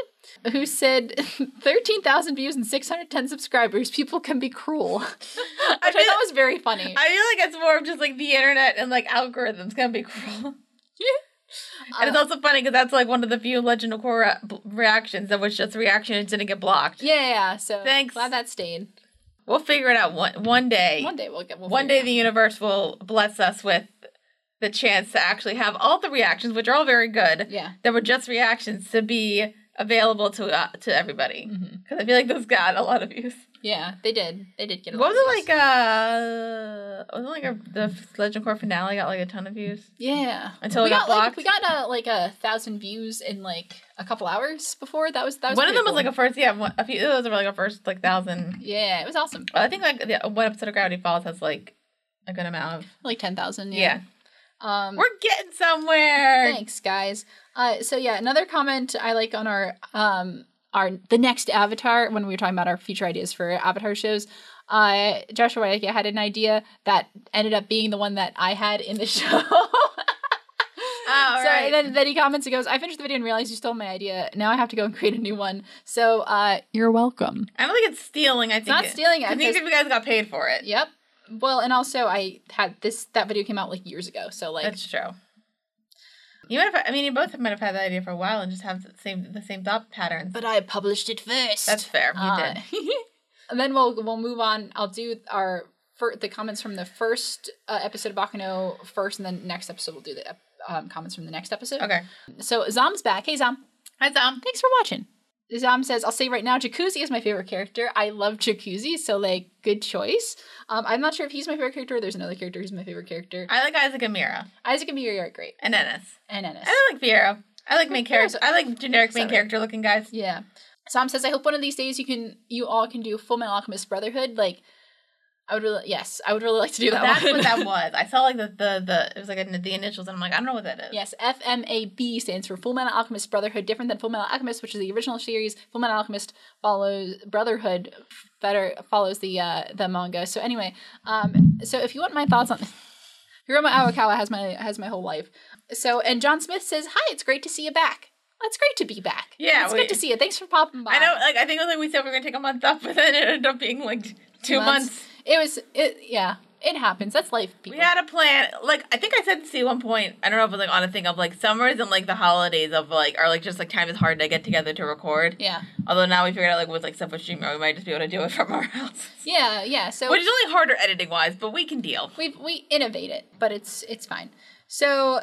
[SPEAKER 1] who said 13,000 views and 610 subscribers. People can be cruel. Which I
[SPEAKER 2] feel-
[SPEAKER 1] thought was very funny.
[SPEAKER 2] I feel like it's more of just like the internet and like algorithms gonna be cruel. and
[SPEAKER 1] Uh,
[SPEAKER 2] it's also funny because that's like one of the few Legend of Korra b- reactions that was just a reaction and didn't get blocked.
[SPEAKER 1] yeah, yeah, so
[SPEAKER 2] Thanks.
[SPEAKER 1] glad that stayed.
[SPEAKER 2] We'll figure it out one one day.
[SPEAKER 1] One day we'll get we'll
[SPEAKER 2] One
[SPEAKER 1] figure
[SPEAKER 2] day the universe will bless us with the chance to actually have all the reactions, which are all very good.
[SPEAKER 1] it out. Yeah.
[SPEAKER 2] There were just reactions to be available to uh, to everybody because I feel like those got a lot of views.
[SPEAKER 1] Yeah, they did. They did get a
[SPEAKER 2] What
[SPEAKER 1] lot
[SPEAKER 2] was
[SPEAKER 1] of
[SPEAKER 2] it
[SPEAKER 1] views.
[SPEAKER 2] like? Uh, was it like a, the Legend Core finale got like a ton of views?
[SPEAKER 1] Yeah.
[SPEAKER 2] Until it
[SPEAKER 1] we
[SPEAKER 2] got
[SPEAKER 1] like,
[SPEAKER 2] blocked?
[SPEAKER 1] we got uh, like a thousand views in like a couple hours before. That was that was
[SPEAKER 2] one of
[SPEAKER 1] pretty
[SPEAKER 2] them was
[SPEAKER 1] cool.
[SPEAKER 2] like a first, yeah, one, a few of those were like a first like thousand.
[SPEAKER 1] Yeah, it was awesome.
[SPEAKER 2] I think like the, one episode of Gravity Falls has like a good amount of
[SPEAKER 1] Like ten thousand.
[SPEAKER 2] yeah.
[SPEAKER 1] Um
[SPEAKER 2] We're getting somewhere.
[SPEAKER 1] Thanks, guys. Uh, so yeah, another comment I like on our um our the next Avatar when we were talking about our future ideas for Avatar shows. Uh, Joshua Wayaki had an idea that ended up being the one that I had in the show.
[SPEAKER 2] Oh,
[SPEAKER 1] so
[SPEAKER 2] right.
[SPEAKER 1] then, then he comments and goes, "I finished the video and realized you stole my idea. Now I have to go and create a new one. So uh, you're welcome."
[SPEAKER 2] I don't think it's stealing. I think
[SPEAKER 1] not
[SPEAKER 2] it-
[SPEAKER 1] stealing,
[SPEAKER 2] I
[SPEAKER 1] I
[SPEAKER 2] think
[SPEAKER 1] just-
[SPEAKER 2] you guys got paid for it.
[SPEAKER 1] Yep. Well, and also I had this that video came out like years ago, so like
[SPEAKER 2] That's true. You might have. I mean, you both might have had that idea for a while and just have the same the same thought patterns.
[SPEAKER 1] But I published it first.
[SPEAKER 2] That's fair. You
[SPEAKER 1] Uh,
[SPEAKER 2] did.
[SPEAKER 1] and then we'll we'll move on. I'll do our fir- the comments from the first uh, episode of Bakano first, and then next episode we'll do the ep- um, comments from the next episode.
[SPEAKER 2] Okay.
[SPEAKER 1] So Zom's back. Hey Zom,
[SPEAKER 2] Hi, Tom.
[SPEAKER 1] thanks for watching. Zom says, "I'll say right now, Jacuzzi is my favorite character. I love Jacuzzi, so like good choice. Um, I'm not sure if he's my favorite character. or There's another character who's my favorite character.
[SPEAKER 2] I like Isaac and Mira
[SPEAKER 1] Isaac and Miri are great,
[SPEAKER 2] and Ennis.
[SPEAKER 1] and Ennis.
[SPEAKER 2] I don't like Fiero. I like main
[SPEAKER 1] Fiero's
[SPEAKER 2] character. I like generic main
[SPEAKER 1] Sorry.
[SPEAKER 2] character looking guys.
[SPEAKER 1] Yeah. Sam says, I hope one of these days you can, you all can do Full Metal Alchemist Brotherhood. Like, I would really, yes, I would really like to do that.
[SPEAKER 2] That's
[SPEAKER 1] one.
[SPEAKER 2] what that was. I saw like the the, the it was like in the initials, and I'm like, I don't know what that is.
[SPEAKER 1] Yes, FMAB stands for Full Metal Alchemist Brotherhood, different than Full Metal Alchemist, which is the original series. Full Metal Alchemist follows Brotherhood, better follows the uh, the manga. So anyway, um, so if you want my thoughts on Hiromu Awakawa has my has my whole life. So and John Smith says, "Hi, it's great to see you back. Well, it's great to be back.
[SPEAKER 2] Yeah,
[SPEAKER 1] it's
[SPEAKER 2] we-
[SPEAKER 1] good to see you. Thanks for popping by.
[SPEAKER 2] I know. Like I think it was like we said we were gonna take a month off, but then it ended up being like two months.
[SPEAKER 1] It was it yeah. It happens. That's life, people.
[SPEAKER 2] We had a plan. Like I think I said this to you at one point. I don't know if it was like on a thing of like summers and like the holidays of like are like just like time is hard to get together to record.
[SPEAKER 1] yeah.
[SPEAKER 2] Although now we figured out like with like stuff with streaming, we might just be able to do it from our house,
[SPEAKER 1] Yeah, yeah. So
[SPEAKER 2] which is only harder editing wise, but we can deal.
[SPEAKER 1] we we innovate it, but it's it's fine. So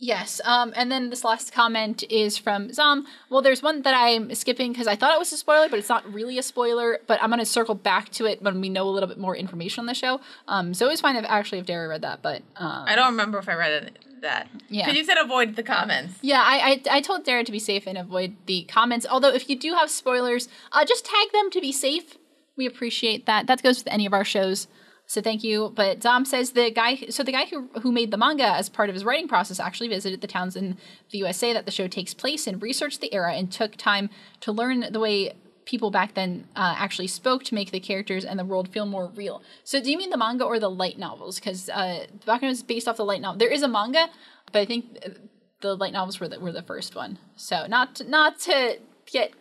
[SPEAKER 1] yes, um and then this last comment is from Zom. Well, there's one that I'm skipping cuz I thought it was a spoiler, but it's not really a spoiler, but I'm going to circle back to it when we know a little bit more information on the show. Um so it was fine if actually if Dara read that, but um
[SPEAKER 2] I don't remember if I read it, that.
[SPEAKER 1] Yeah.
[SPEAKER 2] Because you said avoid the comments.
[SPEAKER 1] Yeah, I, I I told Dara to be safe and avoid the comments. Although if you do have spoilers, uh, just tag them to be safe. We appreciate that. That goes with any of our shows. So thank you. But Dom says the guy so the guy who who made the manga as part of his writing process actually visited the towns in the USA that the show takes place in, researched the era, and took time to learn the way people back then uh, actually spoke to make the characters and the world feel more real. So do you mean the manga or the light novels? Because uh, Bakano is based off the light novel. There is a manga, but I think the light novels were the, were the first one. So not to, not to get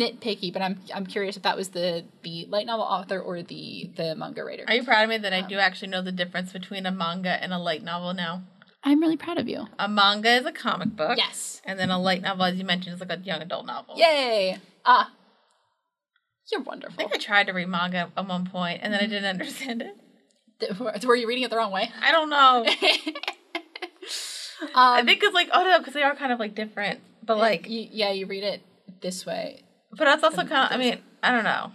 [SPEAKER 1] nitpicky, but I'm I'm curious if that was the the light novel author or the the manga writer.
[SPEAKER 2] Are you proud of me that
[SPEAKER 1] Oh.
[SPEAKER 2] I do actually know the difference between a manga and a light novel now?
[SPEAKER 1] I'm really proud of you.
[SPEAKER 2] A manga is a comic book.
[SPEAKER 1] Yes.
[SPEAKER 2] And then a light novel, as you mentioned, is like a young adult novel.
[SPEAKER 1] Yay! Ah, you're
[SPEAKER 2] I
[SPEAKER 1] wonderful.
[SPEAKER 2] think I tried to read manga at one point and then I didn't understand it.
[SPEAKER 1] Were you reading it the wrong way?
[SPEAKER 2] I don't know.
[SPEAKER 1] um,
[SPEAKER 2] I think it's like, oh no, because they are kind of like different. But like,
[SPEAKER 1] you, yeah, you read it this way.
[SPEAKER 2] but that's also kind of, I mean, I don't know.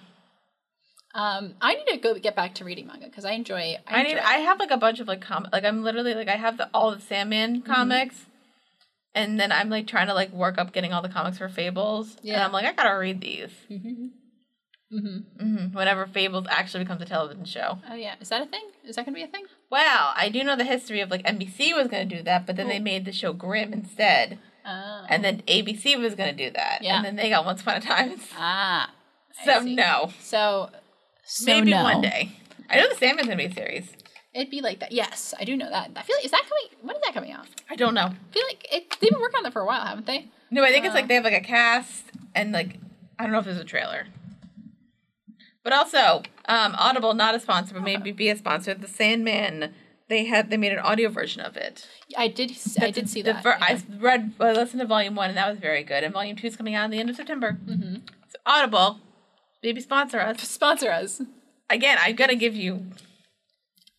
[SPEAKER 1] Um, I need to go get back to reading manga because I enjoy.
[SPEAKER 2] I need.
[SPEAKER 1] enjoy
[SPEAKER 2] I have like a bunch of like comic. Like I'm literally like I have the, all the Sandman
[SPEAKER 1] Mm-hmm.
[SPEAKER 2] comics, and then I'm like trying to like work up getting all the comics for Fables. And
[SPEAKER 1] Yeah. Mm-hmm.
[SPEAKER 2] I'm like I gotta read these.
[SPEAKER 1] hmm
[SPEAKER 2] hmm Whenever Fables actually becomes a television show.
[SPEAKER 1] Oh yeah, is that a thing? Is that gonna be a thing?
[SPEAKER 2] Wow, I do know the history of like NBC was gonna do that, but then they made the show Grimm instead,
[SPEAKER 1] Oh.
[SPEAKER 2] and then ABC was gonna do that,
[SPEAKER 1] Yeah.
[SPEAKER 2] and then they got Once Upon a Time.
[SPEAKER 1] ah. I
[SPEAKER 2] So
[SPEAKER 1] see.
[SPEAKER 2] no,
[SPEAKER 1] So, so
[SPEAKER 2] maybe
[SPEAKER 1] no.
[SPEAKER 2] one day. I know the Sandman's gonna be a series.
[SPEAKER 1] It'd be like that. Yes, I do know that. I feel like is that coming? When is that coming out?
[SPEAKER 2] I don't know.
[SPEAKER 1] I feel like it, they've been working on that for a while, haven't they?
[SPEAKER 2] No, I think it's
[SPEAKER 1] Uh.
[SPEAKER 2] like they have like a cast and like I don't know if there's a trailer. But also, um, Audible not a sponsor, but maybe be a sponsor. The Sandman, they had they made an audio version of it.
[SPEAKER 1] I did. s- I did see
[SPEAKER 2] The
[SPEAKER 1] that.
[SPEAKER 2] ver-
[SPEAKER 1] yeah.
[SPEAKER 2] I read, I listened to Volume One, and that was very good. And Volume Two is coming out at the end of September.
[SPEAKER 1] Mm-hmm.
[SPEAKER 2] So Audible, maybe sponsor us
[SPEAKER 1] Sponsor us.
[SPEAKER 2] again. I'm gonna give you.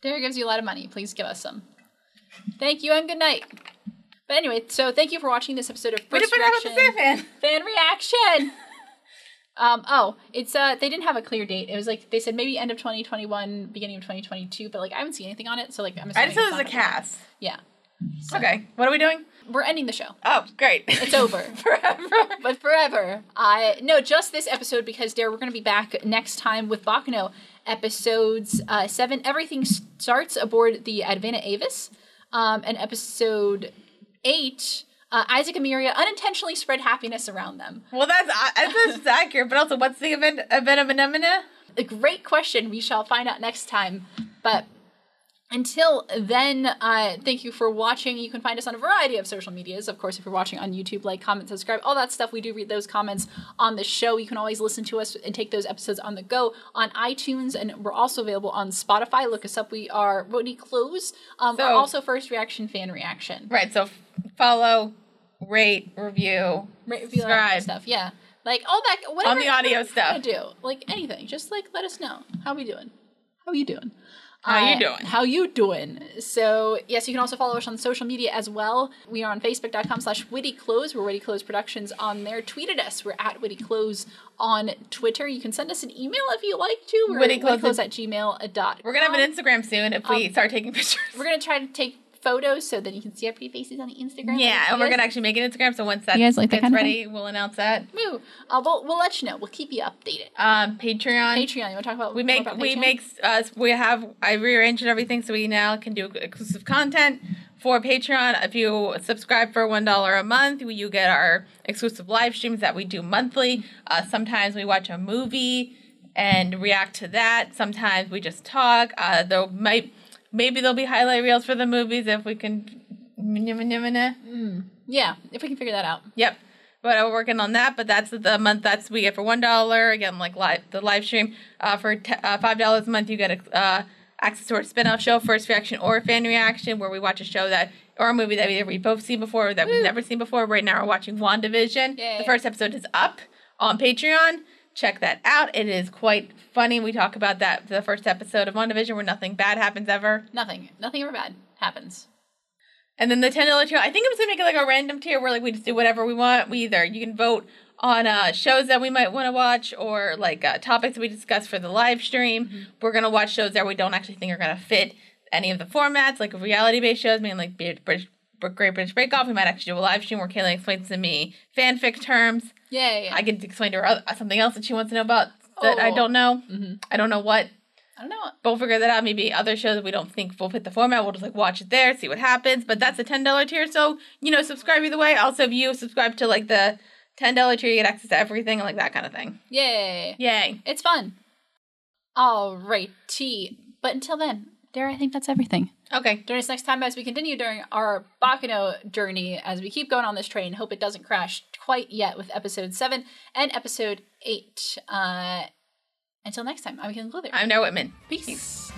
[SPEAKER 1] Derek gives you a lot of money. Please give us some. Thank you and good night. But anyway, so thank you for watching this episode of
[SPEAKER 2] We
[SPEAKER 1] First
[SPEAKER 2] didn't find out about the
[SPEAKER 1] Reaction.
[SPEAKER 2] Sandman.
[SPEAKER 1] Fan reaction. um. Oh, it's uh. They didn't have a clear date. It was like they said maybe end of 2021, beginning of 2022. But like I haven't seen anything on it, so like I'm.
[SPEAKER 2] I
[SPEAKER 1] assuming
[SPEAKER 2] just said
[SPEAKER 1] it's
[SPEAKER 2] there's a
[SPEAKER 1] not gonna-
[SPEAKER 2] cast.
[SPEAKER 1] Yeah,
[SPEAKER 2] Okay, what are we doing?
[SPEAKER 1] we're ending the show.
[SPEAKER 2] Oh, great.
[SPEAKER 1] It's over.
[SPEAKER 2] Forever.
[SPEAKER 1] but forever. I no, just this episode because Dare, we're gonna be back next time with Bacano episodes uh, seven. Everything s- starts aboard the Advana Avis, um, and episode eight. Uh, Isaac and Miria unintentionally spread happiness around them.
[SPEAKER 2] Well, that's uh, that's accurate, but also, what's the event event of Menemina?
[SPEAKER 1] A great question. We shall find out next time. But until then, uh, thank you for watching. You can find us on a variety of social medias. Of course, if you're watching on YouTube, like, comment, subscribe, all that stuff. We do read those comments on the show. You can always listen to us and take those episodes on the go on iTunes, and we're also available on Spotify. Look us up. We are Rodney Close. Um, we're
[SPEAKER 2] So-
[SPEAKER 1] also First Reaction Fan Reaction.
[SPEAKER 2] Right. So f- follow, rate, review
[SPEAKER 1] Right, if you like that
[SPEAKER 2] Subscribe.
[SPEAKER 1] stuff. Yeah, like all that. Whatever,
[SPEAKER 2] the audio
[SPEAKER 1] whatever you wanna
[SPEAKER 2] stuff.
[SPEAKER 1] Do like anything. Just like let us know how we doing. How you doing? Uh,
[SPEAKER 2] How you doing?
[SPEAKER 1] How you doing? So yes, you can also follow us on social media as well. We are on Facebook.com slash Witty Close. We're Witty Close Productions on there. Tweeted us. We're at Witty Close on Twitter. You can send us an email if you like to. We're
[SPEAKER 2] Witty
[SPEAKER 1] Witty
[SPEAKER 2] Close-
[SPEAKER 1] Close at gmail dot.
[SPEAKER 2] We're gonna have an Instagram soon if we start taking pictures.
[SPEAKER 1] Um, We're gonna try to take photos so that you can see our pretty faces on the Instagram.
[SPEAKER 2] yeah, and we're
[SPEAKER 1] Yes.
[SPEAKER 2] gonna actually make an Instagram. So once that
[SPEAKER 1] guys like that
[SPEAKER 2] gets
[SPEAKER 1] kind of
[SPEAKER 2] ready, we'll announce that.
[SPEAKER 1] Woo. Uh, we'll, we'll let you know. We'll keep you updated.
[SPEAKER 2] Um, Patreon.
[SPEAKER 1] Patreon. You want to talk about
[SPEAKER 2] We
[SPEAKER 1] more
[SPEAKER 2] make
[SPEAKER 1] about
[SPEAKER 2] we
[SPEAKER 1] Patreon?
[SPEAKER 2] make uh, we have I rearranged everything so we now can do exclusive content for Patreon. If you subscribe for one dollar a month, you get our exclusive live streams that we do monthly. Uh, sometimes we watch a movie and react to that. Sometimes we just talk. Uh, there might maybe there'll be highlight reels for the movies if we can.
[SPEAKER 1] yeah, if we can figure that out.
[SPEAKER 2] Yep. But uh, we're working on that. But that's the month that's we get for one dollar again, like live the live stream. Uh, for t- uh, five dollars a month, you get a, uh, access to our spin-off show, first reaction or fan reaction, where we watch a show that or a movie that we, we both seen before or that we've never seen before. Right now, we're watching Wandavision.
[SPEAKER 1] Yay.
[SPEAKER 2] The first episode is up on Patreon. Check that out. It is quite funny. We talk about that the first episode of WandaVision, where nothing bad happens ever.
[SPEAKER 1] Nothing, nothing ever bad happens.
[SPEAKER 2] And then the ten dollar tier. I think I'm just gonna make it like a random tier where like we just do whatever we want. We either you can vote on uh, shows that we might want to watch or like uh, topics we discuss for the live stream. We're gonna watch shows that we don't actually think are gonna fit any of the formats, like reality based shows, meaning like Brit- British Great British Bake Off. We might actually do a live stream where Kayla explains to me fanfic terms.
[SPEAKER 1] Yay!
[SPEAKER 2] I can explain to her oth- something else that she wants to know about that I
[SPEAKER 1] Oh.
[SPEAKER 2] don't know. I don't know what
[SPEAKER 1] I don't know.
[SPEAKER 2] but we'll figure that out. Maybe other shows that we don't think will fit the format, we'll just like watch it there, see what happens. But that's a ten dollar tier, so you know, subscribe either way. Also, if you subscribe to like the ten dollar tier, you get access to everything and like that kind of thing.
[SPEAKER 1] Yay!
[SPEAKER 2] Yay!
[SPEAKER 1] It's fun. All righty. But until then, Dare I think that's everything.
[SPEAKER 2] Okay.
[SPEAKER 1] Join us next time as we continue during our Bacano journey as we keep going on this train. Hope it doesn't crash quite yet with episode seven and episode eight. Uh, until next time, I'm Caitlin Glither.
[SPEAKER 2] I'm Noah Whitman.
[SPEAKER 1] Peace.